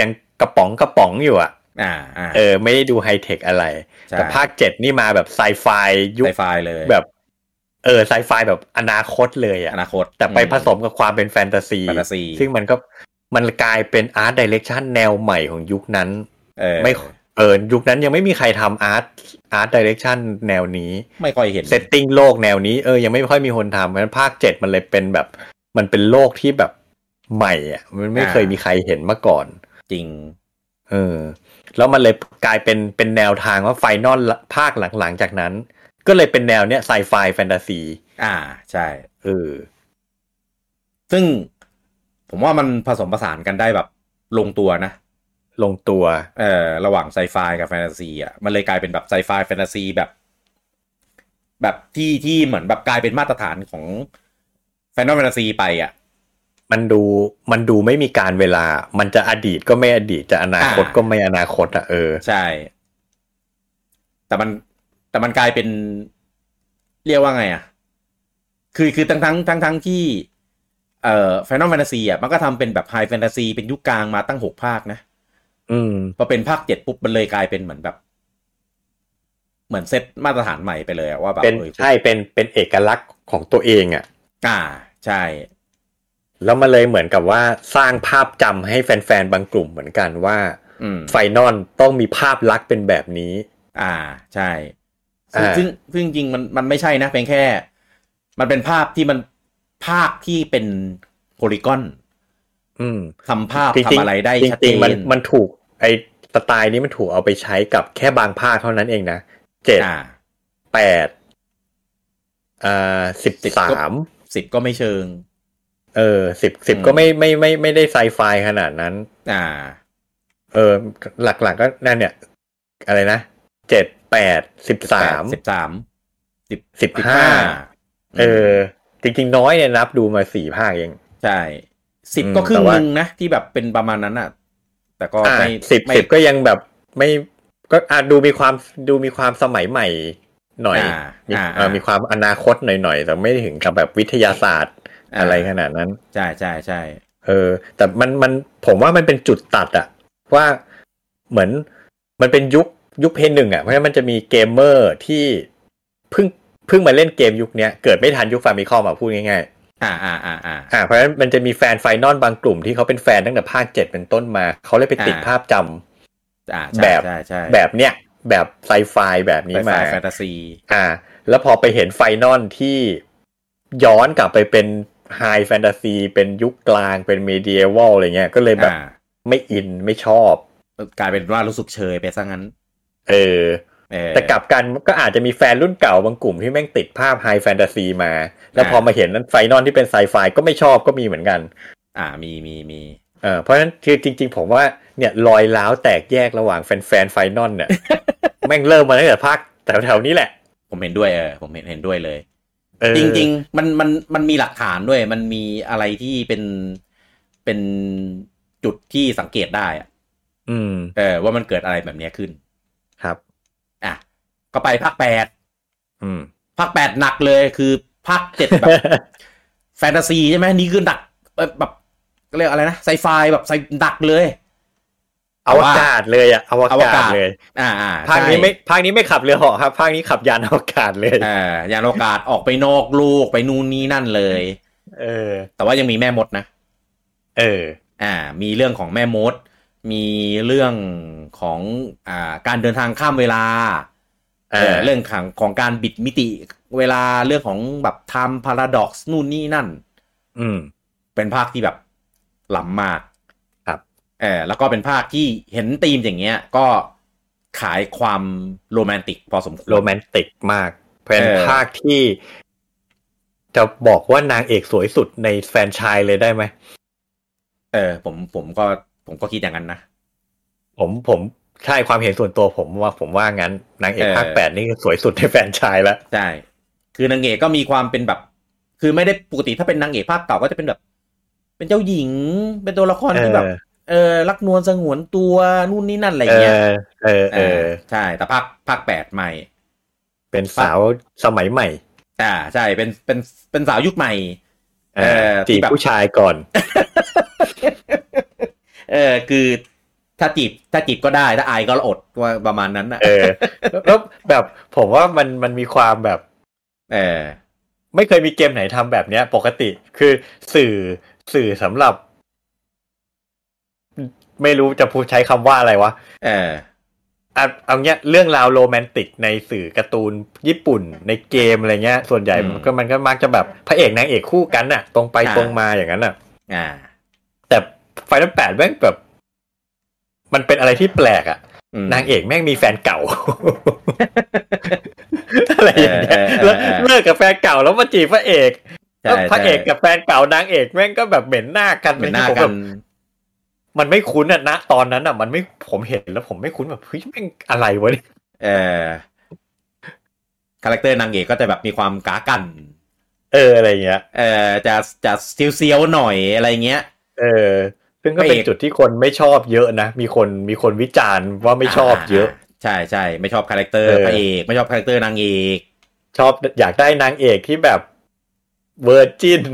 ยังกระป๋องกระป๋องอยู่อ่ะ อ่าอ่า เออ ไม่ได้ดูไฮเทคอะไร ใช่ แต่ภาคเจ็ดนี่มาแบบไซไฟยุค ไซไฟเลย แบบ เออไซไฟแบบอนาคตเลยอ่ะ อนาคต แต่ไป อื ผสมกับความเป็นแฟนตาซี แฟนตาซี ซึ่งมันก็มันกลายเป็นอาร์ตดิเรกชันแนวใหม่ของยุคนั้น เออ ไม่ เออยุคนั้นยังไม่มีใครทำอาร์ตอาร์ตดิเรกชันแนวนี้ ไม่ค่อยเห็น เซตติ้งโลกแนวนี้เออยังไม่ค่อยมีคนทำเพราะฉะนั้นภาคเจ็ดมันเลยเป็นแบบ มันเป็นโลกที่แบบใหม่อ่ะมันไม่ อ่า เคยมีใครเห็นมาก่อน จริง เออแล้วมันเลยกลายเป็นเป็นแนวทางว่าไฟนอลภาคหลังๆจากนั้น ก็เลยเป็นแนวเนี้ยไซไฟแฟนตาซี อ่าใช่ เออ ซึ่งผมว่ามันผสมผสานกันได้แบบลงตัวนะ ลงตัว เออระหว่างไซไฟกับแฟนตาซีอ่ะมันเลยกลายเป็นแบบไซไฟแฟนตาซีแบบ แบบที่ที่เหมือนแบบกลายเป็นมาตรฐานของแฟนตาซีไปอ่ะ มันดูมันดูไม่มีการเวลา มันจะอดีตก็ไม่อดีตจะอนาคต อ่า ก็ไม่อนาคตอ่ะเออ ใช่ แต่มันแต่มันกลายเป็นเรียกว่าไงอ่ะ คือคือทั้งทั้งทั้งทั้งที่ เอ่อแฟนตาแฟนตาซีอ่ะมันก็ทำเป็นแบบไฮแฟนตาซีเป็นยุคกลางมาตั้งหกภาคนะ อืม พอเป็นภาคเจ็ดปุ๊บ มันเลยกลายเป็นเหมือนแบบ เหมือนเซตมาตรฐานใหม่ไปเลยอะว่าแบบ เป็น เออ ใช่เป็นเป็นเอกลักษณ์ของตัวเองอ่ะ อ่า ใช่ แล้วมันเลยเหมือนกับว่าสร้างภาพจำให้แฟนๆ บางกลุ่มเหมือนกันว่า อืม ไฟนอลต้องมีภาพลักษณ์เป็นแบบนี้ อ่าใช่ซึ่ง อ่า ซึ่งซึ่งจริงๆมันมันไม่ใช่นะเป็นแค่ มันเป็นภาพที่มันภาคที่เป็นโพลีกอน อืม ทำภาพทำอะไรได้ จ ชัด ริ เจ ง น ๆมันมันถูกไอสไตล์นี้มันถูกเอาไปใช้กับแค่บางภาคเท่านั้นเองนะเจ็ด อ่า แปดอ่าสิบสาม สิบก็ไม่เชิง เออสิบสิบ อืม ก็ไม่ไม่ไม่ไม่ได้ไซไฟขนาดนั้น อ่า เออ หลักๆก็นั่นเนี่ย อะไรนะเจ็ดแปดสิบสาม สิบสามสิบ สิบห้า เออ จริงๆ น้อยเนี่ยนับดูมาสี่ภาคเอง ใช่สิบ อืม ก็ครึ่ แต่ ง ว่า หนึ่งนะที่แบบเป็นประมาณนั้นอ่ะ แต่ก็ อ่า ไม่ สิบ ไม่ สิบก็ยังแบบไม่ก็อาดูมีความดูมีความสมัยใหม่หน่อย อ่า มี อ่า เอ่อมีความอนาคตหน่อยๆแต่ไม่ถึงกับแบบวิทยาศาสตร์ า อะไรขนาดนั้น ใช่ใช่ใช่ เออ แต่มันมันผมว่ามันเป็นจุดตัดอะว่าเหมือนมันเป็นยุคยุคเพนหนึ่งอะเพราะฉะนั้นมันจะมีเกมเมอร์ที่เพิ่งเพิ่งมาเล่นเกมยุคเนี้ยเกิดไม่ทันยุคฟามิคอมอะพูดง่ายๆ อ่าอ่าอ่าอ่า อ่าเพราะฉะนั้นมันจะมีแฟนไฟนอลบางกลุ่มที่เขาเป็นแฟนตั้งแต่ภาคเจ็ดเป็นต้นมา เขาเลยไปติด อ่า ภาพจำ อ่าใช่ แบบ ใช่ใช่ แบบเนี้ยแบบไซไฟแบบนี้ ไฟ มา ฟ้าแฟนตาซี อ่า แล้วพอไปเห็นไฟนอลที่ย้อนกลับไปเป็นไฮแฟนตาซีเป็นยุคกลางเป็นเมเดียวอลอะไรเงี้ย ก็เลยแบบ อ่า ไม่อินไม่ชอบ กลายเป็นว่ารู้สึกเชยไปซะงั้น เออ เออ แต่กลับกันก็อาจจะมีแฟนรุ่นเก่าบางกลุ่มที่แม่งติดภาพไฮแฟนตาซีมา แล้ว อ่า พอมาเห็นนั้นไฟนอลที่เป็นไซไฟก็ไม่ชอบก็มีเหมือนกัน อ่ามีมีมี เออเพราะฉะนั้นคือจริง ๆ ผมว่าเนี่ยรอยร้าวแตกแยกระหว่างแฟนๆไฟนอล เนี่ย แม่งเริ่มมาตั้งแต่ภาคแถวๆนี้แหละ ผมเห็นด้วยเออผมเห็นเห็นด้วยเลย เออ จริง ๆ มันมันมันมีหลักฐานด้วย มันมีอะไรที่เป็นเป็นจุดที่สังเกตได้อะ อืม เออว่ามันเกิดอะไรแบบเนี้ยขึ้น ครับ อ่ะก็ไปภาคแปด อืม ภาคแปดหนักเลยคือภาคเจ็ดแบบ แฟนตาซีใช่ไหมนี่คือหนักเอ่อแบบเรียกอะไรนะไซไฟแบบไซหนักเลย อวกาศเลยอะอว อว กาก า ศ ศ เลย อ่าอ่า ภาค ใช่ นี้ไม่ภาคนี้ไม่ขับเรือเหาะครับภาคนี้ขับยานอวกาศเลย เอ่ายานอวกาศออกไปนอกลูกไปนู่นนี่นั่นเลย เออ แต่ว่ายังมีแม่มดนะ เออ อ่ามีเรื่องของแม่มด มีเรื่องของอ่าการเดินทางข้ามเวลา เออ เออเรื่องของของการบิดมิติเวลาเรื่องของแบบไทม์พาราด็อกซ์นู่นนี่นั่น อืม เป็นภาคที่แบบล้ำมาก ครับ เออแล้วก็เป็นภาคที่เห็นธีมอย่างเงี้ย ก็ขายความโรแมนติกพอสมควร โรแมนติกมาก เป็น เออ ภาคที่ จะบอกว่านางเอกสวยสุดในแฟรนไชายเลยได้ไหม เออผมผมก็ผมก็คิดอย่างนั้นนะ ผมผมใช่ความเห็นส่วนตัวผมว่าผมว่างั้น นางเอก เออ ภาคแปดนี่คือสวยสุดในแฟรนไชายแล้ว ใช่ คือนางเอกก็มีความเป็นแบบ คือไม่ได้ปกติถ้าเป็นนางเอกภาคเก่าก็จะเป็นแบบ เป็นเจ้าหญิง เป็นตัวละครที่แบบ เออ เออรักนวลสงวนตัวนู่นนี่นั่นอะไร เอ เงี้ย อ เออ เออ ใช่ แต่ภาคภาคแปดใหม่ เป็นสาวสมัยใหม่ อ่า ใช่ เป็น เป็น เป็นสาวยุคใหม่ เอ เอ อ อที่ จีบ แบบ ผู้ชายก่อน เออ คือถ้าจีบ ถ้าจีบก็ได้ ถ้าอายก็อดว่าประมาณนั้นนะ เอ อ แล้วแบบผมว่ามันมันมีความแบบ เออ ไม่เคยมีเกมไหนทำแบบเนี้ย ปกติคือสื่อสื่อสำหรับ ไม่รู้จะพูดใช้คำว่าอะไรวะ เออ อ่ะเอาเงี้ยเรื่องราวโรแมนติกในสื่อการ์ตูนญี่ปุ่นในเกมอะไรเงี้ย ส่วนใหญ่ อืม มันก็มันก็มักจะแบบพระเอกนางเอกคู่กันน่ะ ตรงไป อ่า ตรงมาอย่างนั้นน่ะ อ่า แต่ไฟนอลแปดแม่งแบบ มันเป็นอะไรที่แปลกอะ อืม นางเอกแม่งมีแฟน เก่า อะไรอย่างเงี้ย เออเออเออ แล้วเลิกกับแฟนเก่าแล้วมาจีบพระเอก ใช่ แล้วพระเอกกับแฟนเก่านางเอกแม่งก็แบบเหม็นหน้ากัน ใช่เป็นหน้ากั แบ น บมันไม่คุ้นอะนะตอนนั้นอะมันไม่ผมเห็นแล้วผมไม่คุ้นแบบเฮ้ยแม่งอะไรวะเนี่ย เออคาแรคเตอร์นางเอกก็จะแบบมีความกากัน เอออะไรเงี้ย เอ่อจะจะเซียวเซียวๆหน่อยอะไรเงี้ย เออ ซึ่งก็ พ เป็ ระ น เอก จุดที่คนไม่ชอบเยอะนะมีคนมีคนวิจารณ์ว่าไม่ชอบเยอะ ใช่ใช่ไม่ชอบคาแรคเตอร์ เออ พระเอกไม่ชอบคาแรคเตอร์นางเอก ชอบอยากได้นางเอกที่แบบเวอร์จิน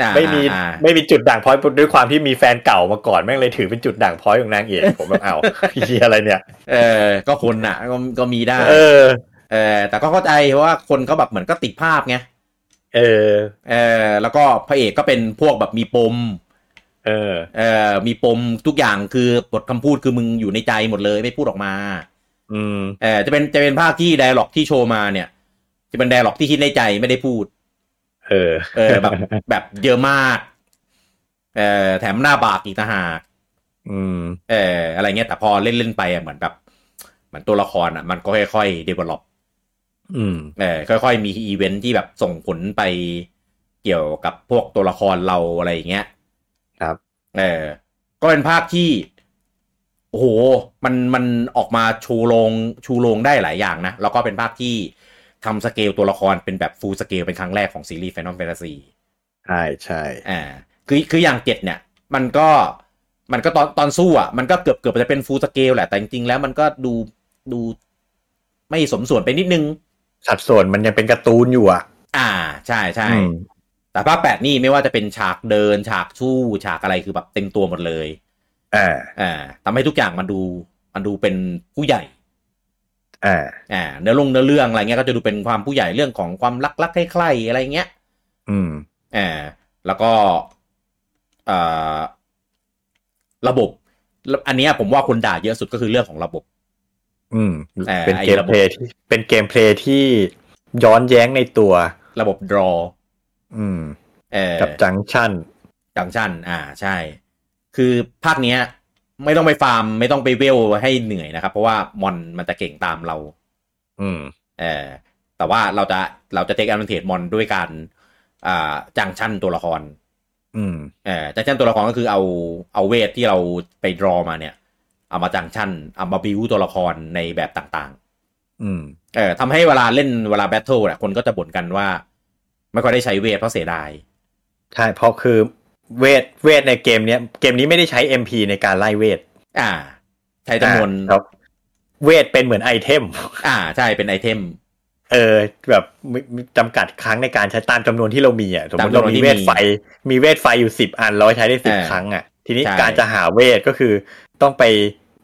อ่า ไม่มี อ่า ไม่มีจุดด่างพร้อยด้วยความที่มีแฟนเก่ามาก่อนแม่งเลยถือเป็นจุดด่างพร้อยของนางเอกผมแบบ เอาเฮียอะไรเนี่ย เออก็คนอ่ะก็ก็มีได้ เออ เออแต่ก็เข้าใจเพราะว่าคนเขาแบบเหมือนก็ติดภาพไง เออ เออแล้วก็พระเอกก็เป็นพวกแบบมีปม เออ เออมีปมทุกอย่างคือบทคำพูดคือมึงอยู่ในใจหมดเลยไม่พูดออกมา อืม เออจะเป็นจะเป็นภาคที่ไดร็อกที่โชว์มาเนี่ย จะเป็นไดร็อกที่คิดในใจไม่ได้พูด เออ เออแบบ แบบเยอะมากเออแถมหน้าบากอีกต่างหาก อืม เอออะไรเงี้ยแต่พอเล่นเล่นๆไปอะเหมือนแบบเหมือนตัวละครอ่ะมันก็ค่อยๆ develop อืม เออค่อยๆ มีอีเวนท์ที่แบบส่งผลไปเกี่ยวกับพวกตัวละครเราอะไรอย่างเงี้ย ครับ เออก็เป็นภาคที่ โอ้โห มันมันออกมาชูโรงชูโรงได้หลายอย่างนะ แล้วก็เป็นภาคที่ทำสเกลตัวละครเป็นแบบฟูลสเกลเป็นครั้งแรกของซีรีส์ Final Fantasy ใช่ใช่ อ่าคือคืออย่างเจ็ดเนี่ย มันก็มันก็ตอนตอนสู้อ่ะมันก็เกือบเกือบจะเป็นฟูลสเกลแหละแต่จริงๆแล้วมันก็ดูดูไม่สมส่วนไปนิดนึง สัดส่วนมันยังเป็นการ์ตูนอยู่อ่ะ อ่าใช่ใช่ อืม แต่ภาคแปดนี่ไม่ว่าจะเป็นฉากเดิน ฉากสู้ฉากอะไรคือแบบเต็มตัวหมดเลย อ่า อ่าทำให้ทุกอย่างมันดูมันดูเป็นผู้ใหญ่ อ่า อ่าเนื้อลงเนื้อเรื่องอะไรเงี้ยก็จะดูเป็นความผู้ใหญ่เรื่องของความรักรักใคร่ๆอะไรเงี้ย อืม อ่าแล้วก็เอ่อระบบ อันเนี้ยผมว่าคนด่าเยอะสุดก็คือเรื่องของระบบ อืม เออ เป็น ไอ้ เกม ระบบ เพลย์ที่เป็นเกมเพลย์ที่ย้อนแย้งในตัว ระบบ draw อืม เอ่อ กับจังชั่น จังชันอ่าใช่ คือภาคเนี้ย ไม่ต้องไปฟาร์ม ไม่ต้องไปเวลให้เหนื่อยนะครับ เพราะว่ามอนมันจะเก่งตามเรา อืม เออแต่ว่าเราจะเราจะเทคแอด a n นเท e มอนด้วยการอ่าจังชั่นตัวละคร อืม เออจังชั่นตัวละครก็คือเอาเอาเวทที่เราไปดรอมาเนี่ย เอามาจังชั่นเอามาบิวตัวละครในแบบต่าง ๆ อืม เอ่อทำให้เวลาเล่นเวลาแบทเทิลอ่ะคนก็จะบ่นกันว่า ไม่ค่อยได้ใช้เวทเพราะเสียดาย ใช่เพราะคือเวทเวทในเกมเนี้ยเกมนี้ไม่ได้ใช้ MP ในการไล่เวท อ่า ใช้จำนวน อ่าครับเวทเป็นเหมือนไอเทม อ่าใช่เป็นไอเทม เออแบบมีมีจำกัดครั้งในการใช้ตามจำนวนที่เรามีอ่ะสมมติ ตามจำนวน เรามีเวทไฟ มีเวทไฟอยู่สิบอันเราใช้ได้สิบ เออ ครั้งอ่ะ ทีนี้ ใช่ การจะหาเวทก็คือต้องไป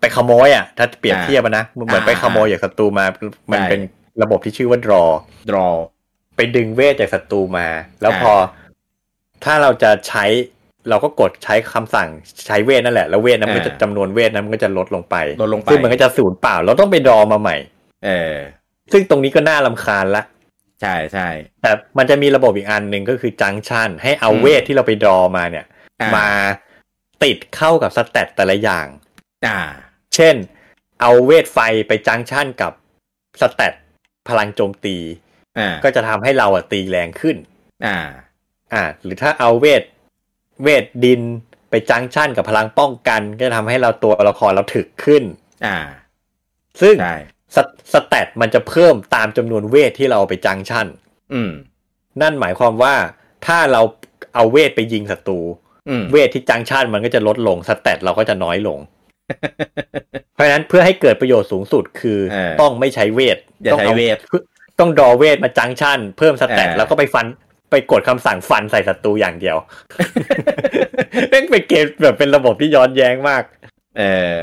ไปขโมยอ่ะ ถ้าเปรียบ อ่า เทียบอะนะมันเหมือน อ่า ไปขโมยจากศัตรูมา มัน ใช่ เป็นระบบที่ชื่อว่า draw ดรอ ไปดึงเวทจากศัตรูมา แล้ว อ่า พอ ถ้าเราจะใช้เราก็กดใช้คำสั่งใช้เวทนั่นแหละแล้วเวทนั้นมันก็จะจำนวนเวทนั้นมันก็จะลดลงไป ลดลงไป ซึ่งมันก็จะสูญเปล่า เราต้องไปดรอมาใหม่ เออ ซึ่งตรงนี้ก็น่าลำคาญละ ใช่ใช่ แต่มันจะมีระบบอีกอันหนึ่งก็คือจังชันให้เอา อืม เวทที่เราไปดรอมาเนี่ย อ่ มาติดเข้ากับสเตตแต่ละอย่าง อ่า เช่น เอาเวทไฟไปจังชันกับสเตตพลังโจมตี อ่า ก็จะทำให้เราอะตีแรงขึ้น อ่า อ่า หรือถ้าเอาเวทเวทดินไปจังชันกับพลังป้องกัน ก็จะทำให้เราตัวละครเราถึกขึ้น อ่า ซึ่ง ใช่ สเตสเตตมันจะเพิ่มตามจำนวนเวทที่เราเอาไปจังชัน อืม นั่นหมายความว่าถ้าเราเอาเวทไปยิงศัตรู อืม เวทที่จังชันมันก็จะลดลงสแตทเราก็จะน้อยลง เพราะฉะนั้นเพื่อให้เกิดประโยชน์สูงสุดคือ เออ ต้องไม่ใช้เวท อย่า ต้อง ใช้ เ เวท ต้องดรอเวทมาจังชันเพิ่มสแตท เออ แล้วก็ไปฟันไปกดคำสั่งฟันใส่ศัตรูอย่างเดียว เล่นเป็นเกมแบบเป็นระบบที่ย้อนแย้งมาก เออ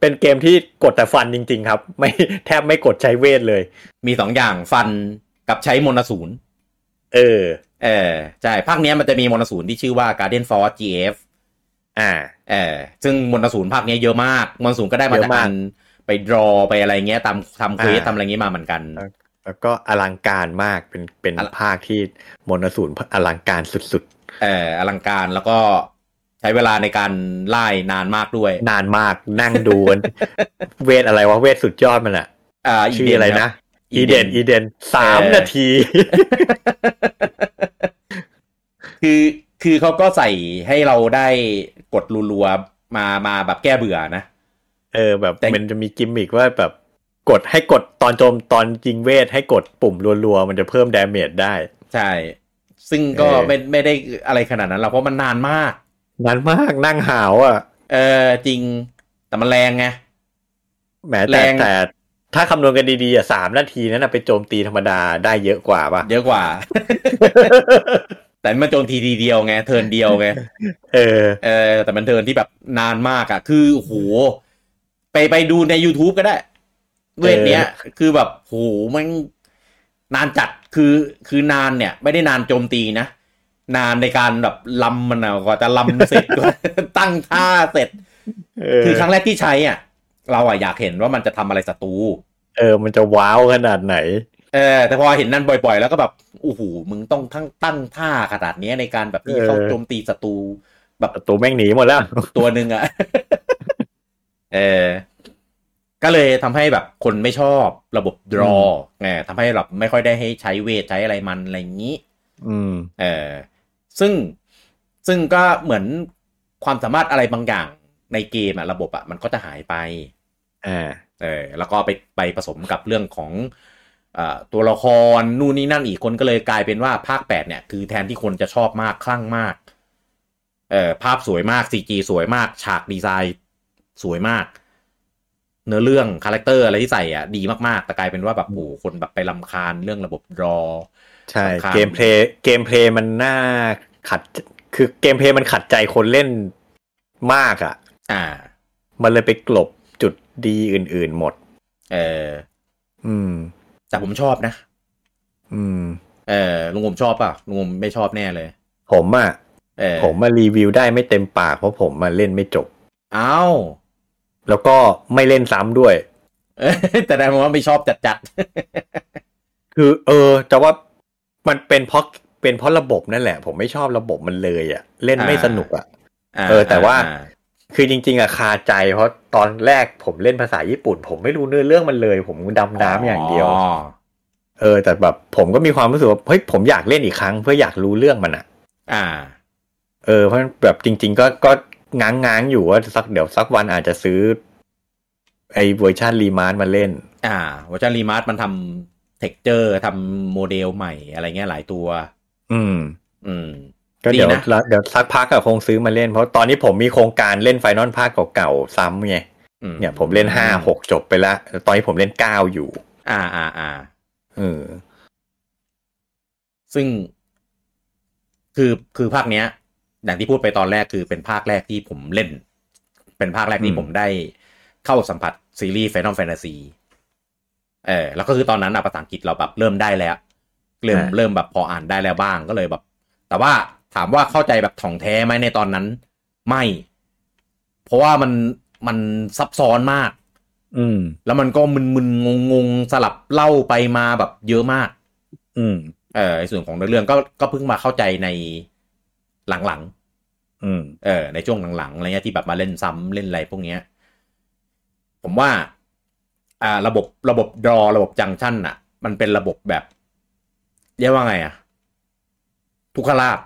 เป็นเกมที่กดแต่ฟันจริง ๆ ครับ ไม่แทบไม่กดใช้เวทเลย มีสองอย่างฟันกับใช้มนต์ศูนย์ เออ เออใช่ภาคเนี้ยมันจะมีมนต์ศูนย์ที่ชื่อว่า Guardian Force GF อ่า เออซึ่งมนต์ศูนย์ภาคเนี้ยเยอะมากมนต์ศูนย์ก็ได้มาจาก เยอะมากากรไปดรอไปอะไรเงี้ยตามทำเควส อ่า ทำอะไรเงี้ยมาเหมือนกัน แล้วก็อลังการมากเป็นเป็น อลัง ภาคที่มนต์อสูรอลังการสุด เอ่ออลังการแล้วก็ใช้เวลาในการไล่นานมากด้วย ๆ นานมากนั่งดูกัน เวทอะไรวะเวทสุดยอดมันอะ อ่า ชื่ออะไร ค นะ บ อีเด Eden นอีเดนสาม เออ นาที คือคือเขาก็ใส่ให้เราได้กดรัวๆมามาแบบแก้เบื่อนะ เออแบบ แต่ มันจะมีกิมมิกว่าแบบกดให้กดตอนโจมตอนยิงเวทให้กดปุ่มรัวๆ มันจะเพิ่มดาเมจได้ ใช่ ซึ่งก็ เออ ไม่ไม่ได้อะไรขนาดนั้นหรอกเพราะมันนานมาก นานมากนั่งหาวอ่ะ เออจริงแต่มันแรงไง แหม แร แต่ ง แต่ถ้าคำนวณกันดีๆอะสามนาทีนั้นอะไปโจมตีธรรมดาได้เยอะกว่าป่ะ เยอะกว่า แต่มันโจมทีทีเดียวไง เทิร์นเดียวไง เออ เออแต่มันเทิร์นที่แบบนานมากอะคือโอ้โหไปไปดูใน YouTube ก็ได้ เวทเนี้ย คือแบบโหมันนานจัดคือคือนานเนี่ย ไม่ได้นานโจมตีนะ นานในการแบบลำมันอะกว่าจะลำเสร็จ กว่าตั้งท่าเสร็จ เออ คือครั้งแรกที่ใช้อ่ะ เราอะอยากเห็นว่ามันจะทำอะไรศัตรู เออ มันจะว้าวขนาดไหน เออแต่พอเห็นนั่นบ่อย ๆ แล้วก็แบบโอ้โหมึงต้องทั้งตั้งท่าขนาดเนี้ยในการแบบที่เขา เออ โจมตีศัตรูแบบ ประตูแม่งหนีหมดแล้ว ตัวหนึ่งอะ เออ ก็เลยทำให้แบบคนไม่ชอบระบบ draw ไงทำให้แบบไม่ค่อยได้ให้ใช้เวทใช้อะไรมันอะไรอย่างนี้ อืม เออ ซึ่งซึ่งก็เหมือนความสามารถอะไรบางอย่างในเกมอะระบบอะมันก็จะหายไป อ่า เออ แล้วก็ไปไปผสมกับเรื่องของเอ่อตัวละครนู่นนี่นั่นอีกคนก็เลยกลายเป็นว่าภาค 8 เนี่ย คือแทนที่คนจะชอบมากคลั่งมาก เออภาพสวยมากซีจีสวยมาก ฉากดีไซน์สวยมาก เนื้อเรื่องคาแรคเตอร์อะไรที่ใส่อ่ะดีมากๆ แต่กลายเป็นว่าแบบโอ้โหคนแบบไปลำคาญเรื่องระบบรอ ใช่ สำคัญ เกมเพลย์เกมเพลย์มันน่าขัด คือเกมเพลย์มันขัดใจคนเล่นมากอะ่ะ อ่า มันเลยไปกลบจุดดีอื่นๆหมด เออ อืม แต่ผมชอบนะ อืม เออลุงผมชอบป่ะลุงผมไม่ชอบแน่เลย ผมอะ่ะ เออ ผมมารีวิวได้ไม่เต็มปากเพราะผมมาเล่นไม่จบ เอ้าว แล้วก็ไม่เล่นซ้ำด้วย เออแต่ได้ผมว่าไม่ชอบจัด คือ เออ แต่ว่ามันเป็นเพราะเป็นเพราะระบบนั่นแหละ ผมไม่ชอบระบบมันเลยอะ่ะ เล่นไม่สนุกอ่ะ ๆา เออแต่ว่า อ่ คือจริง ๆอะคาใจ เพราะตอนแรกผมเล่นภาษาญี่ปุ่น ผมไม่รู้เนื้อเรื่องมันเลย ผมดำน้ำอย่างเดียว เออ แต่แบบผมก็มีความรู้สึกว่าเฮ้ยผมอยากเล่นอีกครั้ง เพื่ออยากรู้เรื่องมันอะ อ่า เออเพราะแบบจริง ๆ ก็ก็ง้างง้างๆอยู่ว่าสักเดี๋ยวสักวันอาจจะซื้อ ไอ้เวอร์ชันรีมาร์มาเล่น อ่าเวอร์ชันรีมาร์มันทำเท็กเจอร์ทำโมเดลใหม่อะไรเงี้ยหลายตัว อืม อืม ก็เดี๋ยว ดีนะ แล้วเดี๋ยวสักพักก็คงซื้อมาเล่น เพราะตอนนี้ผมมีโครงการเล่นไฟนอลภาคเก่าๆซ้ำไง อื เนี่ยผมเล่นห้าหกจบไปละแต่ตอนนี้ผมเล่นเก้าอยู่ อ่าอ่าอ่า เออ ซึ่งคือคือภาคเนี้ย อย่างที่พูดไปตอนแรกคือเป็นภาคแรกที่ผมเล่น เป็นภาคแรกที่ผมได้เข้าสัมผัสซีรีส์ Final Fantasy เออแล้วก็คือตอนนั้นอะภาษาอังกฤษเราแบบเริ่มได้แล้ว เริ่มเริ่มแบบพออ่านได้แล้วบ้างก็เลยแบบ แต่ว่าถามว่าเข้าใจแบบถ่องแท้ไหมในตอนนั้น ไม่ เพราะว่ามันมันซับซ้อนมาก อืม แล้วมันก็มึนๆงงๆสลับเล่าไปมาแบบเยอะมาก อืม เอ่อในส่วนของเนื้อเรื่องก็ก็เพิ่งมาเข้าใจในหลัง อืม ๆเออในช่วงหลังๆอะไรเงี้ยที่แบบมาเล่นซ้ำเล่นอะไรพวกเนี้ย ผมว่า อ่าระบบระบบดรอระบบจังชั่นอ่ะ มันเป็นระบบแบบเรียกว่าไงอ่ะ ทุกขลาบ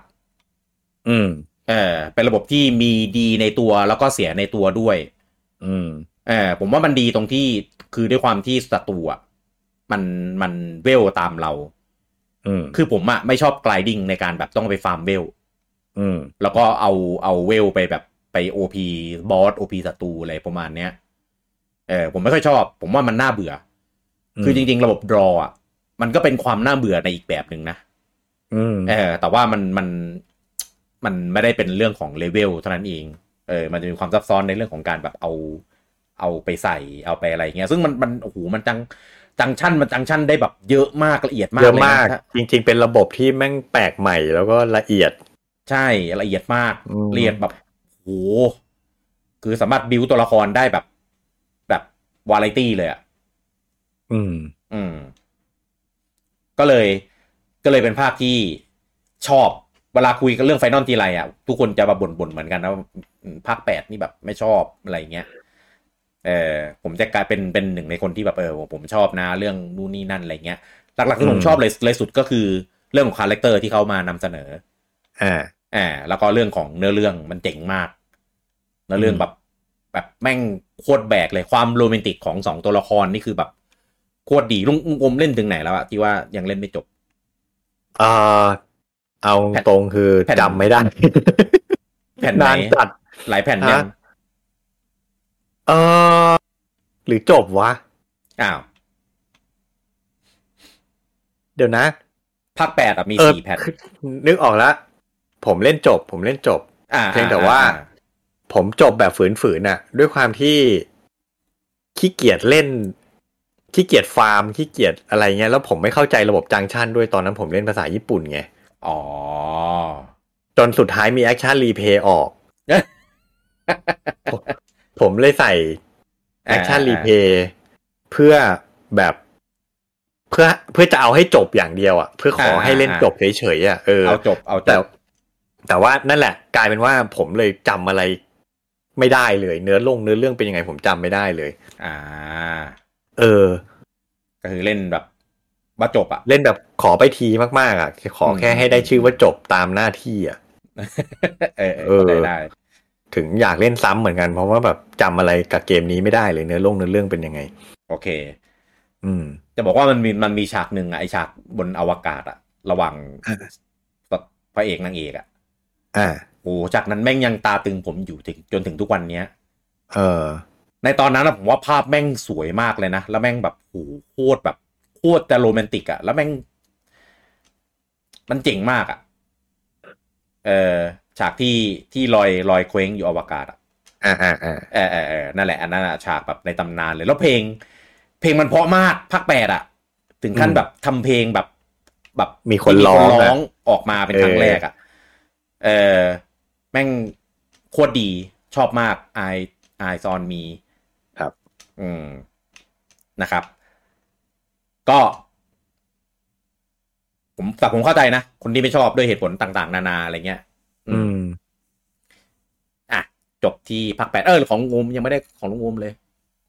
อืม เออเป็นระบบที่มีดีในตัวแล้วก็เสียในตัวด้วย อืม เออผมว่ามันดีตรงที่คือด้วยความที่ศัตรูอ่ะมันมันเวลตามเรา อืม คือผมอ่ะไม่ชอบกลายดิ้งในการแบบต้องไปฟาร์มเวล อืม แล้วก็เอาเอาเวลไปแบบไปโอพบอสโอพศัตรูอะไรประมาณเนี้ย เออผมไม่ค่อยชอบ ผมว่ามันน่าเบื่ออ ม คือจริง ๆ ระบบดรออ่ะ มันก็เป็นความน่าเบื่อในอีกแบบหนึ่งนะ อืม เออ แต่ว่ามันมันมันไม่ได้เป็นเรื่องของเลเวลเท่านั้นเอง เออ มันจะมีความซับซ้อนในเรื่องของการแบบเอา เอาไปใส่เอาไปอะไรเงี้ย ซึ่งมันมันโอ้โหมันจังจังชั่นมันจังชั่นได้แบบเยอะมากละเอียดมาก เยอะ เลยนะ มาก จริง ๆ เป็นระบบที่แม่งแปลกใหม่แล้วก็ละเอียด ใช่ละเอียดมาก อืม ละเอียดแบบโหคือสามารถบิวตัวละครได้แบบ แบบวาไรตี้เลยอ่ะ อืม อืม ก็เลยก็เลยเป็นภาคที่ชอบเวลาคุยกันเรื่องไฟนอลทีไรอ่ะ ทุกคนจะมาบ่นบ่นเหมือนกันนะว่าอืมภาคแปดนี่แบบไม่ชอบอะไรอย่างเงี้ยเออผมจะกลายเป็นเป็นหนึ่งในคนที่แบบเออผมชอบนะเรื่องนู่นนี่นั่นอะไรเงี้ยหลักๆที่ผม อืม ชอบเลยเลยสุดก็คือเรื่องของคาแรคเตอร์ที่เขามานำเสนอ อ่า อ่าแล้วก็เรื่องของเนื้อเรื่องมันเจ๋งมากเนื้อเรื่อง อืม แบบแบบแม่งโคตรแบกเลยความโรแมนติกของสองตัวละครนี่คือแบบโคตรดีลุงอมเล่นถึงไหนแล้วอะที่ว่ายังเล่นไม่จบ เอ่อเอาตรงคือ แผ่น จำไม่ได้ แผ่นไหน นานจัด หลายแผ่นยัง ฮะ เออหรือจบวะ อ้าว เดี๋ยวนะ ภาคแปดอะมี เออ สี่แผ่น คือนึกออกแล้ว ผมเล่นจบ ผมเล่นจบ อ่า เพียงแต่ว่า อ่ ผมจบแบบฝืนๆน่ะ ด้วยความที่ขี้เกียจเล่นขี้เกียจฟาร์มขี้เกียจอะไรเงี้ยแล้วผมไม่เข้าใจระบบจังชั่นด้วยตอนนั้นผมเล่นภาษาญี่ปุ่นไง อ๋อ จนสุดท้ายมีแอคชั่นรีเพย์ออก เอ๊ะ ผมผมเลยใส่แอ อ่า คชั่น อ่า รีเพย์เพื่อแบบเพื่อเพื่อจะเอาให้จบอย่างเดียวอ่ะ เพื่อขอให้เล่นจบเฉยๆอ่ะเออ เอาจบเอาจ แต่ บ แต่ว่านั่นแหละ กลายเป็นว่าผมเลยจำอะไรไม่ได้เลย เนื้อลงเนื้อเรื่องเป็นยังไงผมจำไม่ได้เลย อ่า เออ ก็คือเล่นแบบว่าจบอะ เล่นแบบขอไปทีมากๆอ่ะขอแค่ อืม ให้ได้ชื่อว่าจบตามหน้าที่อ่ะ เออเออเข้าใจ เออ ได้ ถึงอยากเล่นซ้ำเหมือนกันเพราะว่าแบบจำอะไรกับเกมนี้ไม่ได้เลยเนื้อลงเนื้อเรื่องเป็นยังไง โอเค อืม จะบอกว่ามันมีมันมีฉากหนึ่งอะไอฉากบนอวกาศอะระหว่าง อ่า พระเอกนางเอกอะ อ่า โอ้จากนั้นแม่งยังตาตึงผมอยู่ถึงจนถึงทุกวันเนี้ย เออ ในตอนนั้นอะผมว่าภาพแม่งสวยมากเลยนะ แล้วแม่งแบบโอ้โหโคตรแบบโคตรจะโรแมนติกอะแล้วแม่ง มันเจ๋งมากอะเออฉากที่ที่ลอยลอยเคว้งอยู่อวกาศอะ อ่าอ่าอ่า เออเออเออนั่นแหละอันนั้นอะฉากแบบในตำนานเลย แล้วเพลง เพลงมันเพราะมากภาคแปดอะถึงขั้นแบบทำเพลงแบบ แบบ มีคน ที่ ร้อง ร้ อ่ะ องออกมาเป็นครั้ง เออ แรกอะเออแม่งโคตรดีชอบมาก I I on me ครับ อืมนะครับ ก็ ผมแต่ผมเข้าใจนะ คนที่ไม่ชอบด้วยเหตุผลต่าง ๆ นานาอะไรเงี้ย อืม อ่ะ จบที่ภาคแปดเออของงูมยังไม่ได้ของลุงงูมเลย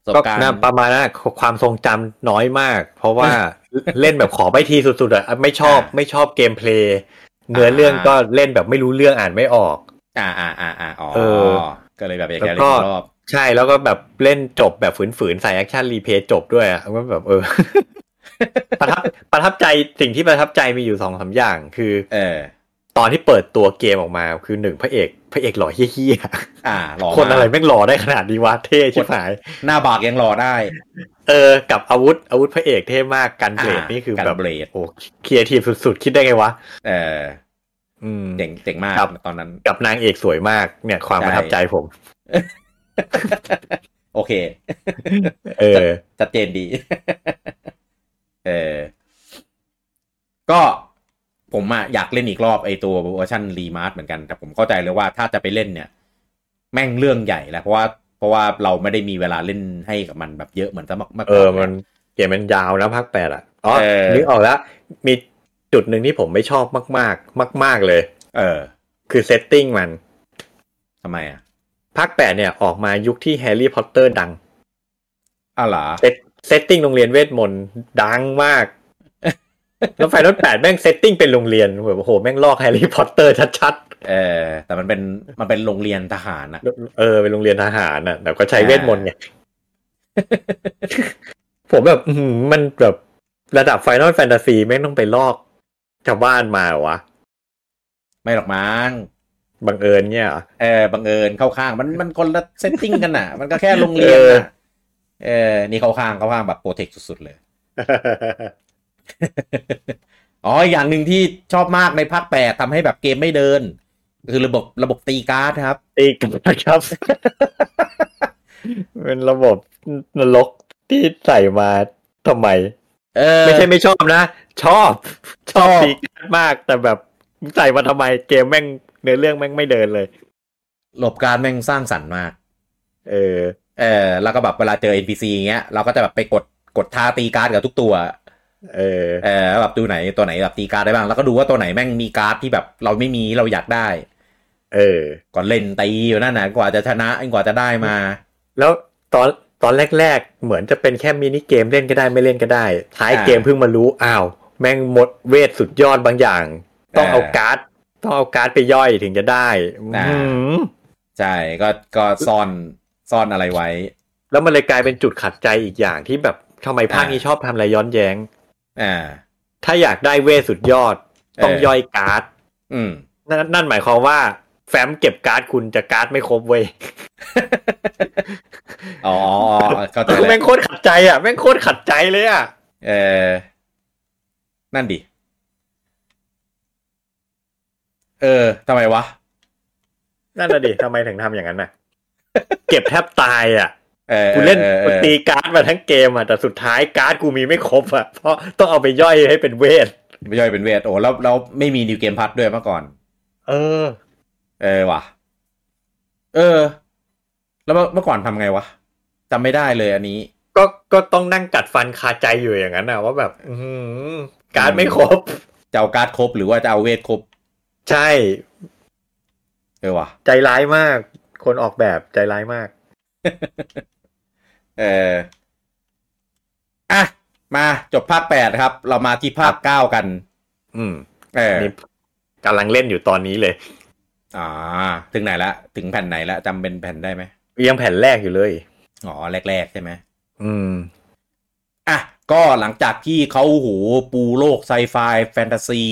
ประส ก็ บการณ์ น่าประมาณนั้นอะความทรงจำน้อยมาก เพราะ ว่าเล่นแบบขอไปทีสุดๆอะไม่ชอบ อ่า ไม่ชอบเกมเพลย์เนื้อเรื่อง อ่า ก็เล่นแบบไม่รู้เรื่องอ่านไม่ออก อ่าอ่าอ่าอ่าอ๋อ เออ ก็เลยแบบอยาก แล้ จะ ว เล่ ก็ นอีกรอบ ใช่แล้วก็แบบเล่นจบแบบฝืนๆใส่แอคชั่นรีเพย์จบด้วยอะก็แบบเอ อ ประทับประทับใจสิ่งที่ประทับใจมีอยู่สองสามอย่าง คือ เออ ตอนที่เปิดตัวเกมออกมาคือหนึ่งพระเอกพระเอกหล่อเฮี้ย อ่าหล่อ ๆคนอะไรแม่งหล่อได้ขนาดนี้วะเท่ชิบหาย หน้าบากยังหล่อได้ เออ กับอาวุธอาวุธพระเอกเท่มากกันเบลด อ่า นี่คือ กัน แบบ เบลด โอ้เคลียร์ทีมสุดๆ คิดได้ไงวะ เออ อืม เจ๋งเจ๋งมาก ครับ ตอนนั้น กับนางเอกสวยมากเนี่ย ความ ใช่ ประทับใจผม โอเค เออ ชัดเจนดี เออ ก็ผมอะอยากเล่นอีกรอบไอตัวเวอร์ชันรีมาร์เหมือนกัน แต่ผมเข้าใจเลยว่าถ้าจะไปเล่นเนี่ย แม่งเรื่องใหญ่แล้ว เพราะว่าเพราะว่าเราไม่ได้มีเวลาเล่นให้กับมันแบบเยอะเหมือนสมัยเมื่อ เอ ก่อ อน มันเกมมันยาวนะภาคแปดอ่ะอ๋อ เออ นึกออกแล้วมีจุดหนึ่งที่ผมไม่ชอบมากๆ มาก ๆเลย เออ คือเซตติ้งมัน ทำไมอะ ภาคแปดเนี่ยออกมายุคที่แฮร์รี่พอตเตอร์ดัง อ้าวเหรอ เซตเซตติ้งโรงเรียนเวทมนต์ดังมาก แล้วไฟนอตแปดแม่งเซตติ้งเป็นโรงเรียนแบบโอ้โหแม่งลอกแฮร์รี่พอตเตอร์ชัดๆ เออ แต่มันเป็นมันเป็นโรงเรียนทหารนะ เออเป็นโรงเรียนทหารน่ะแต่ก็ใช้ อ่า เวทมนต์ไง ผมแบบอื้อหือมันแบบระดับไฟนอลแฟนตาซีไม่งต้องไปลอกชาวบ้านมาเหรอวะ ไม่หรอกมั้ง บังเอิญเนี่ยเหรอ เออบังเอิญเข้าข้างมันมันคนละเซตติ้งกันน่ะ มันก็แค่โรงเรียน เออ น่ะเออ นี่เข้าข้างเข้าข้างแบบโปรเทคสุดๆเลย อ๋ออีกอย่างหนึ่งที่ชอบมากในภาคแปดทำให้แบบเกมไม่เดิน คือระบบระบบตีการ์ดครับ อีกนะครับ เป็นระบบนรกที่ใส่มาทำไม เออ ไม่ใช่ไม่ชอบนะ ชอบชอบ ชอบ ดีการ์ดมาก แต่แบบใส่มาทำไม เกมแม่งเนื้อเรื่องแม่งไม่เดินเลย ระบบการดแม่งสร้างสรรค์มาก เออ เออ แล้วก็แบบเวลาเจอ NPC อย่างเงี้ย เราก็จะแบบไปกดกดท่าตีการ์ดกับทุกตัว เออ เออแบบดูไหนตัวไหนแบบตีการ์ดได้บ้าง แล้วก็ดูว่าตัวไหนแม่งมีการ์ดที่แบบเราไม่มีเราอยากได้ เออ ก่อนเล่นตีอยู่นั่นนะกว่าจะชนะกว่าจะได้มา แล้วตอนตอนแรก ๆ เหมือนจะเป็นแค่มินิเกมเล่นก็ได้ไม่เล่นก็ได้ ท้ายเกม อ่า เพิ่งมารู้อ้าว แม่งหมดเวทสุดยอดบางอย่าง ต้อง อ่า เอาการ์ดต้องเอาการ์ดไปย่อยถึงจะได้ อ่า อื้อหือ ใช่ก็ก็ซ่อนซ่อนอะไรไว้ แล้วมันเลยกลายเป็นจุดขัดใจอีกอย่างที่แบบทำไมภาคนี้ชอบทำอะไรย้อนแย้ง อ่า ถ้าอยากได้เวทสุดยอด ต้อง เออ ย่อยการ์ด อืม นั่นนั่นหมายความว่า แฟ้มเก็บการ์ดคุณจะการ์ดไม่ครบเว้ย อ๋อเข้าใจแล้ แม่ ว งโคตรขัดใจอ่ะแม่งโคตรขัดใจเลยอ่ะ เออ นั่นดิ เออทำไมวะ นั่นน่ะดิ ทำไมถึงทำอย่างนั้นน่ะ เก็บแทบตายอ่ะ เออ กูเล่น ออออ กูตีการ์ดมาทั้งเกมอ่ะ แต่สุดท้ายการ์ดกูมีไม่ครบอ่ะ เพราะต้องเอาไปย่อยให้เป็นเวท ไม่ย่อยเป็นเวท โอ้แล้วแล้วไม่มีนิวเกมพัทด้วยเมื่อก่อน เออ เออว่ะ เออ แล้วเมื่อเมื่อก่อนทำไงวะจำไม่ได้เลยอันนี้ ก็ ก็ต้องนั่งกัดฟันคาใจอยู่อย่างนั้นน่ะ ว่าแบบ อื้อหือการ์ดไม่ครบ จะเอาการ์ดครบหรือว่าจะเอาเวทครบ ใช่ เออว่ะ ใจร้ายมาก คนออกแบบใจร้ายมาก เอออ่ะ มาจบภาคแปดครับ เรามาที่ภาคเก้ากัน อืม เออ นี่กำลังเล่นอยู่ตอนนี้เลย อ่า ถึงไหนละ ถึงแผ่นไหนละจำเป็นแผ่นได้ไหม ยังแผ่นแรกอยู่เลย อ๋อ แรก ๆ ใช่ไหม อืม อ่ะ ก็หลังจากที่เขาโอ้โหปูโลกไซไฟแฟนตาซี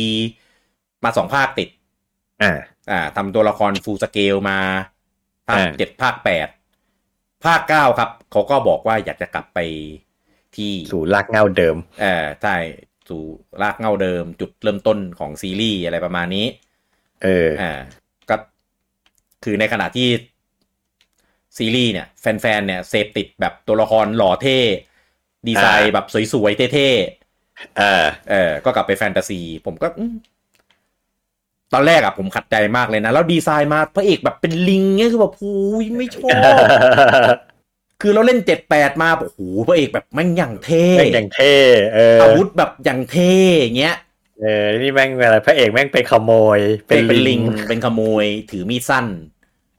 มาสองภาคติด อ่า อ่าทำตัวละครฟูลสเกลมา ภาค อ่า เจ็ดภาคแปดภาคเก้าครับ เขาก็บอกว่าอยากจะกลับไปที่ สู่รากเหงาเดิม เออใช่สู่รากเหง้าเดิม จุดเริ่มต้นของซีรีส์อะไรประมาณนี้ เออ อ่าก็คือในขณะที่ซีรีส์เนี่ย แฟนๆเนี่ยเสพติดแบบตัวละครหล่อเท่ ดีไซน์ อ่า แบบสวยๆเท่ เออ ๆเออก็กลับไปแฟนตาซี ผมก็อืมตอนแรกอะผมขัดใจมากเลยนะ แล้วดีไซน์มาพระเอกแบบเป็นลิงเนี่ยคือแบบโอ้ยไม่ช อบ คือเราเล่นเจ็ดแปดมาโอ้โหพระเอกแบบแม่งอย่างเท่ แม่งอย่างเท่ เออ อาวุธแบบอย่างเท่อย่างเงี้ย เออ นี่แม่งอะไรพระเอกแม่งเป็นขโมย เป็เป็เป็น นนลิ ลิ ง ง เป็นขโมยถือมีดสั้น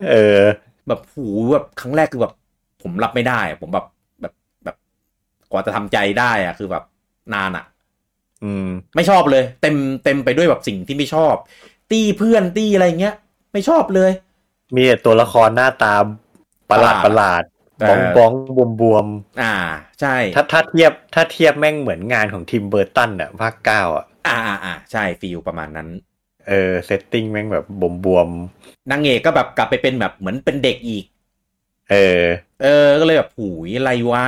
เออ แบบหูแบบครั้งแรกคือแบบ ผมรับไม่ได้ ผมแบบแบบแบบกว่าจะทำใจได้อะคือแบบนานอะ อืม ไม่ชอบเลย เต็มเต็มไปด้วยแบบสิ่งที่ไม่ชอบ ตีเพื่อนตีอะไรเงี้ย ไม่ชอบเลย มีแต่ตัวละครหน้าตาประหลาดประหลาด เออ บ้องบ้องบวมบวม อ่า ใช่ ๆถ้าถ้าเทียบถ้าเทียบแม่งเหมือนงานของทิมเบอร์ตันอะภาคเก้าอะ อ่าอ่าอ่าใช่ฟีลประมาณนั้น เออเซตติ้งแม่งแบบบวมบวม นางเอกก็แบบกลับไปเป็นแบบเหมือนเป็นเด็กอีก ๆเออ เออ ก็เลยแบบหูยอะไรวะ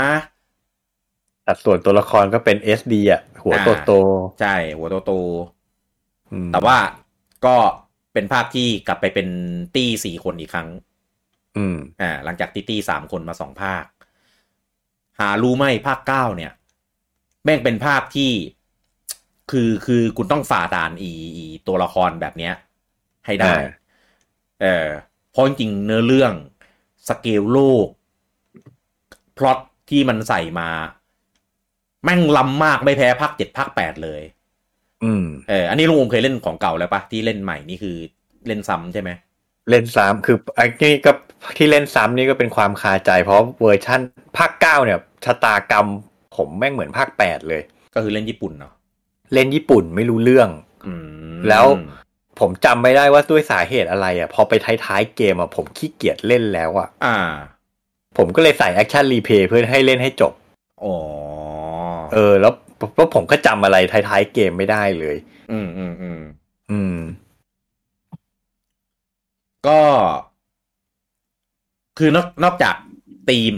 สัดส่วนตัวละครก็เป็นเอสดีอะหัวโตโต ใช่ หัวโตโต ๆอืม ๆแต่ว่าก็เป็นภาคที่กลับไปเป็นตี้สี่คนอีกครั้ง อืม อ่าหลังจากติตี้สามคนมาสองภาค หารู้ไหมภาคเก้าเนี่ย แม่งเป็นภาคที่ คือคือคุณต้องฝ่าด่านอีอีตัวละครแบบเนี้ย ให้ได้ อ่า เออเพราะจริงๆเนื้อเรื่องสเกลโลก พล็อตที่มันใส่มา แม่งล้ำมากไม่แพ้ภาคเจ็ดภาคแปดเลย อืม เอออันนี้ลุงโอมเคยเล่นของเก่าแล้วปะที่เล่นใหม่นี่คือเล่นซ้ำใช่ไหม เล่นซ้ำคือไอ้นี่ก็ที่เล่นซ้ำนี่ก็เป็นความคาใจ เพราะเวอร์ชั่นภาคเก้าเนี่ยชะตากรรม ผมแม่งเหมือนภาคแปดเลย ก็คือเล่นญี่ปุ่นเนาะ เล่นญี่ปุ่นไม่รู้เรื่อง อืม แล้ว ผมจำไม่ได้ว่าด้วยสาเหตุอะไรอ่ะ พอไปท้ายๆเกมอ่ะผมขี้เกียจเล่นแล้วอ่ะ อ่า ผมก็เลยใส่แอคชั่นรีเพย์เพื่อให้เล่นให้จบ อ๋อ เออ แล้วเพราะผมก็จำอะไรท้ายๆเกมไม่ได้เลย อืมอืมอืม อืม ก็ คือนอกนอกจากธีม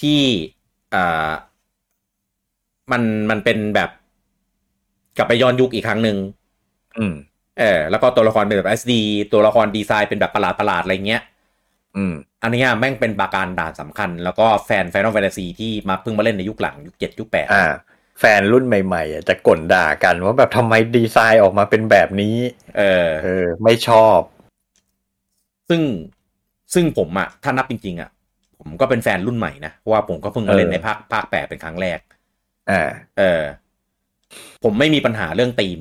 ที่อ่ามันมันเป็นแบบ กลับไปย้อนยุคอีกครั้งหนึ่ง อืม เออแล้วก็ตัวละครเป็นแบบ SD ตัวละครดีไซน์เป็นแบบประหลาดประหลาดอะไรเงี้ย อืม อันเนี้ยแม่งเป็นปราการด่านสำคัญ แล้วก็แฟน Final Fantasy ที่มาเพิ่งมาเล่นในยุคหลัง ยุคเจ็ดยุคแปด อ่า แฟนรุ่นใหม่ๆอ่ะจะก่นด่ากันว่าแบบทำไมดีไซน์ออกมาเป็นแบบนี้ เออ เออ ไม่ชอบ ซึ่งซึ่งผมอะถ้านับจริงๆอะผมก็เป็นแฟนรุ่นใหม่นะเพราะว่าผมก็เพิ่งมาเล่น เออ ในภาคภาคแปดเป็นครั้งแรก อ่า เออ ผมไม่มีปัญหาเรื่องธีม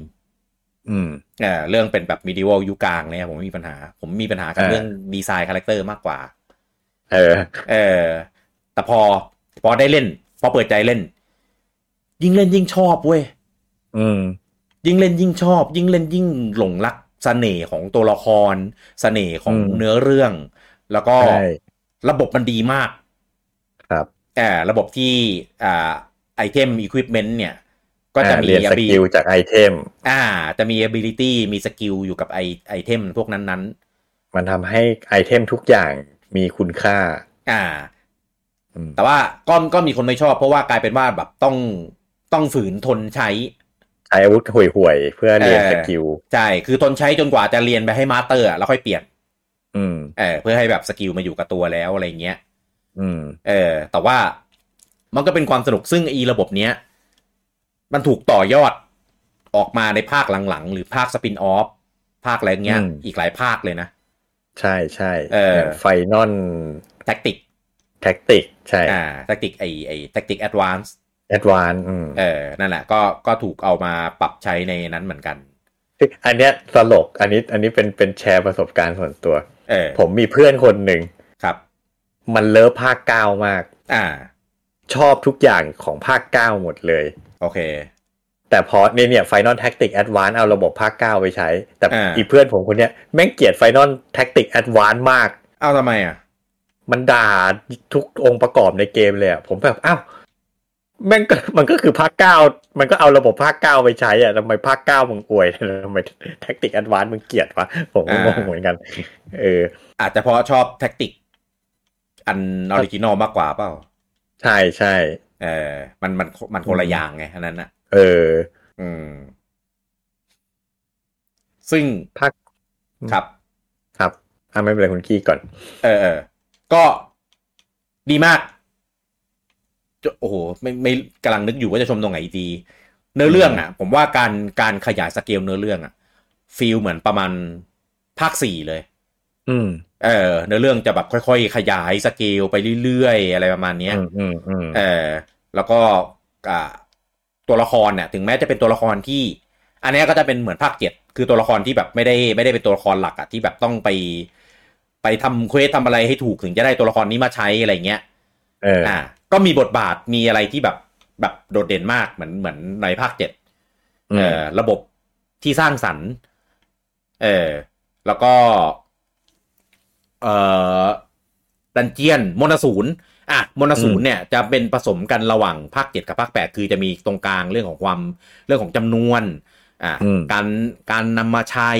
อืม เออเรื่องเป็นแบบมิดิวอลยุคกลางเนี่ยผมไม่มีปัญหา ผมมีปัญหากับ เออ เรื่องดีไซน์คาแรคเตอร์มากกว่า เออ เออ แต่พอพอได้เล่น พอเปิดใจเล่น ยิ่งเล่นยิ่งชอบเว้ย อืม ยิ่งเล่นยิ่งชอบ ยิ่งเล่นยิ่งหลงรักเสน่ห์ของตัวละคร เสน่ห์ของ อืม เนื้อเรื่อง แล้วก็ ใช่ ระบบมันดีมาก ครับ เอ่อระบบที่อ่าไอเทมอุปกรณ์เนี่ย ก็จะ อ่า มี เรียนสกิลจากไอเทม อ่า จะมี ability มีสกิลอยู่กับไอไอเทมพวกนั้น มันทำให้ไอเทมทุกอย่างมีคุณค่า ๆอ่า อืม แต่ว่าก็ก็มีคนไม่ชอบเพราะว่ากลายเป็นว่าแบบต้องต้องฝืนทนใช้ ใช้อาวุธห่วยๆ เพื่อเรียน เออ สกิล ใช่ คือทนใช้จนกว่าจะเรียนไปให้มาสเตอร์อะแล้วค่อยเปลี่ยน อืม เออเพื่อให้แบบสกิลมาอยู่กับตัวแล้วอะไรเงี้ย อืม เออแต่ว่ามันก็เป็นความสนุกซึ่งไอีระบบเนี้ย มันถูกต่อยอดออกมาในภาคหลังๆ หรือภาคสปินออฟภาคอะไรเงี้ย อืม อีกหลายภาคเลยนะ ใช่ใช่ เออ ไฟนอล แท็กติก แท็กติก ใช่ อ่าแท็กติกไอไอแท็กติกแอดวานซ์ แอดวานอืม เออนั่นแหละก็ก็ถูกเอามาปรับใช้ในนั้นเหมือนกัน อันเนี้ยตลก อันนี้ อันนี้เป็นเป็นแชร์ประสบการณ์ส่วนตัว เออ ผมมีเพื่อนคนหนึ่ง ครับ มันเลิฟภาคเก้ามาก อ่า ชอบทุกอย่างของภาคเก้าหมดเลย โอเค แต่พอเนี่ยเนี่ยไฟนอลแท็กติกแอดวานเอาระบบภาคเก้าไปใช้ แต่ อ่า อีเพื่อนผมคนเนี้ยแม่งเกลียดไฟนอลแท็กติกแอดวานมาก เอาทำไมอ่ะ มันด่าทุกองค์ประกอบในเกมเลยอะผมแบบอ้าวแม่งก็มันก็คือภาคเก้ามันก็เอาระบบภาคเก้าไปใช้อะทำไมภาคเก้ามึงอวย ทำไมแท็กติกแอดวานมึงเกลียดวะผมก็งง อ่า เหมือนกัน เออ อาจจะเพราะชอบแท็กติกอันออริจินอลมากกว่าเปล่า ใช่ใช่ เออมันมันมันคนละอย่างไงอันนั้นอ่ะ เออ อืม ซึ่ง ภาค ครับ ครับอ่ะไม่เป็นไรคุณกี้ก่อน เออเออก็ดีมากจะโอ้โหไม่ไม่กำลังนึกอยู่ว่าจะชมตรงไหนดี เนื้อเรื่องอ่ะ ผมว่าการการขยายสเกลเนื้อเรื่องอ่ะฟีลเหมือนประมาณภาคสี่เลย อืม เออเนื้อเรื่องจะแบบค่อยๆ ขยายสเกลไปเรื่อยๆ อะไรประมาณเนี้ย อืมอืมอืม เออแล้วก็อ่าตัวละครเนี่ยถึงแม้จะเป็นตัวละครที่ อันเนี้ยก็จะเป็นเหมือนภาคเจ็ดคือตัวละครที่แบบไม่ได้ไม่ได้เป็นตัวละครหลักอะที่แบบต้องไป ไปทำเควสทำอะไรให้ถูกถึงจะได้ตัวละครนี้มาใช้อะไรเงี้ย เออ อ่าก็มีบทบาทมีอะไรที่แบบแบบโดดเด่นมากเหมือนเหมือนในภาคเจ็ด อื เอ ม อระบบที่สร้างสรรค์เออแล้วก็เออดันเจียนมนสูนอ่ะมนสูนเนี่ยจะเป็นผสมกันระหว่างภาคเจ็ดกับภาคแปดคือจะมีตรงกลางเรื่องของความเรื่องของจำนวนอ่ะการการนำมาใช้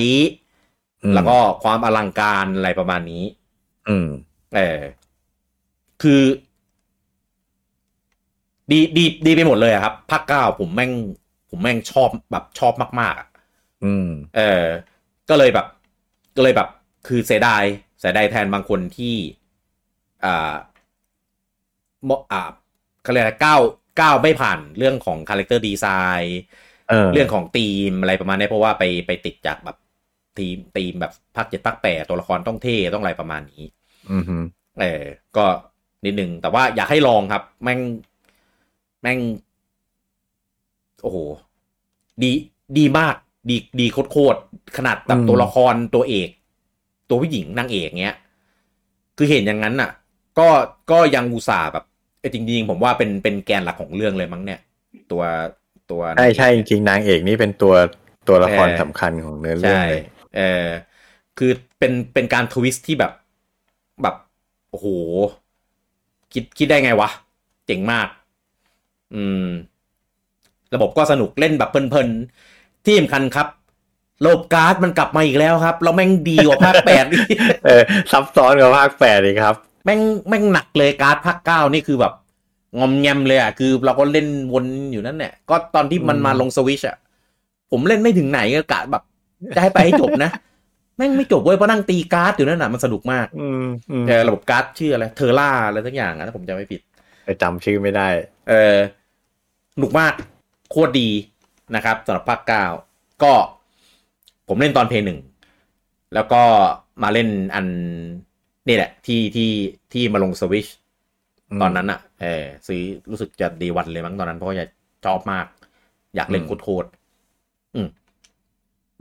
แล้วก็ความอลังการอะไรประมาณนี้ อืม เออคือ ดีดีดีไปหมดเลยอะครับภาคเก้าผมแม่ง ผมแม่งชอบแบบชอบมากๆอะ อืม เออ ก็เลยแบบ ก็เลยแบบ คือเสียดายเสียดายแทนบางคนที่ อ่ามอ่าเขาเรียกอะไรก้าวก้าวไม่ผ่านเรื่องของคาแรคเตอร์ดีไซน์ เออ เรื่องของทีมอะไรประมาณนี้เพราะว่าไปไปติดจากแบบทีมทีมแบบภาคเจ็ดภาคแปดตัวละครต้องเท่ต้องอะไรประมาณนี้ อืมฮึ เออ ก็นิดนึง แต่ว่าอยากให้ลองครับ แม่ง แม่ง โอ้โห ดี ดีมาก ดี ดีโคตรๆขนาดแบบตัวละครตัวเอก ตัวผู้หญิงนางเอกเนี้ย คือเห็นอย่างนั้นน่ะ ก็ ก็ยังอุตส่าห์แบบเอ้ยจริงๆ ผมว่าเป็น เป็นแกนหลักของเรื่องเลยมั้งเนี่ย ตัว ตัว ใช่ใช่จริงๆนางเอกนี่เป็นตัวตัวละครสำคัญของเนื้อเรื่อง ใช่ เลย เออคือเป็นเป็นการทวิสต์ที่แบบแบบโอ้โห คิดคิดได้ไงวะ เจ๋งมาก อืม ระบบก็สนุกเล่นแบบเพลินๆ ที่สำคัญครับ โลบการ์ดมันกลับมาอีกแล้วครับ เราแม่งดีกว่าภาคแปด เออซับซ้อนกับภาคแปดเลยครับ แม่งแม่งหนักเลยการ์ดภาคเก้านี่คือแบบ งอมแงมเลยอ่ะ คือเราก็เล่นวนอยู่นั่นแหละก็ตอนที่มัน อืม มาลงสวิชอ่ะ ผมเล่นไม่ถึงไหนก็กะแบบ จะให้ไปให้จบนะ แม่งไม่จบเว้ยเพราะนั่งตีการ์ดอยู่นั่นน่ะมันสนุกมาก อืมอืม แต่ระบบการ์ดชื่ออะไรเทอร่าอะไรสักอย่างอะถ้าผมจำไม่ผิด แต่จำชื่อไม่ได้ เออสนุกมาก โคตรดีนะครับสำหรับภาคเก้าก็ผมเล่นตอนเพย์หนึ่ง แล้วก็มาเล่นอันนี่แหละ ที่ที่ที่มาลงสวิช อืม ตอนนั้นอะ่ะเออซื้อรู้สึกจะดีวันเลยมั้งตอนนั้นเพราะว่าอยากชอบมาก อยากเล่น อืม โคตรๆอืม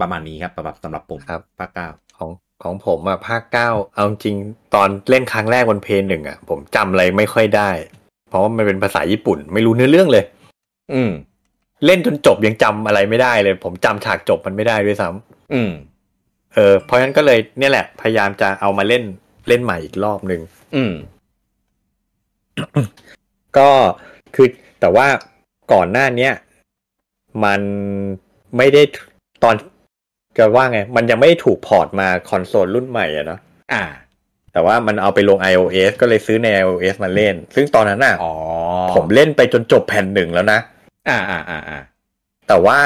ประมาณนี้ครับสำหรับสำหรับผม ครับ ภาคเก้า ของของผมอะภาคเก้าเอาจริงตอนเล่นครั้งแรกบนเพย์หนึ่งอะผมจำอะไรไม่ค่อยได้ เพราะว่ามันเป็นภาษาญี่ปุ่น ไม่รู้เนื้อเรื่องเลย อืม เล่นจนจบยังจำอะไรไม่ได้เลย ผมจำฉากจบมันไม่ได้ด้วยซ้ำ อืม เออเพราะฉะนั้นก็เลยเนี่ยแหละ พยายามจะเอามาเล่นเล่นใหม่อีกรอบหนึ่ง อืม ก็คือแต่ว่าก่อนหน้าเนี้ยมันไม่ได้ตอนจะว่าไง มันยังไม่ได้ถูกพอร์ตมาคอนโซลรุ่นใหม่อะเนาะ อ่า แต่ว่ามันเอาไปลง iOS ก็เลยซื้อใน iOS มาเล่น ซึ่งตอนนั้นอ่ะ อ๋อ ผมเล่นไปจนจบแผ่นหนึ่งแล้วนะ อ่าอ่าอ่าอ่า แต่ว่า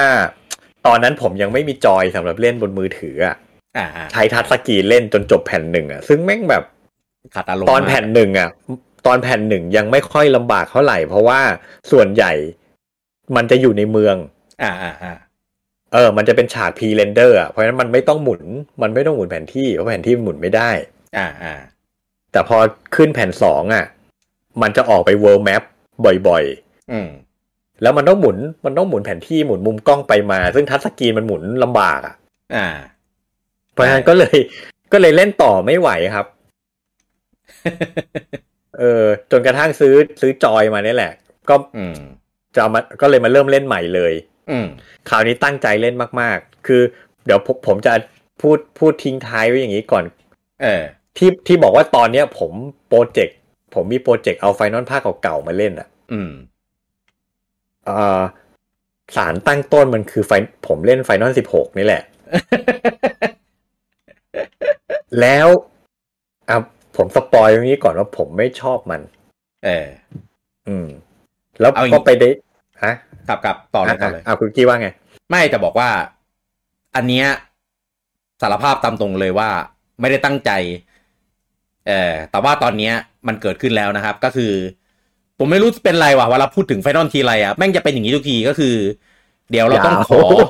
ตอนนั้นผมยังไม่มีจอยสำหรับเล่นบนมือถืออ่ะ อ่าอ่า ใช้ทัชสกรีนเล่นจนจบแผ่นหนึ่งอ่ะซึ่งแม่งแบบ ขาดอารมณ์ ตอนแผ่นหนึ่งอ่ะ ตอนแผ่นหนึ่งยังไม่ค่อยลำบากเท่าไหร่ เพราะว่าส่วนใหญ่มันจะอยู่ในเมือง อ่าอ่าอ่า เออ มันจะเป็นฉาก pre render อ่ะเพราะฉะนั้นมันไม่ต้องหมุน มันไม่ต้องหมุนแผนที่เพราะแผนที่มันหมุนไม่ได้ อ่าอ่า แต่พอขึ้นแผ่นสองอ่ะ มันจะออกไป world map บ่อย อืม ๆ แล้วมันต้องหมุน มันต้องหมุนแผนที่หมุนมุมกล้องไปมา ซึ่งทัชสกรีนมันหมุนลำบากอ่ะ อ่า เพราะฉะนั้นก็เลย ก็เลยเล่นต่อไม่ไหวครับ เออ จนกระทั่งซื้อซื้อจอยมาเนี่ยแหละ ก็ อืม จะเอามาก็เลยมาเริ่มเล่นใหม่เลย อืม คราวนี้ตั้งใจเล่นมาก ๆ คือ เดี๋ยวผมผมจะพูดพูดทิ้งท้ายไว้อย่างนี้ก่อน เออ ที่ที่บอกว่าตอนเนี้ยผมโปรเจกต์ผมมีโปรเจกต์เอาไฟนอลภาคเก่าๆมาเล่นอ่ะ อืม เอ่อสารตั้งต้นมันคือไฟผมเล่นไฟนอลสิบหกนี่แหละ แล้วอ่ะผมสปอยตรงนี้ก่อนว่าผมไม่ชอบมัน เออ อืม แล้ว เอาอย่างนี้ ก็ไปได้ฮะ กลับกลับต่อเลยต่อเลย อ่ะคุณกี้ว่าไง ไม่แต่บอกว่า อันเนี้ยสารภาพตามตรงเลยว่า ไม่ได้ตั้งใจ เออแต่ว่าตอนเนี้ยมันเกิดขึ้นแล้วนะครับ ก็คือ ผมไม่รู้เป็นไรว่ะเวลาพูดถึงไฟนอลทีไรอ่ะแม่งจะเป็นอย่างนี้ทุกทีก็คือ เดี๋ยวเราต้องขอ ยาว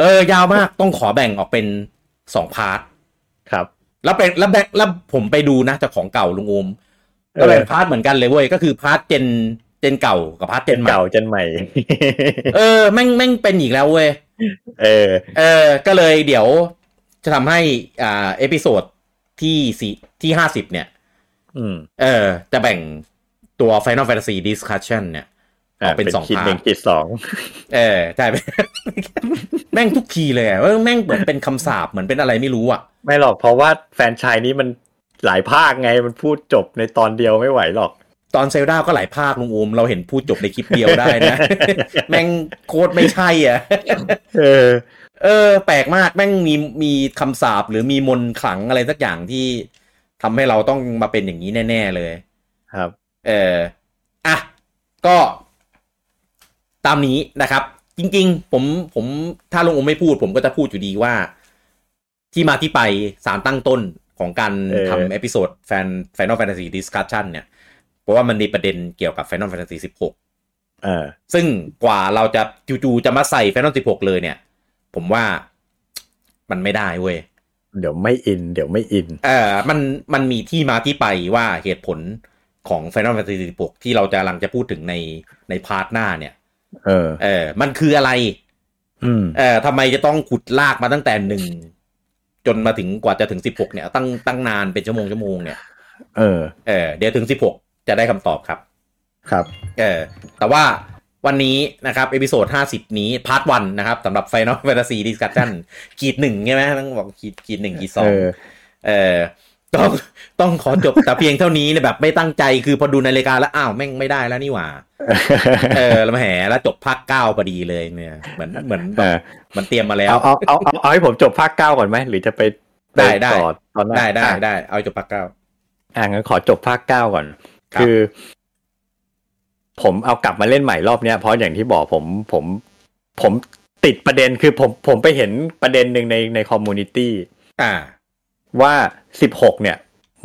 เออ ยาวมากต้องขอแบ่งออกเป็นสองพาร์ท ครับ แล้วเป็นแล้วแบงแล้วผมไปดูนะจากของเก่าลุงโอมแล้วเป็นพาร์ทเหมือนกันเลยเว้ยก็คือพาร์ทเจนเจนเก่ากับพาร์ทเจนใหม่ เก่าจนใหม่ เออแม่งแม่งเป็นอีก แล้วเว้ย เออ เออ ก็เลยเดี๋ยวจะทำให้อ่าเอพิโซด ที่สี่ที่ห้าสิบเนี่ย อืม เออ จะแบ่งตัว Final Fantasy Discussion เนี่ยออกเป็นสอง คิด พา หนึ่ ร์ ง ท คิดสอง เออใช่ แม่งทุกทีเลยอะเออแม่งเหมือนเป็นคำสาบเหมือนเป็นอะไรไม่รู้อ่ะ ไม่หรอกเพราะว่าแฟนชายนี้มันหลายภาคไงมันพูดจบในตอนเดียวไม่ไหวหรอก ตอนเซลดาก็หลายภาคลุงอูมเราเห็นพูดจบในคลิปเดียวได้นะ แม่งโคตรไม่ใช่อ่ะ เออ เออ แปลกมากแม่งมีมีคำสาปหรือมีมนต์ขลังอะไรสักอย่างที่ทำให้เราต้องมาเป็นอย่างนี้แน่ ๆ เลย ครับ เอออ่ะ ก็ตามนี้นะครับ จริง ๆ ผมผมถ้าลุงอมไม่พูด ผมก็จะพูดอยู่ดีว่า ที่มาที่ไปสารตั้งต้นของการ เออ ทำเอพิโซดแฟน Final Fantasy Discussion เนี่ย เพราะว่ามันมีประเด็นเกี่ยวกับ Final Fantasy 16 เออ ซึ่งกว่าเราจะจู่ๆจะมาใส่แฟนตาซีหกเลยเนี่ย ผมว่ามันไม่ได้เว้ย เดี๋ยวไม่อิน เดี๋ยวไม่อิน เออมันมันมีที่มาที่ไปว่าเหตุผลของแฟนตาซีหกที่เราจะกำลังจะพูดถึงในในพาร์ทหน้าเนี่ย เออ เออมันคืออะไร อืม เออทำไมจะต้องขุดลากมาตั้งแต่หนึ่งจนมาถึงกว่าจะถึงสิบหกเนี่ย ตั้งตั้งนานเป็นชั่วโมงชั่วโมงเนี่ย เออ เออเดี๋ยวถึงสิบหกจะได้คำตอบครับ ครับ เออแต่ว่าวันนี้นะครับ เอพิโซด 50 นี้ พาร์ทวันนะครับสำหรับ Final Fantasy Discussion ขีดหนึ่งใช่ไหมต้องบอกขีดขีดหนึ่งขี ดสอ เอง อ เออต้องต้องขอจบ แต่เพียงเท่านี้เนี่ยแบบไม่ตั้งใจคือพอดูในรายการแล้ว อ้าว แม่งไม่ได้แล้วนี่หว่า เออ แล้วแหมแล้วจบภาคเก้าพอดีเลยเนี่ยเหมือนเหมือน เออ เหมันเตรียมมาแล้ว เอาเอาเอาเอาเอาให้ผมจบภาคเก้าก่อนไหม หรือจะไป ได้ได้ ปต่อตอนหน้า ได้ได้ อ่ะ ได้เอาจบภาคเก้า อ่างั้นขอจบภาคเก้าก่อน ครับ คือ ผมเอากลับมาเล่นใหม่รอบเนี้ยเพราะอย่างที่บอกผมผม ผมติดประเด็นคือผมผมไปเห็นประเด็นหนึ่งในในคอมมูนิตี้ อ่า ว่าสิบหกเนี่ย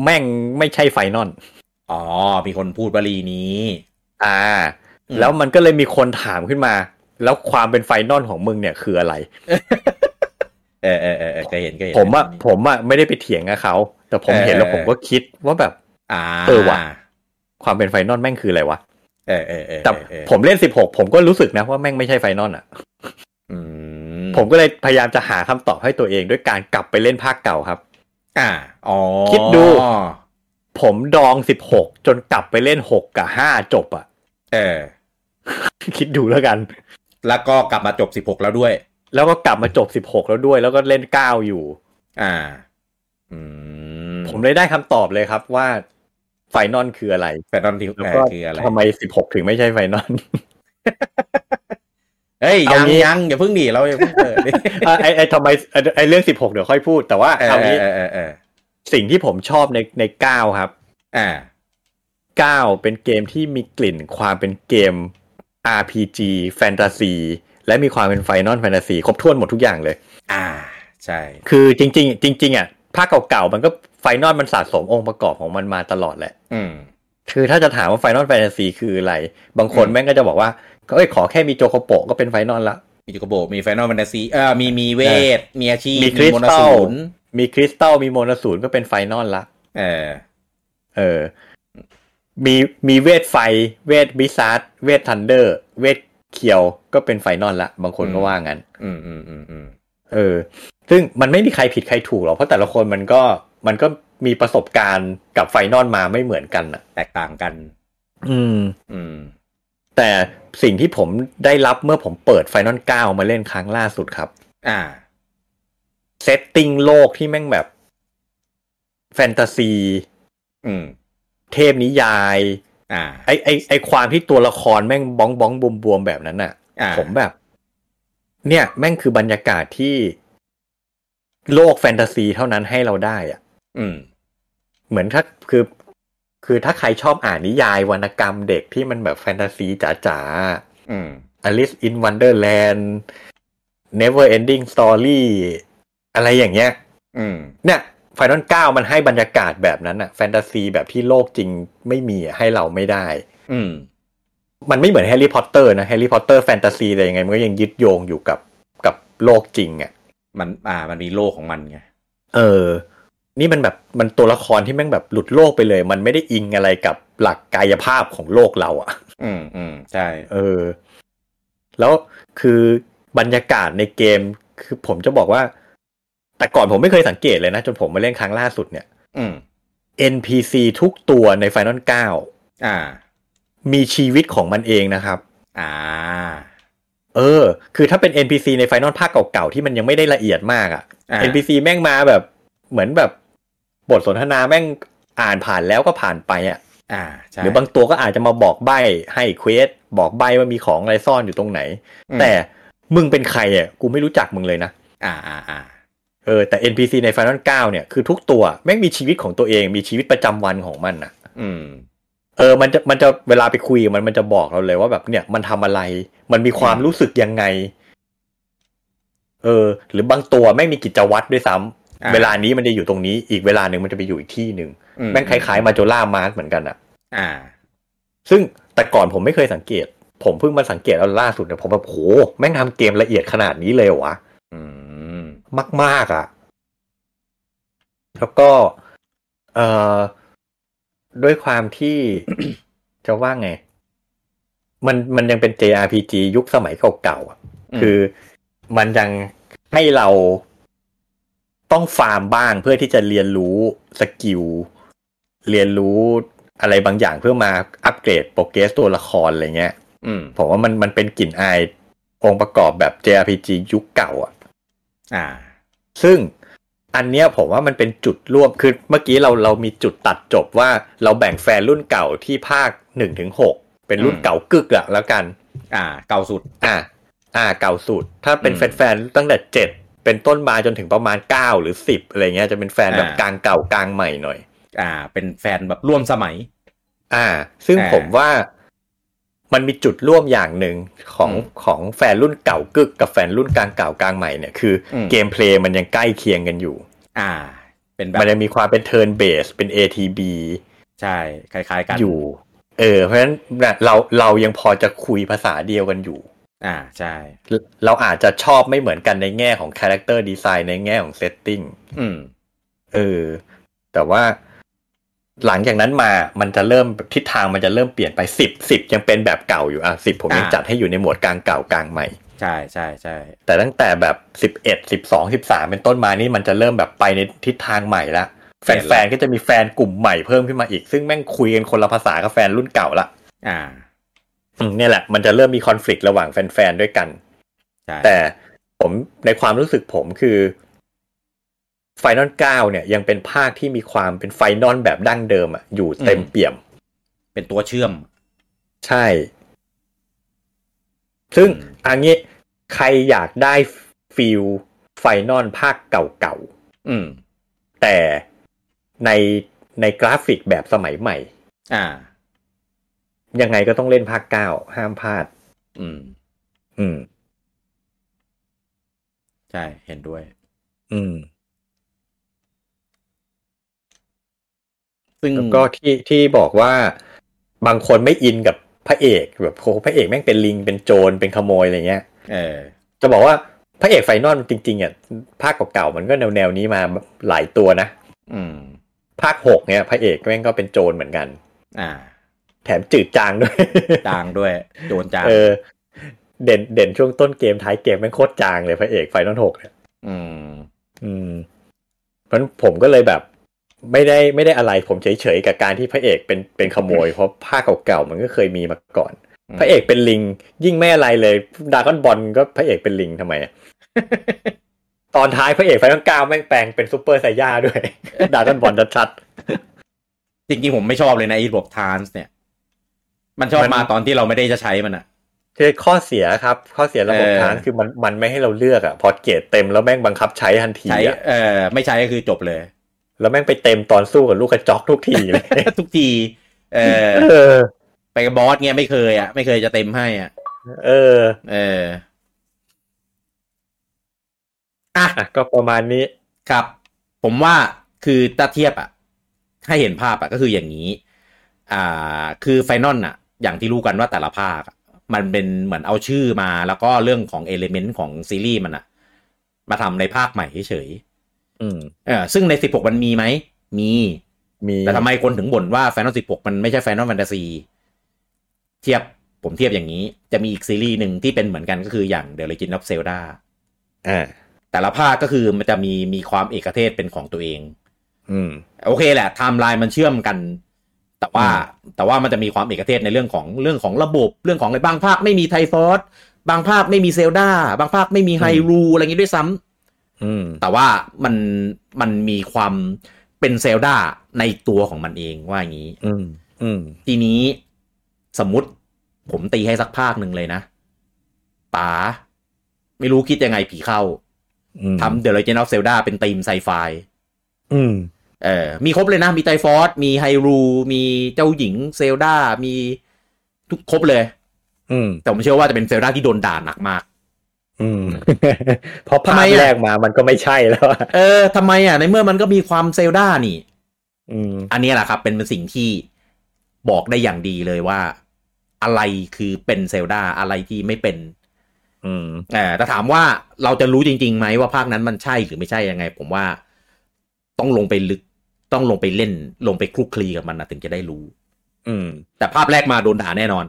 แม่งไม่ใช่ไฟนอล อ๋อ มีคนพูดบลีนี้ อ่า อืม แล้วมันก็เลยมีคนถามขึ้นมา แล้วความเป็นไฟนอลของมึงเนี่ยคืออะไร เออเออเออเออเคยเห็นเคยเห็น ผมอะผมอะไม่ได้ไปเถียงกับเขา แต่ผมเห็นแล้วผมก็คิดว่าแบบ อ่า เออว่ะ ความเป็นไฟนอลแม่งคืออะไรวะ เออเออเออ แต่ เออ ผมเล่น 16 ผมก็รู้สึกนะว่าแม่งไม่ใช่ไฟนอลอะ อืม ผมก็เลยพยายามจะหาคำตอบให้ตัวเองด้วยการกลับไปเล่นภาคเก่าครับ อ่า อ๋อ คิดดู ผมดอง 16 จนกลับไปเล่น 6 กับ 5 จบอะ เออ คิดดูแล้วกัน แล้วก็กลับมาจบสิบหกแล้วด้วย แล้วก็กลับมาจบ 16 แล้วด้วย แล้วก็เล่น 9 อยู่ อ่า อืม ผมเลยได้คำตอบเลยครับว่าไฟนอลคืออะไร แฟนตอนที่ แล้ว แปด ก็ คืออะไร ทำไม 16 ถึงไม่ใช่ไฟนอล เฮ้ย ยัง เอางี้ ยังอย่าเพิ่งหนีเราอย่าเพิ่งเปิดดิ อ่ะไอ้ไอ้ทำไมไอ้ไอ้เรื่อง 16 เดี๋ยวค่อยพูด แต่ว่า เออ เอา เอ งี้ อเออเออ สิ่งที่ผมชอบในใน 9 ครับ อ่า 9 เป็นเกมที่มีกลิ่นความเป็นเกม RPG แฟนตาซีและมีความเป็นไฟนอลแฟนตาซีครบถ้วนหมดทุกอย่างเลย อ่า ใช่ คือจริง ๆ จริง ๆ อ่ะ ภาคเก่าๆ มันก็ไฟนอลมันสะสมองค์ประกอบของมันมาตลอดแหละ อืม คือถ้าจะถามว่าไฟนอลแฟนตาซีคืออะไร บางคน อืม แม่งก็จะบอกว่าก็เอ้ยขอแค่มีโจโคโปะก็เป็นไฟนอลละ มีจูกโบมีแฟนต a ลแฟนตาซีเออมีมีเวท มีอาชีพ มีคริส มนต์อ ตัล สูร มีคริสตัลมีโมโนสูนก็เป็นไฟนอลละ เออ เออ มีมีเวทไฟ เวทบิซาร์ดเวททันเดอร์ เวทเคียวก็เป็นไฟนอลละ บางคนก็ อืม ว่างั้น อืมอืมอืมอืม เออ ซึ่งมันไม่มีใครผิดใครถูกหรอกเพราะแต่ละคนมันก็มันก็มีประสบการณ์กับไฟนอลมาไม่เหมือนกันอ่ะ แตกต่างกัน อืม อืม แต่สิ่งที่ผมได้รับเมื่อผมเปิดไฟนอลเก้ามาเล่นครั้งล่าสุดครับ อ่า เซตติ้งโลกที่แม่งแบบ แฟนตาซี อืม เทพนิยาย อ่า ไอไอไอความที่ตัวละครแม่งบ้องบ้องบวมบวมๆแบบนั้นน่ะ อ่า ผมแบบ เนี่ย แม่งคือบรรยากาศที่โลกแฟนตาซีเท่านั้นให้เราได้อะ อืม เหมือนถ้าคือ คือถ้าใครชอบอ่านนิยายวรรณกรรมเด็กที่มันแบบแฟนตาซีจ๋า อืม ๆ Alice in Wonderland Never Ending Story อะไรอย่างเงี้ย อืม เนี่ยไฟนอลเก้ามันให้บรรยากาศแบบนั้นอะแฟนตาซีแบบที่โลกจริงไม่มีอะให้เราไม่ได้ อืม มันไม่เหมือนแฮร์รี่พอตเตอร์นะแฮร์รี่พอตเตอร์แฟนตาซีอะไรยังไง มันก็ยังยึดโยงอยู่กับกับโลกจริงอะ่ะ มันอ่า มันมีโลกของมันไง เออ นี่มันแบบมันตัวละครที่แม่งแบบหลุดโลกไปเลย มันไม่ได้อิงอะไรกับหลักกายภาพของโลกเราอะ่ะ อืมอืมใช่ เออ แล้วคือบรรยากาศในเกม คือผมจะบอกว่า แต่ก่อนผมไม่เคยสังเกตเลยนะ จนผมมาเล่นครั้งล่าสุดเนี่ย อืม NPC ทุกตัวใน Final อ่า 9 มีชีวิตของมันเองนะครับ อ่า เออ คือถ้าเป็น NPC ใน Final ภาคเก่าๆ ที่มันยังไม่ได้ละเอียดมากอะ อ่า NPC แม่งมาแบบเหมือนแบบบทสนทนาแม่งอ่านผ่านแล้วก็ผ่านไปอะ อ่าใช่ หรือบางตัวก็อาจจะมาบอกใบ้ให้เควสบอกใบ้ว่ามีของอะไรซ่อนอยู่ตรงไหน อืม แต่มึงเป็นใครอะกูไม่รู้จักมึงเลยนะ อ่าอ่าอ่า เออแต่ NPC ใน Final 9 เนี่ยคือทุกตัวแม่งมีชีวิตของตัวเองมีชีวิตประจำวันของมันนะ อืม เออมันจะมันจะเวลาไปคุยกับมันมันจะบอกเราเลยว่าแบบเนี่ยมันทำอะไร มันมีความ อืม รู้สึกยังไง เออ หรือบางตัวแม่งมีกิจวัตรด้วยซ้ำ อ่ เวลานี้มันจะอยู่ตรงนี้อีกเวลาหนึ่งมันจะไปอยู่อีกที่หนึ่ง อื แม่งคล้ายๆมาโจล่ามาร์สเหมือนกันอะ อ่า ซึ่งแต่ก่อนผมไม่เคยสังเกต ผมเพิ่งมาสังเกตแล้วล่าสุดเนี่ยผมแบบโหแม่งทำเกมละเอียดขนาดนี้เลยเหรอวะ อืม มาก ๆ อ่ะ แล้วก็เอ่อด้วยความที่ จะว่าไง มันมันยังเป็น JRPG ยุคสมัยเก่าๆอะ อืม คือมันยังให้เราต้องฟาร์มบ้างเพื่อที่จะเรียนรู้สกิล เรียนรู้อะไรบางอย่างเพื่อมาอัปเกรดโปรเกรสตัวละครอะไรเงี้ย อืม ผมว่ามันมันเป็นกลิ่นอายองค์ประกอบแบบ JRPG ยุคเก่าอ่ะ อ่า ซึ่งอันเนี้ยผมว่ามันเป็นจุดร่วมคือเมื่อกี้เราเรามีจุดตัดจบว่าเราแบ่งแฟนรุ่นเก่าที่ภาคหนึ่งถึงหกเป็นรุ่น อืม เก่ากึกอะแล้วกัน อ่า เก่าสุด อ่า อ่าเก่าสุด ถ้าเป็น อืม แฟนๆตั้งแต่เจ็ดเป็นต้นมาจนถึงประมาณเก้าหรือสิบอะไรเงี้ยจะเป็นแฟนแบบ อ่า กลางเก่ากลางใหม่หน่อย อ่า เป็นแฟนแบบร่วมสมัย อ่า ซึ่ง อ่า ผมว่ามันมีจุดร่วมอย่างหนึ่งของ อืม ของแฟนรุ่นเก่ากึกกับแฟนรุ่นกลางเก่ากลางใหม่เนี่ยคืออ ม เกมเพลย์มันยังใกล้เคียงกันอยู่ อ่า เป็นแบบ มันยังมีความเป็นเทิร์นเบสเป็น ATB ใช่ คล้าย ๆ กัน อยู่ เออ เพราะฉะนั้นน่ะเราเรายังพอจะคุยภาษาเดียวกันอยู่ อ่า ใช่ เราอาจจะชอบไม่เหมือนกันในแง่ของคาแรคเตอร์ดีไซน์ในแง่ของเซตติ้ง อืม เออ แต่ว่าหลังจากนั้นมามันจะเริ่มทิศทางมันจะเริ่มเปลี่ยนไปสิบสิบยังเป็นแบบเก่าอยู่อ่ะสิบผมยัง อ่า จัดให้อยู่ในหมวดกลางเก่ากลางใหม่ ใช่ใช่ใช่ แต่ตั้งแต่แบบสิบเอ็ดสิบสองสิบสามเป็นต้นมานี่มันจะเริ่มแบบไปในทิศทางใหม่ละแ เปลี่ยนละ ฟนๆก็จะมีแฟนกลุ่มใหม่เพิ่มขึ้นมาอีก ซึ่งแม่งคุยกันคนละภาษากับแฟนรุ่นเก่าละ อ่า อืมเนี่ยแหละมันจะเริ่มมีคอน FLICT ระหว่างแฟนๆด้วยกัน ใช่ แต่ผมในความรู้สึกผมคือไฟนอลเก้าเนี่ยยังเป็นภาคที่มีความเป็นไฟนอลแบบดั้งเดิมอะอยู่เต็ม อืม เปี่ยม เป็นตัวเชื่อม ใช่ ซึ่ง อืม อันนี้ใครอยากได้ฟิลไฟนอลภาคเก่าๆ อืม แต่ในในกราฟิกแบบสมัยใหม่ อ่า ยังไงก็ต้องเล่นภาคเก้าห้ามพลาด อืม อืม ใช่ เห็นด้วย อืม ซึ่ง แล้วก็ที่ที่บอกว่าบางคนไม่อินกับพระเอกแบบโหพระเอกแม่งเป็นลิงเป็นโจรเป็นขโมยอะไรเงี้ย เออ จะบอกว่าพระเอกไฟนอลจริงๆอ่ะภาคเก่าๆมันก็แนวแนวๆนี้มาหลายตัวนะ อืม ภาคหกเนี่ยพระเอกแม่งก็เป็นโจรเหมือนกัน อ่า แถมจืดจางด้วย จางด้วย โจรจาง เออ เด่นเด่นช่วงต้นเกมท้ายเกมแม่งโคตรจางเลยพระเอกไฟนอลหกเนี่ย อืม อืมเพราะฉะนั้นผมก็เลยแบบไม่ได้ไม่ได้อะไรผมเฉยๆกับการที่พระเอกเป็นเป็นขโมย เพราะภาคเก่าๆมันก็เคยมีมาก่อน อืม พระเอกเป็นลิง ยิ่งไม่อะไรเลยดรากอนบอลก็พระเอกเป็นลิงทำไมอะ ตอนท้ายพระเอกไฟนอลเก้าแม่งแปลงเป็นซูเปอร์ไซย่าด้วย ดรากอนบอลชัด จริงๆผมไม่ชอบเลยนะไอ้ระบบทานส์เนี่ย มันชอบ มัน มาตอนที่เราไม่ได้จะใช้มันอะ ๆคือข้อเสียครับ ข้อเสียระบบ เออ ทานคือมันมันไม่ให้เราเลือกอะพอเกรดเต็มแล้วแม่งบังคับใช้ทันที ใช้ อะ เออไม่ใช้ก็คือจบเลย แล้วแม่งไปเต็มตอนสู้กับลูกกระจอกทุกทีเลย ทุกที เออ เออ ไปกับบอสเงี้ยไม่เคยอ่ะ ไม่เคยจะเต็มให้อ่ะ เออ เออ อ่ะ อ่ะก็ประมาณนี้ ครับ ผมว่าคือถ้าเทียบอะให้เห็นภาพอะก็คืออย่างนี้ อ่า คือไฟนอลอะอย่างที่รู้กันว่าแต่ละภาคอะมันเป็นเหมือนเอาชื่อมาแล้วก็เรื่องของเอลิเมนต์ของซีรีส์มันอะมาทำในภาคใหม่เฉย อืม ๆเออซึ่งใน 16 มันมีไหม มี มี แต่ทำไมคนถึงบ่นว่าแฟนตาซี16 มันไม่ใช่แฟนตาแฟนตาซี เทียบผมเทียบอย่างนี้ จะมีอีกซีรีส์หนึ่งที่เป็นเหมือนกันก็คืออย่าง The Legend of Zelda อ่า แต่ละภาคก็คือมันจะมีมีความเอกเทศเป็นของตัวเอง อืม โอเคแหละไทม์ไลน์มันเชื่อมกัน แต่ว่าแต่ว่ามันจะมีความเอกเทศในเรื่องของเรื่องของระบบเรื่องของอะไรบางภาคไม่มีไทฟอสบางภาคไม่มีเซลดาบางภาคไม่มีไฮรูอะไรอย่างงี้ด้วยซ้ำ อืม แต่ว่ามันมันมีความเป็นเซลดาในตัวของมันเองว่าอย่างนี้ อืม อืม ทีนี้สมมติผมตีให้สักภาคหนึ่งเลยนะป๋าไม่รู้คิดยังไงผีเข้า อืม ทำเด e ะเลเจนด์ออฟเซลดาเป็นธีมไซไฟ อืม เออมีครบเลยนะ มีไตรฟอสมีไฮรู มีเจ้าหญิงเซลดา มีทุกครบเลย อืม แต่ผมเชื่อว่าจะเป็นเซลดาที่โดนด่าหนักมาก อืม เพราะภา ทำไม พ อะ แรกมามันก็ไม่ใช่แล้วอะ เออทำไมอ่ะ ในเมื่อมันก็มีความเซลดานี่ อืม อันนี้แหละครับ เป็นเป็นสิ่งที่บอกได้อย่างดีเลยว่า อะไรคือเป็นเซลดาอะไรที่ไม่เป็น อืม เออแต่ถามว่าเราจะรู้จริงๆไหมว่าภาคนั้นมันใช่หรือไม่ใช่ยังไง ผมว่าต้องลงไปลึกต้องลงไปเล่น ลงไปคลุกคลีกับมันนะถึงจะได้รู้ อืม แต่ภาพแรกมาโดนด่าแน่นอน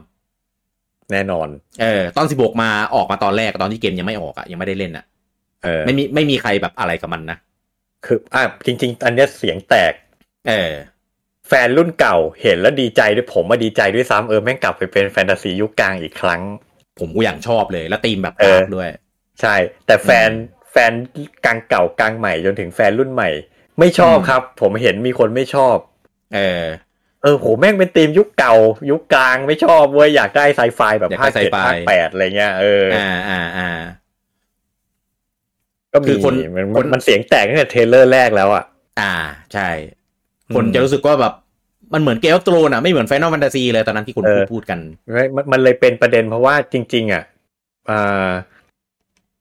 แน่นอน เออตอนสิบกมาออกมาตอนแรกตอนที่เกมยังไม่ออกอะยังไม่ได้เล่นอะ เออ ไม่มีไม่มีใครแบบอะไรกับมันนะ คืออ่ะจริง ๆ อันเนี้ยเสียงแตก เออ แฟนรุ่นเก่าเห็นแล้วดีใจด้วยผมมาดีใจด้วยซ้ำเออแม่งกลับไปเป็นแฟนตาซียุคกลางอีกครั้ง ผมก็อย่างชอบเลย แล้วตีมแบบ เอ ดา อ ร์กด้วย ใช่ แต่แฟนแฟนกลางเก่ากลางใหม่จนถึงแฟนรุ่นใหม่ ไม่ชอบ อืม ครับ ผมเห็นมีคนไม่ชอบ เออ เออโหแม่งเป็นธีมยุคเก่า ยุคกลางไม่ชอบเว้ยอยากได้ไซไฟแบบ อยากได้ ภาคเจ็ด sci-fi ภาคแปดอะไรเงี้ยเออ อ่าอ่าอ่า ก็ คื มี อคน มัคนมัน น มันเสียงแตกตั้งแต่เทรลเลอร์แรกแล้วอ่ะ อ่าใช่ คน อืม จะรู้สึกว่าแบบมันเหมือนเกมออฟโตรนอะไม่เหมือนไฟนอลแฟนตาซีเลยตอนนั้นที่คน เอ พู อ ดพูดกัน ไม่มันมันเลยเป็นประเด็นเพราะว่าจริง ๆ อ่ะอ่า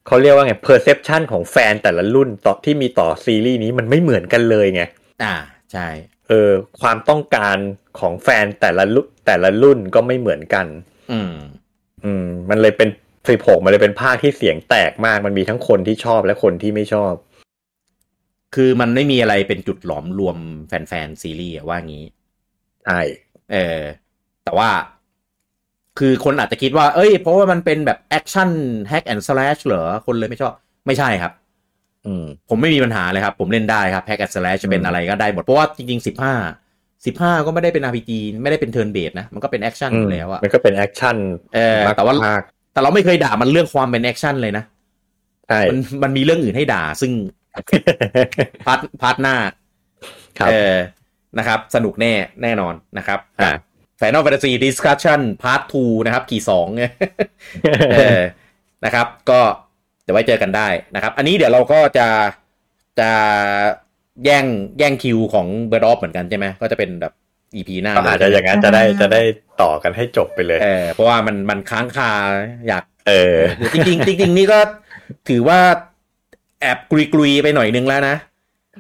เขาเรียกว่าไง perception ของแฟนแต่ละรุ่นต่อที่มีต่อซีรีส์นี้มันไม่เหมือนกันเลยไง อ่าใช่ เออความต้องการของแฟนแต่ละรุ่นแต่ละรุ่นก็ไม่เหมือนกัน อืม อืม มันเลยเป็นสิบหกมันเลยเป็นภาคที่เสียงแตกมาก มันมีทั้งคนที่ชอบและคนที่ไม่ชอบ คือมันไม่มีอะไรเป็นจุดหลอมรวมแฟนๆซีรีส์อะว่างี้ ใช่ เออแต่ว่าคือคนอาจจะคิดว่า เอ้ย เพราะว่ามันเป็นแบบแอคชั่นแฮกแอนด์สแลชเหรอ คนเลยไม่ชอบ ไม่ใช่ครับ อืม ผมไม่มีปัญหาเลยครับ ผมเล่นได้ครับแฮกแอนด์สแลชจะเป็น อืม อะไรก็ได้หมด เพราะว่าจริงๆสิบห้าสิบห้าก็ไม่ได้เป็น RPG ไม่ได้เป็นเทิร์นเบสนะ มันก็เป็นแอคชั่นอยู่แล้วอะ มันก็เป็นแอคชั่น เออแต่ว่าม าก แต่เราไม่เคยด่ามันเรื่องความเป็นแอคชั่นเลยนะ ๆใช่ มันมันมีเรื่องอื่นให้ด่า ซึ่งพาร์ทพาร์ทหน้า ครับ เออ นะครับ สนุกแน่ แน่นอนนะครับ อ่ะ แฟนอลแฟนตาซีดิสคัชชั่นพาร์ท2นะครับ กี่สอง เนี่ยเออ นะครับ ก็เดี๋ยวไว้เจอกันได้นะครับ อันนี้เดี๋ยวเราก็จะ จะแย่ง แย่งคิวของเบ r ร์ดออฟเหมือนกันใช่ไหม ก็จะเป็นแบบ EP หน้า ก็อาจจะอย่างนั้นจะได้จะได้ต่อกันให้จบไปเลย เออ เพราะว่ามัน มันค้างคาอยาก เออ จริงๆจริงๆนี่ก็ถือว่าแอบกลุยๆไปหน่อยนึงแล้วนะ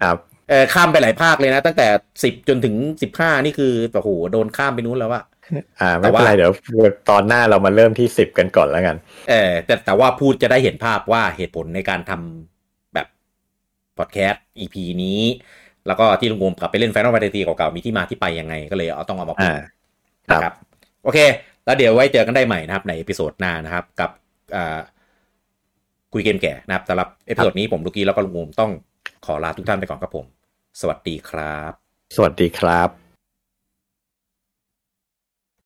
ครับ เออข้ามไปหลายภาคเลยนะ ตั้งแต่สิบจนถึงสิบห้านี่คือแบบโหโดนข้ามไปนู้นแล้วอะ อ่า แต่ ไม่เป็ ว่า นไรเดี๋ยวตอนหน้าเรามาเริ่มที่สิบกันก่อนแล้วกัน เออแต่แต่ว่าพูดจะได้เห็นภาพว่าเหตุผลในการทำแบบพอดแคสต์ EP นี้ แล้วก็ที่ลุงงมกลับไปเล่น Final Fantasy เก่าๆ มีที่มาที่ไปยังไงก็เลยเอาต้องเอามาพูด อ่า ครับ นะครับ โอเค แล้วเดี๋ยวไว้เจอกันได้ใหม่นะครับ ในเอพิโซดหน้านะครับ กับอ่าคุยเกมแก่นะครับสำหรับเอพิโซดนี้ผมลูกี้แล้วก็ลุงงมต้องขอลาทุกท่านไปก่อนครับผม สวัสดีครับ สวัสดีครับ